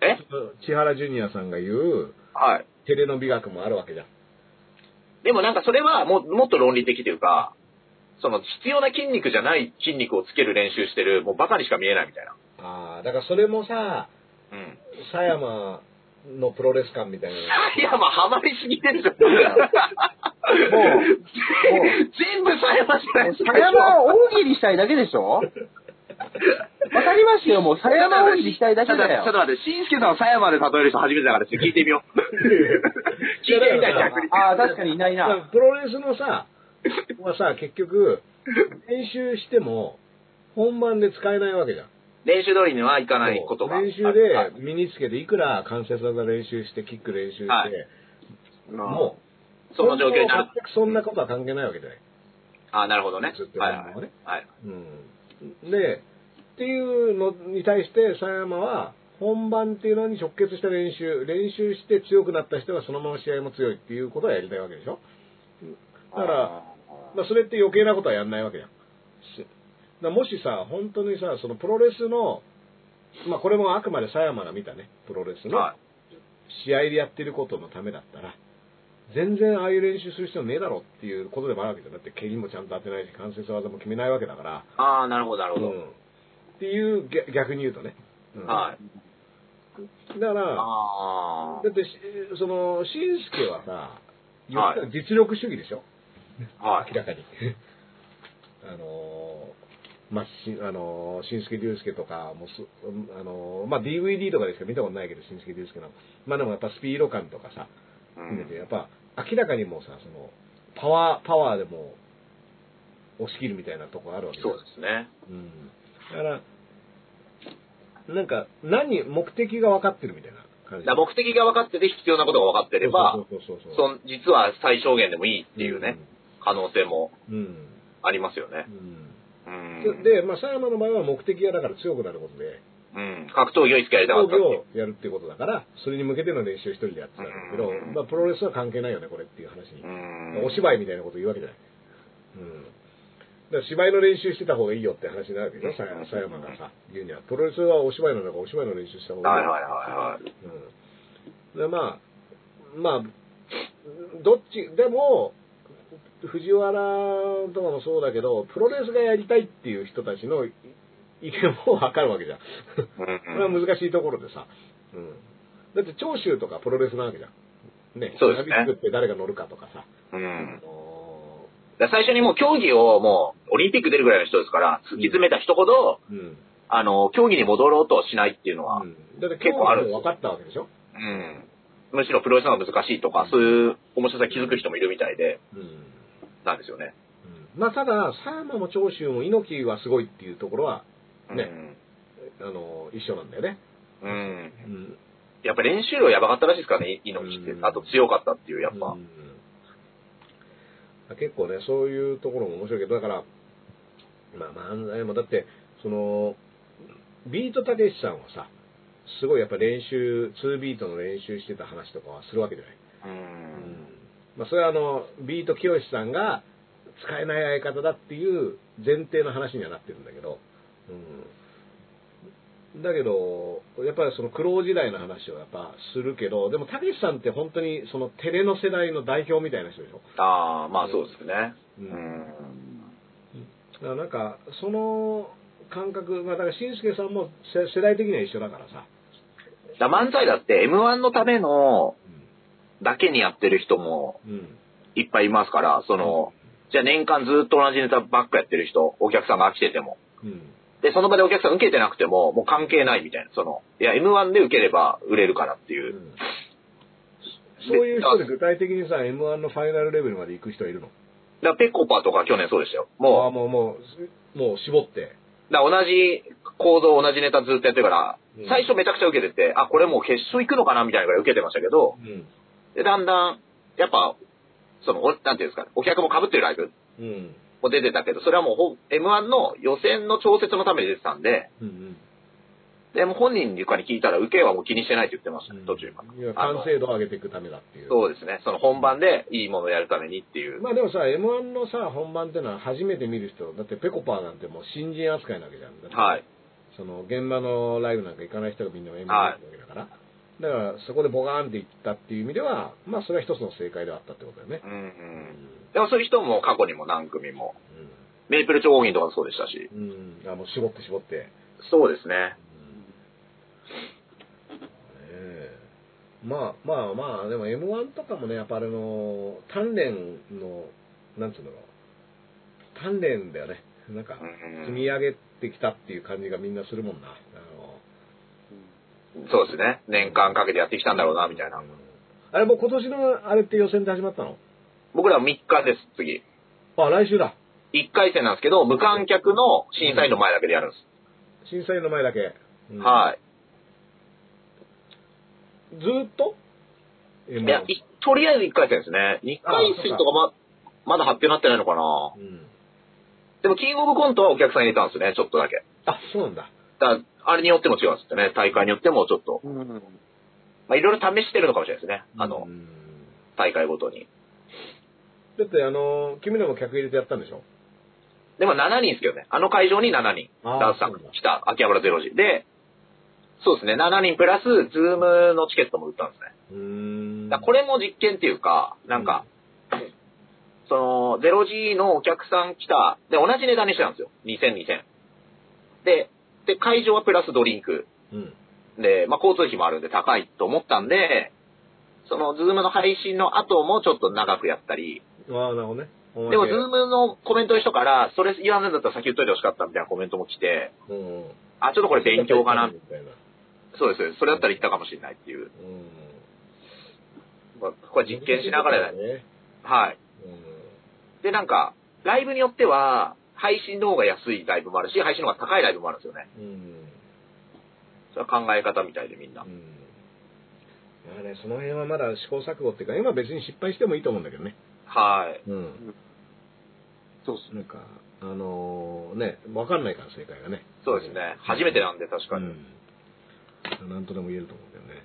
え千原ジュニアさんが言う、はい。テレの美学もあるわけじゃん。でもなんかそれはもうもっと論理的というか、その必要な筋肉じゃない筋肉をつける練習してる、もうバカにしか見えないみたいな。ああ、だからそれもさ、うん。狭山のプロレス感みたいな。 [LAUGHS] いや、まあ、ハマりすぎてる [LAUGHS] じゃん。もう、全部さやまじゃないですか。狭山を大喜利したいだけでしょわかりますよ、もう、狭山大喜利したいだけだちょっとよ。待って、しんすけさんをさやまで例える人初めてだから、ちょっと聞いてみよう。聞いてみたい、逆に。ああ、確かにいないだかな。 [LAUGHS] らプロレスのさ、はさ、結局、練習しても、本番で使えないわけじゃん。練習通りにはいかないことが。練習で身につけて、いくら関節技練習して、キック練習して、はいもう、その状況になる本当は。全くそんなことは関係ないわけじゃない。あ、なるほどね。ずっとはやいるはのはねい。はい。うん。で、っていうのに対して、佐山は、本番っていうのに直結した練習、練習して強くなった人はそのまま試合も強いっていうことはやりたいわけでしょだから、まあ、それって余計なことはやんないわけじゃん。しだからもしさ、本当にさ、そのプロレスの、まあこれもあくまで佐山が見たね、プロレスのは試合でやってることのためだったら、全然ああいう練習する必要ねえだろっていうことでもあるわけじゃん。だって蹴りもちゃんと当てないし、関節技も決めないわけだから、い。ああ、なるほど、なるほうど。ん、っていう逆逆に言うとね、うんはい。だからあだってしそのしんすけはさ言はっいたら実力主義でしょ、あ。はい明。らかに [LAUGHS] あのーまあ、しあのーしんすけりゅうすけとかもす、うんあのーまあ、DVD とかでしか見たことないけどしんすけりゅうすけのまあでもやっぱスピード感とかさ、うん見ててやっぱ明らかにもうさそのパワーパワーでもう押し切るみたいなとこあるわけじゃそんうですね。うんだから、なんか、何、目的が分かってるみたいな感じ。だから目的が分かってて必要なことが分かってれば、そうそうそうそっん実は最小限でもいいっていうね、。可能性もうん。ありますよねう。ん。うん。で、まあ、佐山の場合は目的がだから強くなることで、うん、格闘技をいつかやりたかった競技っていうをやるっていうことだから、それに向けての練習一人でやってたんだけど、うんまあ、プロレスは関係ないよね、これっていう話に。うん。お芝居みたいなこと言うわけじゃない。うん。だから芝居の練習してた方がいいよって話になるけど、佐山佐山がさ、言うには、プロレスはお芝居の中、お芝居の練習した方がいいはよいはいはいはい。うん、でまあまあどっちでも藤原とかもそうだけどプロレスがやりたいっていう人たちの意見も分かるわけじゃんこうんれは難しいところでさ、うん、だって長州とかプロレスなわけじゃんねそうですね旅作って誰が乗るかとかさ、うんあ。のだから最初にもう競技をもうオリンピック出るぐらいの人ですから、突き詰めた人ほど、ーうんあの、競技に戻ろうとしないっていうのは、うん、だって結構ある分かったわけでしょ、うん。むしろプロレスの方が難しいとか、そういう面白さに気づく人もいるみたいで、うんなんですよね。うん、まあただ佐山も長州も猪木はすごいっていうところはうんねあの一緒なんだよね、うん。うん、やっぱ練習量やばかったらしいですからね、猪木っうて。んあと強かったっていう、やっぱう。ん結構ねそういうところも面白いけどだからまあ漫才もだってそのビートたけしさんはさすごいやっぱ練習2ビートの練習してた話とかはするわけじゃない、うん。まあ、それはあのビートきよしさんが使えない相方だっていう前提の話にはなってるんだけど、うん、だけど、やっぱりその苦労時代の話をやっぱするけど、でも、たけしさんって本当にそのテレの世代の代表みたいな人でしょ。ああ、まあそうですね。ううんん。だからなんか、その感覚、まあ、だから、しんすけさんも世世代的には一緒だからさ。だ漫才だって M1 のためのだけにやってる人もうん。うん。いっぱいいますから、その、じゃあ年間ずっと同じネタばっかやってる人、お客さんが飽きてても。うん。で、その場でお客さん受けてなくても、もう関係ないみたいな。その、いや、M1 で受ければ売れるからっていうう。んそういう人で具体的にさ、M1 のファイナルレベルまで行く人はいるのだからペコパとか去年そうでしたよ。ああ、ももう、もう、もう絞って。う、だから同じ構造、同じネタずっとやってるからうん、最初めちゃくちゃ受けてて、あ、これもう決勝行くのかなみたいなぐらい受けてましたけど、うん。で、だんだん、やっぱ、その、おなんていうんですか、お客も被ってるライブうん。も出てたけど、それはもうほ M1 の予選の調節のために出てたんで、うんうん。で、もう本人から聞いたら、受けはもう気にしてないって言ってましたね、途中から。いや完成度を上げていくためだっていう。そうですね、その本番でいいものをやるためにっていう。まあでもさ、M1 のさ、本番ってのは初めて見る人、だってペコパーなんてもう新人扱いなわけじゃん。だってはい。その現場のライブなんか行かない人がみんな M1 にはい行くわけだから。だからそこでボガーンって行ったっていう意味では、まあそれは一つの正解ではあったってことだよねう。んううん。でもそういう人も過去にも何組も、ん。メイプル超合金とかもそうでしたし。うん。うん。あ、もう絞って絞って。そうですね。ええまあまあまあでも m 1とかもねやっぱあれの鍛錬のなんつうんだろう鍛錬だよねなんか積み上げてきたっていう感じがみんなするもんなあそうですね。年間かけてやってきたんだろうな、みたいのな。あれもう今年のあれって予選で始まったの僕らは3日です、次。あ来週だ1回戦なんですけど、無観客の審査員の前だけでやるんです。審査員の前だけ、うんはい。ずーっとい M1 や、いとりあえず1回戦ですね。2回戦とかま、まだ発表になってないのかなうん、でも、キングオブコントはお客さん入れたんですね、ちょっとだけ。あそうなんだだからあれによっても違うんですってね。大会によってもちょっと。うん。まあ、いろいろ試してるのかもしれないですね。あのう、ん大会ごとに。だってあの君らも客入れてやったんでしょでも7人ですけどね。あの会場に7人。あーダンスさんそうなんだ来た、秋葉原ゼロ時。で、そうですね、7人プラス、ズームのチケットも売ったんですね。うーんだからこれも実験っていうか、なんか、その、ゼロ G のお客さん来た、で、同じ値段にしてたんですよ。2000、2000。で、で、会場はプラスドリンク。うんで、まあ、交通費もあるんで高いと思ったんで、その、ズームの配信の後もちょっと長くやったり、ああ、なるほどね。おでも、前ズームのコメントの人から、それ言わないんだったら先言っといてほしかったみたいなコメントも来て、うんうん、あ、ちょっとこれ勉強かな。みたいな。そうですそうです。それだったら言ったかもしれないっていう。うん。まあこれ実験しながらだね。ね。はい。うで、なんか、ライブによっては、配信の方が安いライブもあるし、配信の方が高いライブもあるんですよね。ん。うん。それは考え方みたいでみんなう。ん。まあね、その辺はまだ試行錯誤っていうか、今別に失敗してもいいと思うんだけどね。はい。うん。そうっすね。なんか、あのーね、わかんないから正解がね。そうですね。初めてなんで、確かに。ううん。なんとでも言えると思うんだよね。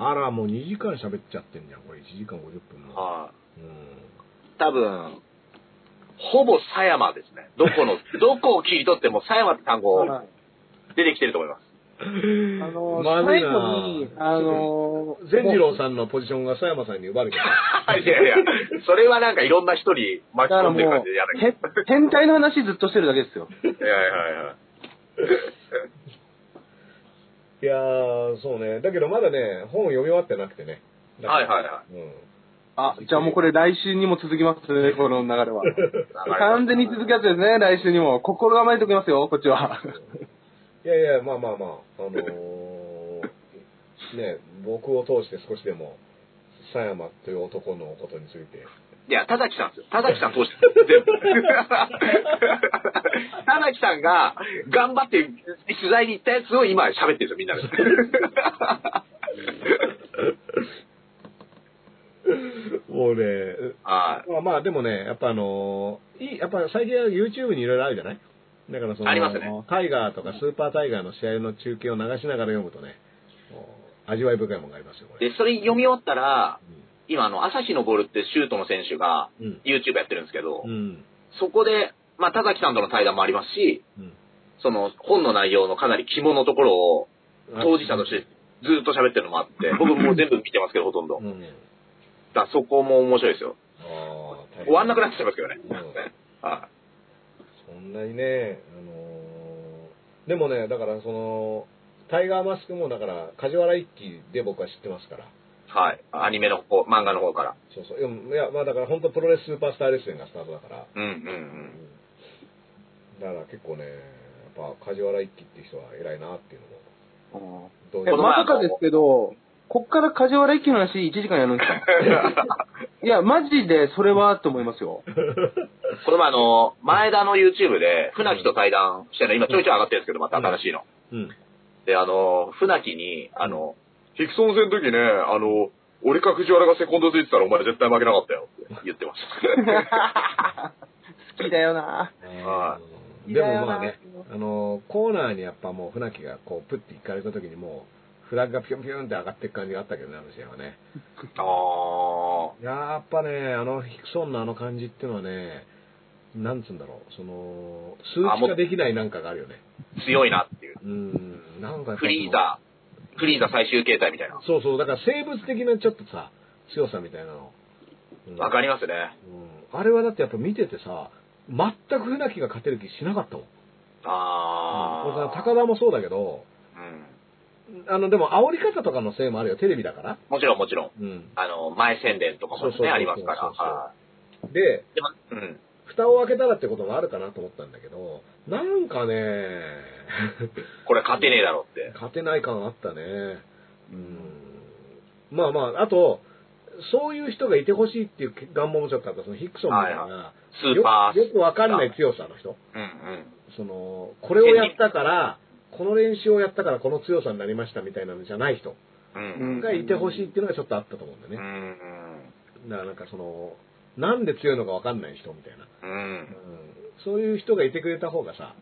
ん。あら、もう2時間喋っちゃってんじゃん。これ1時間50分の。はい。うん。多分、ほぼ狭山ですね。どこの、 [LAUGHS] どこを切り取っても狭山って単語はい出てきてると思います。あの、まずい最な後に、あの、善次郎さんのポジションが佐山さんに奪われてた。いやいや、それはなんかいろんな人にだ巻きからも込んでる感うじでやだ、けへ変態の話ずっとしてるだけですよ。ど。いやいやいや。いやー、そうね。だけどまだね、本読み終わってなくてね。はいはいい。はうん。あ、じゃあもうこれ来週にも続きますね、この流れは。い。完全に続くやつですね、来週にも。心構えておきますよ、こっちは。いやいや、まあまあまあ、あのー、ね、僕を通して少しでも、佐山という男のことについて。いや、田崎さんですよ。田崎さん通してる。全部田崎さんが頑張って取材に行ったやつを今喋ってるんですよ、みんなで。俺、はい。まあまあ、でもね、やっぱあのー、いい、やっぱ最近は YouTube にいろいろあるじゃないだからその、ありますねタイガーとかスーパータイガーの試合の中継を流しながら読むとね、もう味わい深いものがありますよ、これ。で、それ読み終わったら、今あの、朝日のボールってシュートの選手がうん YouTube やってるんですけどう、ん。そこで、まあ、田崎さんとの対談もありますし、うん。。その本の内容のかなり肝のところを当事者としててずっと喋ってるのもあ [LAUGHS] って、僕もう全部見てますけど、ほとんど。うん。だからそこも面白いですよ。ああ、終わんなくなっちちゃいますけどね。はそんなにね、あのーでもね、だからその、タイガーマスクもだから、梶原一騎で僕は知ってますから。い。はい。アニメの方、漫画の方から。そうそう。いや、いやまあだから本当プロレススーパースターレスリングがスタートだから。うんうんだから結構ね、やっぱ梶原一騎っていう人は偉いなっていうのも。うんどうえこの前まさかですけど、こっから梶原一騎の話1時間やるんですか [LAUGHS] いや、マジでそれはと思いますよ。うん。この前あの、前田の YouTube で、船木と対談してね、今ちょいちょい上がってるんですけど、また新しいの。うん。で、あの、船木に、あの、ヒクソン戦の時ね、あの、俺か藤原がセコンドついてたらお前絶対負けなかったよって言ってました。好きだよな。はでもまあね、あのーコーナーにやっぱもう船木がこうプッて行かれた時にもうフラッグがピョンピョンって上がっていく感じがあったけどね、あの試合はね。 [LAUGHS] あやっぱね、あのヒクソンのあの感じっていうのはね、なんつうんだろう、その、あ数も値う化できないなんかがあるよね。ー、強いなっていう。うん、なんかやっぱそのフリーザ、フリーザ最終形態みたいな。そうそう、だから生物的なちょっとさ、強さみたいなの。うんわかりますね。うんあれはだってやっぱ見ててさ、全く船木が勝てる気しなかったもん。あうんあ。これさ高田もそうだけど、うん。あの、でも煽り方とかのせいもあるよ、テレビだから。もちろんもちろん。うん。あの、前宣伝とかもそうそうそうね、ありますから。そうそうはで、い。でも、うん。蓋を開けたらってこともあるかなと思ったんだけど、なんかね、 [LAUGHS] これ勝てねえだろうって。勝てない感あったね。うん。まあまあ、あと、そういう人がいてほしいっていう願望もちょっとあった。そのヒクソンみたいな、はいスーパー。よよくわかんない強さの人。うんうん。その、これをやったから、この練習をやったからこの強さになりましたみたいなのじゃない人うんがいてほしいっていうのがちょっとあったと思うんだうん。うよんね。だからなんかその、なんで強いのかわかんない人みたいな。うん。うんうん。そういう人がいてくれた方がさ、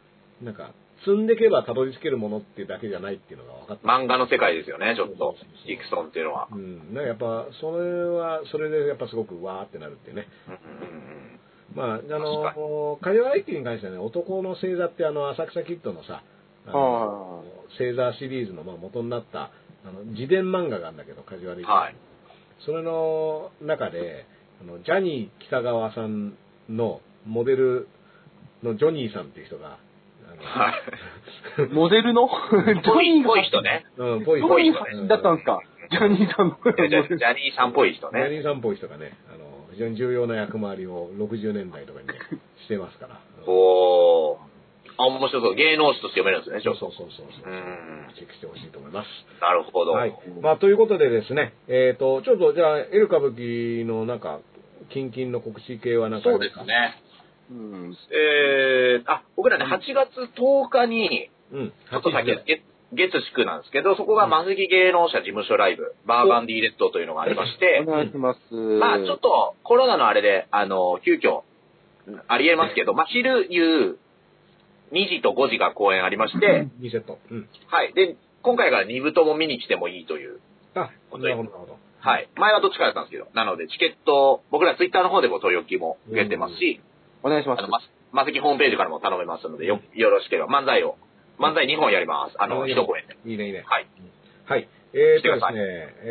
なんか、積んでけばたどり着けるものっていうだけじゃないっていうのが分かった。漫画の世界ですよね、ちょっそうとそうそう。ヒクソンっていうのは。うん。なんかやっぱ、それは、それでやっぱすごくわーってなるっていうね。うんうんまあ、あ確の、カリワ駅に関してはね、男の星座ってあの、浅草キッドのさ、あの星座シリーズのまあ元になった、あの、自伝漫画があるんだけど、カジュアルうん駅はい。それの中で、あの、ジャニー北川さんのモデルのジョニーさんっていう人が、はい。 [LAUGHS] モデルのジぽョニい、ーぽいが、人ね。あのうん、ぽいどこにうんだったんですかジャニーさんの。ジャジャニーさんっぽい人ジャね。ニーさんっぽい人がね、あの、非常に重要な役回りを60年代とかにね、してますから。おー。あ、面白そう。芸能史として読めるんですね、ちそょうっそと。うそうそうそうう。ん。チェックしてほしいと思います。なるほど。はい。まあ、ということでですね、えっ、と、ちょっとじゃあ、エル歌舞伎のなんか、近々の告知系はなんかあそりうでますかす。ね。うんえー、あ、僕らね、8月10日に、うん。ちょっと先8です。月月祝なんですけど、そこがマズギ芸能者事務所ライブ、バーバンディレッドというのがありましてお、願いします。まあちょっとコロナのあれで、あの、急遽、ありえますけど、まあ昼、夕、2時と5時が公演ありまして、 2セット。うん。はい。で、今回が2部とも見に来てもいいという、あ、本当なにるほど、なるほど。はい。前はどっちかだったんですけど、なのでチケット、僕らツイッターの方でも問い置きも受けてますし、お願いしまあすの、。ま、マセキホームページからも頼めますので、よ、よろしければ、漫才を、漫才2本やります。あの、うん1公演で。いいね、いいね。はい。はい。えっ、来てくとだでさすいね、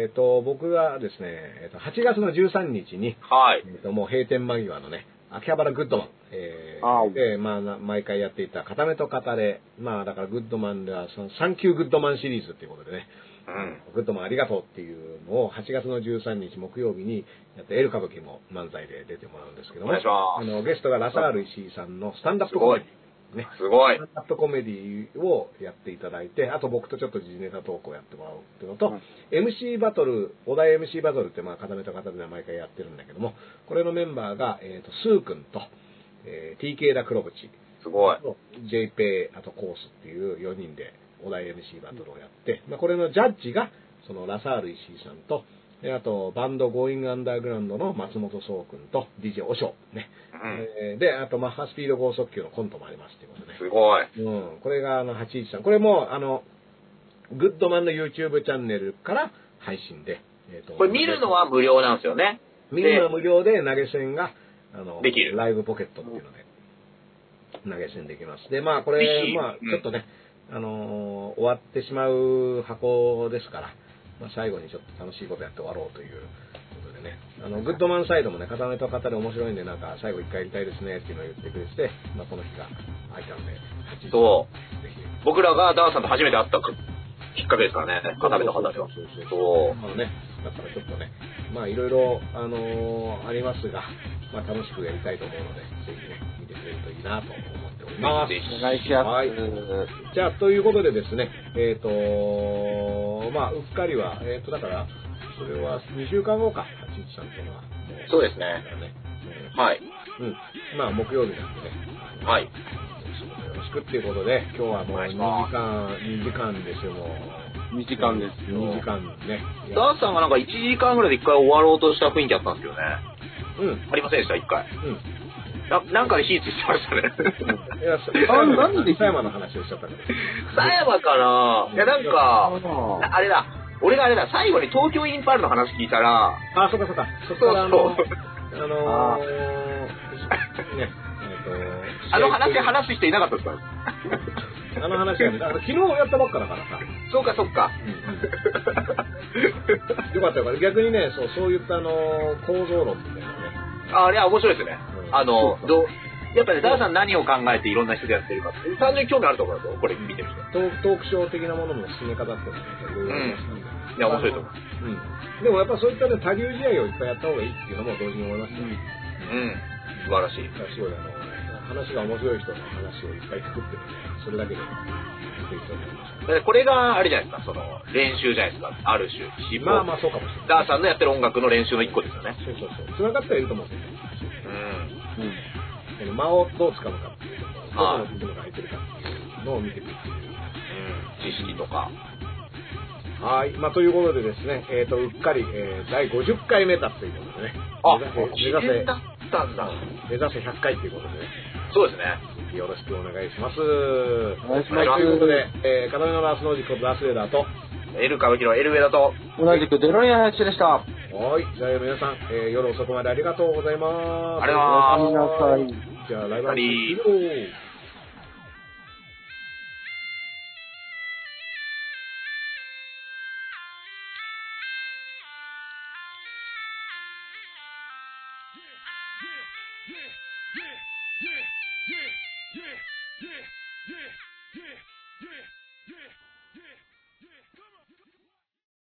えっ、と、僕はですね、えーと8月の13日に、はい。えっともう閉店間際のね、秋葉原グッドマン、えーあーで、まあな、毎回やっていた、片目と片で、まあ、だからグッドマンでは、その、サンキューグッドマンシリーズっていうことでね、うん。グッドマンありがとうっていうのを、8月の13日木曜日に、やって、エル歌舞伎も漫才で出てもらうんですけどおも、願いしまあの、ゲストがラサール石井さんのスタンダップコメディ、ねす。、すごいス。タンダップコメディをやっていただいて、あと僕とちょっと時事ネタトークをやってもらおうっていうのと、MC バトル、お題 MC バトルって、まあ、片目と片目で毎回やってるんだけども、これのメンバーが、えっ、と、スー君と、えー TK だ黒淵、すごい。 j p あとコースっていう4人でお題 MC バトルをやって、まあ、これのジャッジが、そのラサール石井さんと、であと、バンド、ゴーイングアンダーグラウンドの松本壮君と、DJ おしょう、ね。うん。えーで、あと、マッハスピード剛速球のコントもありますっていうことで。すごい。うん、これがあの813。これも、あの、グッドマンの YouTube チャンネルから配信で。えーとこれ見るのは無料なんですよね。見るのは無料で投げ銭が、あの、できるライブポケットっていうので。投げ銭できます。で、まあこぜれ、ひまあうんちょっとね、あのー終わってしまう箱ですから、まあ、最後にちょっと楽しいことやって終わろうということでね、あの、グッドマンサイドもね、重ねと語で面白いんで、なんか最後一回やりたいですねっていうのを言ってくれてて、まあこの日が空いたんで、8。そうぜひ。僕らがダーさんと初めて会ったかきっかけですからね、片目の話は。そうそうそうそあのね、だからちょっとね、まあいろいろ、あのーありますが、まあ楽しくやりたいと思うので、ぜひね、見てくれるといいなと思っておりまう。すぜ。ひお願いします。はいじゃあ、ということでですね、えっ、とまあ、うっかりは、えっ、と、だから、それは2週間後か、81さんっていうのは。そうですねはい。うん。うんまあ、木曜日なんでね。はい。よろしくっていうことで、今日はもう2時間、2時間ですよ、もう。 2時間ですよ。 2時間ね。いやダースさんがなんか1時間ぐらいで1回終わろうとした雰囲気あったんですけどね。うん、うありませんでした、1回。ん。ななんかで火ついてましたね。いや、 [LAUGHS] あなんで狭山の話をしちゃったから。狭山かないや、なんか、ああれだ、俺があれだ、最後に東京インパールの話聞いたら、あ、そうかそうか。そそうこそうからあの、あのー、ね、えっと、あの話話す人いなかったですかあの話はね、あの昨日やったばっかだからさ。そうか、そうか。よかったよかった。逆にね、そうそういったあのー構造論みたいなね。ああれは面白いですねう。んあのそう、どうやっぱね、ダーさん何を考えていろんな人でやってるかって、単純に興味あると思いますよ、これ見てる人。トークトークショー的なものの進め方っていうのがいろいろありまいや、面白すねいと思う。うん。でもやっぱそういったね、多流試合をいっぱいやった方がいいっていうのも同時に思いましたうよ。ん。素晴らしい。だからすごいあの話が面白い人の話をいっぱい作ってるねそれだけで素敵と思いましたでこれがあれじゃないですか、その、練習じゃないですか、ある種。まあまあそうかもしれなダいーさんのやってる音楽の練習の一個ですよね。そうそうそう繋がってはいると思うんですよねうん。この間をどう使うのかっていうとこはろいどこのリズムが空いてるかっていうのを見ていくってい知う識とか。はい、まあ、ということでですね、えー、とうっかり、えー第50回目だということでねあ、目自指然せだったんだ。目指せ100回ということでねそうですね。よろしくお願いしますお願いしますはということで、えー、片目のラスの軸とラスレーダーとエル歌舞伎のエルウェだと、同じくデロリアン林でした。はい、じゃあ皆さん、えー夜遅くまでありがとうございます。。ありがざとうごいますじゃあライブハウス行ってみようー